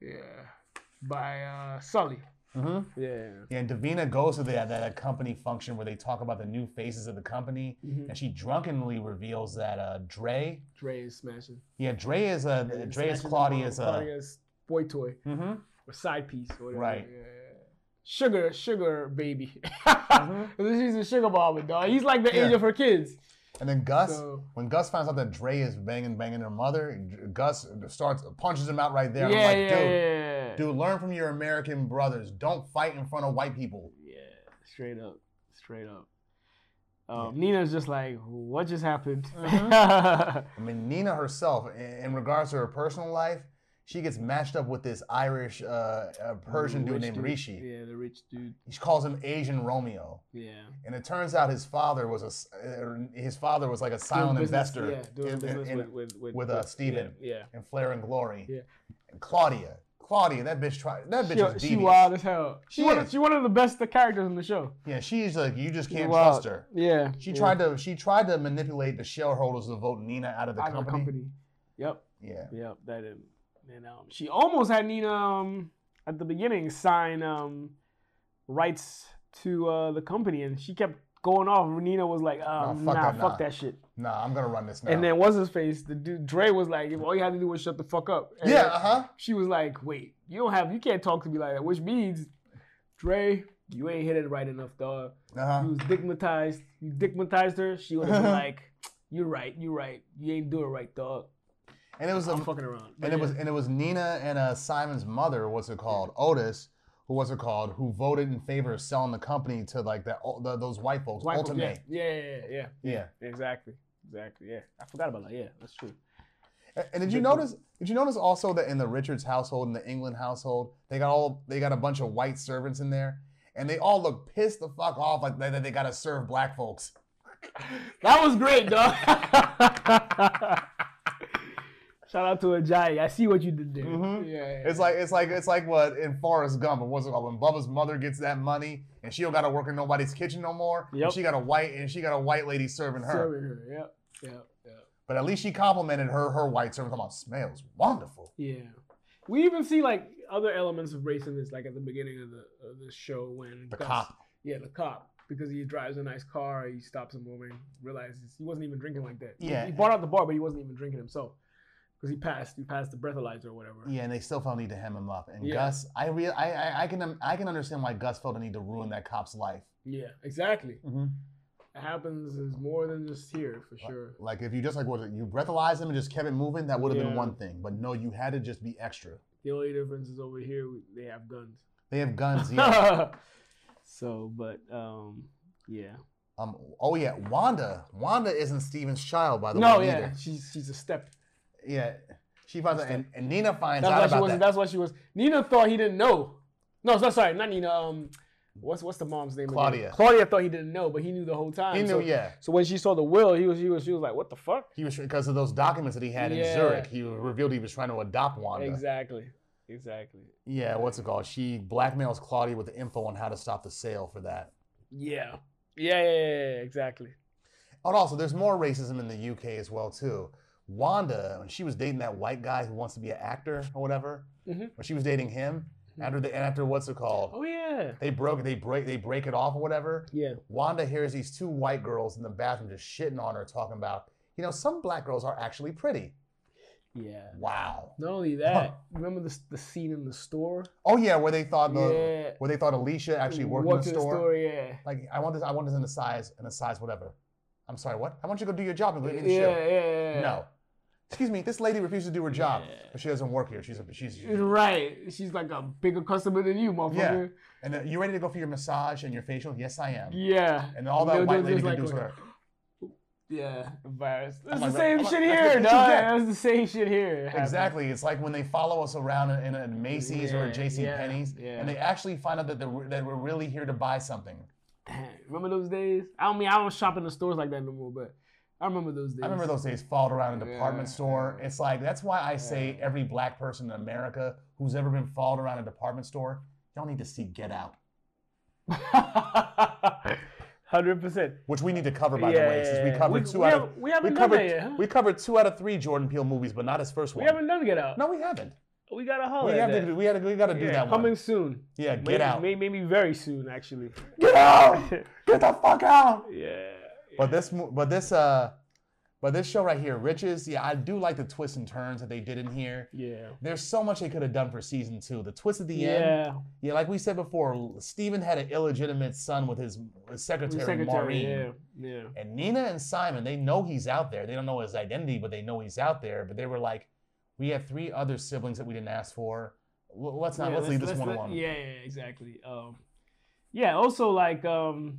S2: Yeah, by uh, Sully.
S1: Mm-hmm.
S2: Yeah.
S1: Yeah, and Davina goes to that that company function where they talk about the new faces of the company,
S2: Mhm.
S1: and she drunkenly reveals that uh, Dre,
S2: Dre is smashing.
S1: yeah, Dre is uh,
S2: And
S1: Dre is
S2: smashing
S1: Claudia's
S2: on
S1: uh,
S2: Claudia's boy toy
S1: mhm.
S2: or side piece or whatever.
S1: Right.
S2: Yeah. Sugar, sugar baby. [LAUGHS]
S1: Mhm.
S2: She's a sugar mama, dog. He's like the age
S1: Yeah.
S2: of her kids.
S1: and then Gus.
S2: So-
S1: when Gus finds out that Dre is banging banging her mother, Dr- Gus starts punches him out right there.
S2: Yeah,
S1: and I'm like,
S2: yeah,
S1: dude,
S2: yeah, yeah.
S1: dude, learn from your American brothers. Don't fight in front of white people.
S2: Yeah, straight up, straight up. Um, Nina's just like, what just happened? [LAUGHS]
S1: I mean, Nina herself, i- in regards to her personal life, she gets matched up with this Irish uh, uh, Persian dude
S2: Rich
S1: named Rishi.
S2: Yeah, the rich dude.
S1: She calls him Asian Romeo,
S2: Yeah,
S1: and it turns out his father was a s- uh, his father was like a silent
S2: Doing business-
S1: investor
S2: Yeah, doing
S1: in,
S2: business
S1: in,
S2: with with with,
S1: with, uh,
S2: with-
S1: Steven.
S2: Yeah,
S1: in Flair and Glory.
S2: Yeah.
S1: And Claudia, Claudia, that bitch tried that bitch
S2: yeah.
S1: is
S2: She, she
S1: devious.
S2: wild as hell. She
S1: She
S2: one
S1: is.
S2: of, she one of the best characters in the show.
S1: Yeah, she's like you just
S2: She
S1: can't
S2: wild.
S1: trust her.
S2: Yeah,
S1: She
S2: yeah.
S1: tried to she tried to manipulate the shareholders to vote Nina out of the,
S2: Out of
S1: company.
S2: Yep,
S1: Yeah,
S2: yep. That is. And um, she almost had Nina um, at the beginning sign um, rights to uh, the company, and she kept going off. Nina was like, um,
S1: fuck
S2: nah,
S1: that, nah."
S2: fuck that shit.
S1: nah, I'm gonna run this now.
S2: And then what's his face? The dude Dre was like, if all you had to do was shut the fuck up. And
S1: yeah, uh huh.
S2: She was like, wait, you don't have, you can't talk to me like that. Which means, Dre, you ain't hit it right enough, dog.
S1: Uh
S2: You
S1: huh.
S2: was digmatized. You digmatized her. She would have
S1: [LAUGHS]
S2: been like, you're right, you're right. You ain't do it right, dog.
S1: And it was a
S2: I'm fucking around. But
S1: And it
S2: yeah.
S1: was and it was Nina and uh, Simon's mother, what's it called, Otis, who was it called, who voted in favor of selling the company to like that all- the, those white folks,
S2: White folks,
S1: Ultimate.
S2: yeah, yeah, yeah, yeah,
S1: Yeah.
S2: yeah. Exactly, exactly. Yeah, I forgot about that. Yeah, that's true.
S1: A- And did you notice? Did you notice also that in the Richards household and the England household, they got all they got a bunch of white servants in there, and they all look pissed the fuck off like that they, they got to serve black folks.
S2: That was great, dog. [LAUGHS] Shout out to Ajayi. I see what you did there.
S1: Mhm.
S2: Yeah, yeah,
S1: It's like it's like it's like what in Forrest Gump, it wasn't when Bubba's mother gets that money and she don't got to work in nobody's kitchen no more. and
S2: Yep.
S1: she got a white and she got a white lady serving her.
S2: Serving her. Yep. Yep. Yep.
S1: But at least she complimented her her white servant. Come on, smells wonderful.
S2: Yeah. We even see like other elements of racism like at the beginning of the of the show when
S1: The
S2: Gus-
S1: cop.
S2: Yeah, the cop. Because he drives a nice car, he stops a woman, realizes he wasn't even drinking like that. He-
S1: Yeah.
S2: He, bought out the bar, but he wasn't even drinking himself. Because he passed, he passed the breathalyzer or whatever.
S1: Yeah, and they still felt a need to hem him up. And
S2: Yeah.
S1: Gus, I real I, I I can I can understand why Gus felt a need to ruin that cop's life.
S2: Yeah, exactly.
S1: Mm-hmm.
S2: It happens is more than just here for sure.
S1: Like if you just like what was it, you breathalyzed him and just kept it moving, that would have been
S2: Yeah.
S1: one thing. But no, you had to just be extra.
S2: The only difference is over here we, they have guns.
S1: They
S2: [LAUGHS]
S1: have guns. Yeah.
S2: so, but um, yeah.
S1: um. Oh yeah, Wanda. Wanda isn't Steven's child, by the
S2: No,
S1: way.
S2: yeah,
S1: Either.
S2: she's she's a step.
S1: Yeah. She finds out, and, and Nina finds
S2: That's why she
S1: out about
S2: was.
S1: that.
S2: That's why she was. Nina thought he didn't know. No, so, sorry, not Nina. Um, what's what's the mom's name? again?
S1: Claudia.
S2: Claudia thought he didn't know, but he knew the whole time.
S1: He knew.
S2: So,
S1: yeah.
S2: so when she saw the will, he was he was she was like, what the fuck?
S1: He was because of those documents that he had in
S2: Yeah.
S1: Zurich. He revealed he was trying to adopt Wanda.
S2: Exactly. Exactly.
S1: Yeah, what's it called? She blackmails Claudia with the info on how to stop the sale for that.
S2: Yeah. Yeah. Yeah. yeah, yeah, exactly.
S1: And also, there's more racism in the UK as well too, Wanda, when she was dating that white guy who wants to be an actor or whatever,
S2: Mhm.
S1: when she was dating him, after the after what's it called?
S2: Oh yeah.
S1: They broke they break they break it off or whatever.
S2: Yeah.
S1: Wanda hears these two white girls in the bathroom just shitting on her, talking about, you know, some black girls are actually pretty.
S2: Yeah.
S1: Wow.
S2: Not only that, remember the, the scene in the store?
S1: Oh yeah, where they thought the
S2: yeah.
S1: where they thought Alicia actually worked in
S2: Walked
S1: the store.
S2: yeah.
S1: Like I want this, I want this in a size in a size whatever. I'm sorry, what? I want you to go do your job and leave me the
S2: yeah,
S1: show.
S2: yeah, yeah.
S1: No. Excuse me, this lady refuses to do her job,
S2: Yeah.
S1: but she doesn't work here. She's a she's
S2: Right. She's like a bigger customer than you, motherfucker.
S1: and uh, you ready to go for your massage and your facial? Yes, I am.
S2: Yeah. yeah.
S1: And all
S2: They'll
S1: that white
S2: just
S1: lady
S2: like
S1: can do is
S2: going,
S1: her.
S2: Yeah, embarrassed. That's
S1: I'm
S2: the
S1: like,
S2: same
S1: I'm like,
S2: shit
S1: that's
S2: here,
S1: the-
S2: dog.
S1: that's
S2: That's the same shit here. happening.
S1: Exactly. It's like when they follow us around in, in, a Macy's or a
S2: Yeah,
S1: JC
S2: yeah,
S1: Penney's,
S2: yeah.
S1: and they actually find out that, they're, that we're really here to buy something.
S2: Damn, remember those days? I don't mean I don't shop in the stores like that no more, but I remember those days.
S1: I remember those days followed around a department
S2: Yeah,
S1: store.
S2: yeah.
S1: It's like that's why I say every black person in America who's ever been followed around a department store, y'all need to see Get Out,
S2: [LAUGHS] Hundred percent.
S1: which we need to cover by the way, since we covered two
S2: we
S1: out
S2: haven't,
S1: of
S2: we haven't
S1: we
S2: done
S1: covered
S2: that yet. Huh?
S1: we covered two out of three Jordan Peele movies, but not his first
S2: We,
S1: one.
S2: haven't done Get Out.
S1: no, we haven't.
S2: we gotta holler.
S1: We
S2: at
S1: have
S2: that.
S1: to do, we had to we got to do
S2: Oh, Yeah,
S1: that
S2: coming
S1: one.
S2: soon.
S1: Yeah, Get
S2: maybe,
S1: Out.
S2: may- Maybe, very soon, actually. [LAUGHS]
S1: Get out! Get the fuck out!
S2: yeah.
S1: But this, mo- but this, uh, but this show right here, Riches. Yeah, I do like the twists and turns that they did in here.
S2: Yeah.
S1: There's so much they could have done for season two. The twist at the end.
S2: Yeah.
S1: Yeah, like we said before, Steven had an illegitimate son with his, his secretary, Maureen.
S2: yeah. Yeah.
S1: And Nina and Simon, they know he's out there. They don't know his identity, but they know he's out there. But they were like, we have three other siblings that we didn't ask for. L- Let's not.
S2: Yeah,
S1: let's, leave this one
S2: let-
S1: alone.
S2: Yeah, yeah, exactly. Um, yeah, also like um,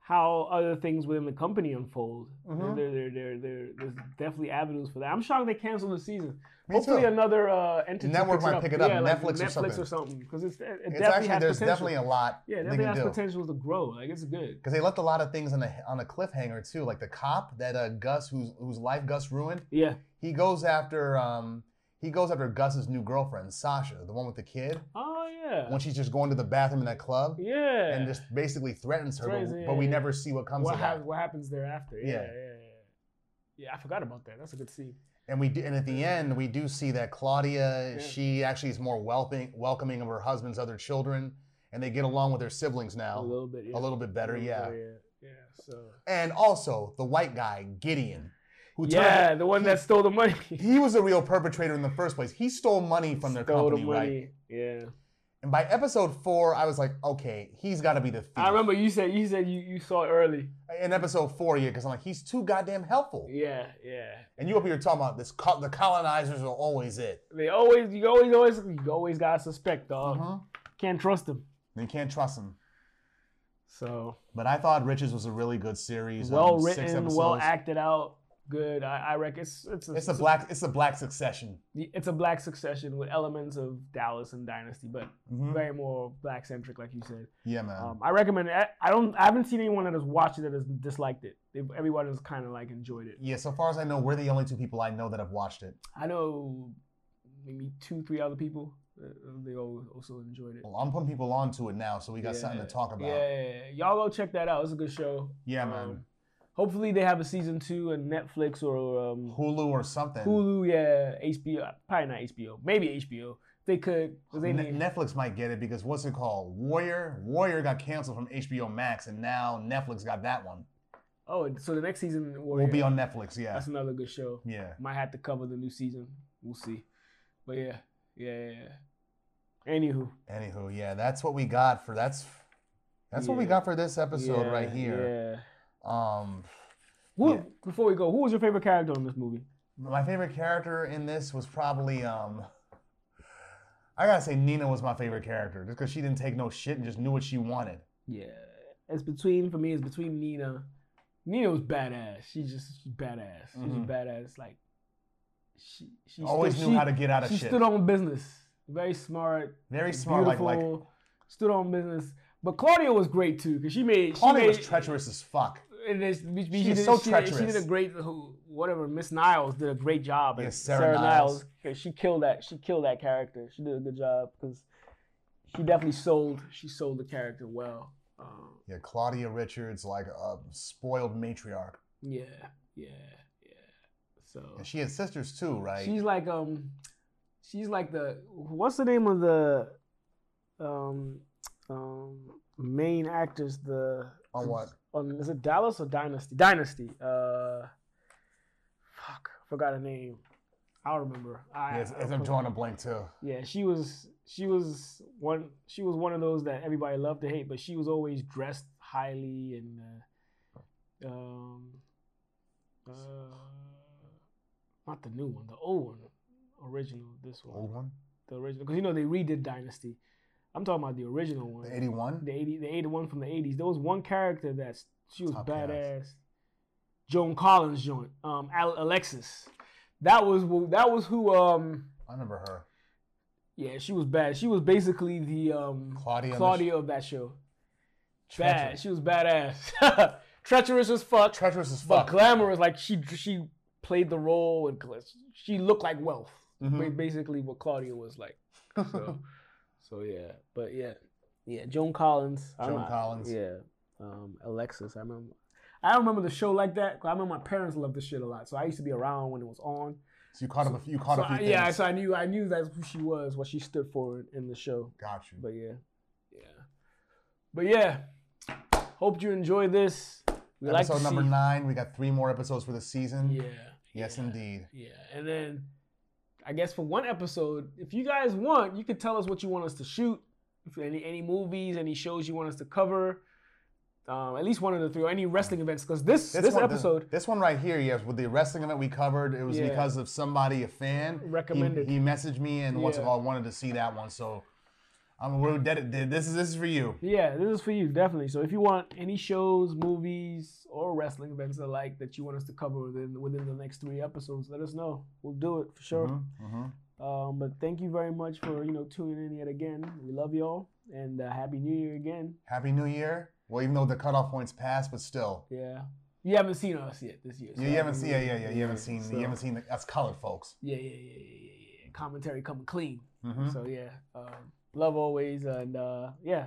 S2: how other things within the company unfold.
S1: Mhm.
S2: There, there, there, there, there's definitely avenues for that. I'm shocked they canceled the season.
S1: Me
S2: Hopefully,
S1: too.
S2: another uh, entity
S1: Network
S2: picks
S1: might
S2: it up.
S1: pick it up,
S2: Yeah, like
S1: Netflix or
S2: Netflix
S1: something.
S2: or something. Because it's, it, it
S1: It's
S2: definitely
S1: actually
S2: has
S1: there's
S2: potential.
S1: definitely a lot
S2: yeah, it
S1: they
S2: definitely
S1: can
S2: has
S1: do.
S2: potential to grow. Like it's good.
S1: Because they left a lot of things on a on a cliffhanger too, like the cop that uh, Gus, whose whose life Gus ruined,
S2: Yeah.
S1: he goes after um he goes after Gus's new girlfriend Sasha, the one with the kid,
S2: Oh yeah.
S1: when she's just going to the bathroom in that club
S2: yeah.
S1: and just basically threatens her,
S2: Threatens,
S1: but,
S2: yeah,
S1: but we
S2: yeah.
S1: never see what comes
S2: what,
S1: of
S2: hap-
S1: that.
S2: what happens thereafter? Yeah,
S1: Yeah.
S2: yeah, yeah. yeah. Yeah, I forgot about that. That's a good scene.
S1: And we do, and at the end we do see that Claudia,
S2: Yeah.
S1: she actually is more welcoming welcoming of her husband's other children, and they get along with their siblings
S2: A
S1: now
S2: little bit. Yeah.
S1: a little bit better,
S2: little
S1: yeah.
S2: Yeah. So.
S1: And also the white guy Gideon, who turned-
S2: yeah, the one
S1: he-
S2: that stole the money.
S1: he was a real perpetrator in the first place. He stole money from their
S2: Stole the
S1: company, right?
S2: Yeah.
S1: And by episode four, I was like, okay, he's got to be the thief.
S2: I remember you said you said you, you saw it early.
S1: in episode four, yeah, because I'm like, he's too goddamn helpful.
S2: Yeah, yeah.
S1: And you up here talking about this, co- the colonizers are always it.
S2: They always you always always you always gotta suspect dog.
S1: Mhm.
S2: Can't trust them.
S1: And you can't trust him.
S2: So
S1: But I thought Riches was a really good series. um,
S2: well
S1: six
S2: written,
S1: episodes.
S2: well acted out, good. I, I reckon it's it's a,
S1: It's a black. It's a black succession.
S2: it's a black succession with elements of Dallas and Dynasty, but
S1: Mhm.
S2: very more black centric, like you said.
S1: Yeah, man.
S2: Um, I recommend it. I, I don't. I haven't seen anyone that has watched it that has disliked it. They, everyone has kind of like enjoyed it.
S1: yeah. So far as I know, we're the only two people I know that have watched it.
S2: I know maybe two, three other people. uh, They all also enjoyed it.
S1: Well, I'm putting people onto it now, so we got something to talk about.
S2: Yeah, yeah, yeah. y'all go check that out. It's a good show.
S1: Yeah, man.
S2: Um, hopefully they have a season two and Netflix or um,
S1: Hulu or something.
S2: Hulu. Yeah, HBO. Probably not HBO. Maybe HBO. They could. 'cause They
S1: Ne-
S2: need,
S1: Netflix might get it because what's it called? Warrior. Warrior got canceled from HBO Max, and now Netflix got that one.
S2: oh, and so the next season
S1: Will
S2: Warrior,
S1: be on Netflix. Yeah.
S2: Oh, That's another good show.
S1: Yeah.
S2: Might have to cover the new season. We'll see. But yeah, yeah, yeah. yeah. Anywho,
S1: Anywho, yeah, that's what we got for that's that's what we
S2: Yeah.
S1: got for this episode
S2: yeah,
S1: right here.
S2: Yeah.
S1: Um,
S2: Who,
S1: Yeah.
S2: Before we go, who was your favorite character in this movie?
S1: my favorite character in this was probably um. I gotta say, Nina was my favorite character just because she didn't take no shit and just knew what she wanted.
S2: Yeah, it's between for me. It's between Nina. Nina was badass. She just she's badass. She's
S1: Mhm.
S2: badass. Like she she
S1: Always
S2: stood,
S1: knew
S2: she,
S1: how to get out of
S2: She
S1: shit.
S2: stood on business. Very smart.
S1: Very smart, like like
S2: beautiful, stood on business. But Claudia was great too because she made
S1: Claudia
S2: she made,
S1: was treacherous as fuck.
S2: And this, she,
S1: She is
S2: did,
S1: so
S2: she, did- she did
S1: treacherous.
S2: a great who- whatever. Miss Niles did a great job.
S1: Yeah,
S2: and
S1: Sarah
S2: Sarah
S1: Niles.
S2: Niles, 'cause she killed that. She killed that character. She did a good job because she definitely sold. She sold the character well. Um,
S1: Yeah, Claudia Richards, like a spoiled matriarch.
S2: yeah, yeah, yeah. So
S1: And she has sisters too, right?
S2: she's like um, she's like the what's the name of the um um main actress the
S1: On what?
S2: on is it Dallas or Dynasty Dynasty uh fuck forgot her name I'll remember I
S1: Yes, as
S2: I-
S1: I'm drawing a blank too.
S2: yeah she was she was one she was one of those that everybody loved to hate but she was always dressed highly and uh, um uh, not the new one the old one original this one
S1: Old one?
S2: the original because you know they redid Dynasty. I'm talking about the original one,
S1: The 81?
S2: the eighty, the eighty one from the eighties. There was one character that's she was
S1: Top ass.
S2: badass. Joan Collins joint, um, Al- Alexis. That was who- that was who. Um,
S1: I remember her.
S2: yeah, she was bad. She was basically the um
S1: Claudia.
S2: Claudia of that show. Bad.
S1: Treacherous.
S2: She was badass. [LAUGHS] Treacherous as fuck,
S1: Treacherous as
S2: but
S1: fuck.
S2: glamorous. Like she she played the role and gl- she looked like wealth.
S1: Mhm.
S2: Ba- Basically, what Claudia was like.
S1: [LAUGHS]
S2: So, so yeah, but yeah, yeah. Joan Collins. I
S1: Joan
S2: don't-
S1: Collins.
S2: Yeah. Um, Alexis. I remember. I don't remember the show like that. 'cause I remember my parents loved this shit a lot, so I used to be around when it was on.
S1: So you caught up a few, you caught
S2: So
S1: a few
S2: I,
S1: things.
S2: yeah, so I knew I knew that's who she was, what she stood for in the show.
S1: Got you.
S2: But yeah, yeah. But yeah, hope you enjoy this. We like
S1: Episode
S2: to
S1: number
S2: see-
S1: nine. We got three more episodes for the season.
S2: Yeah.
S1: Yes,
S2: yeah.
S1: indeed.
S2: Yeah, and then I guess for one episode, if you guys want, you could tell us what you want us to shoot. If any any movies, any shows you want us to cover, um, at least one of the three, or any wrestling events, because this this,
S1: one,
S2: episode
S1: This, one right here, yes, with the wrestling event we covered, it was
S2: Yeah.
S1: because of somebody, a fan. He-
S2: Recommended.
S1: He, messaged me and once
S2: Yeah.
S1: of all wanted to see that one. So I'm we're dedicated. This is this is for you.
S2: yeah, this is for you definitely. So if you want any shows, movies, or wrestling events alike that you want us to cover within within the next three episodes, let us know. We'll do it for sure.
S1: Mhm, mhm.
S2: Um, but thank you very much for you know tuning in yet again. We love y'all and uh, happy New Year again.
S1: Happy New Year. Well, even though the cutoff points passed, but still.
S2: Yeah. You haven't seen us yet this year. so
S1: You, you
S2: I
S1: haven't
S2: don't
S1: seen, yeah,
S2: really-
S1: yeah, yeah. You haven't seen,
S2: so-
S1: you haven't seen the, us colored folks.
S2: Yeah, yeah, yeah, yeah, yeah, yeah. Commentary coming clean.
S1: hmm
S2: So yeah, um, love always, and uh, yeah,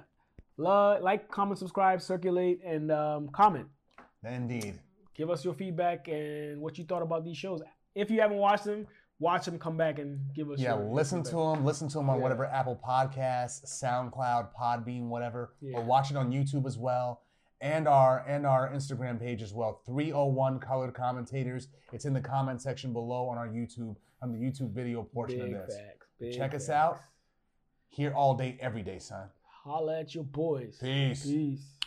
S2: love, like, comment, subscribe, circulate, and um, comment.
S1: Indeed.
S2: Give us your feedback and what you thought about these shows. If you haven't watched them, watch them. Come back and give us.
S1: Yeah,
S2: your, your
S1: listen to
S2: feedback.
S1: them. Listen to them on
S2: Yeah.
S1: whatever Apple Podcasts, SoundCloud, Podbean, whatever.
S2: Yeah.
S1: Or watch it on YouTube as well, and our and our Instagram page as well. 301 Colored Commentators. It's in the comment section below on our YouTube on the YouTube video portion
S2: Big
S1: of this.
S2: facts, big
S1: Check us
S2: facts.
S1: out. Here all day, every day, son.
S2: Holla at your boys.
S1: Peace.
S2: Peace.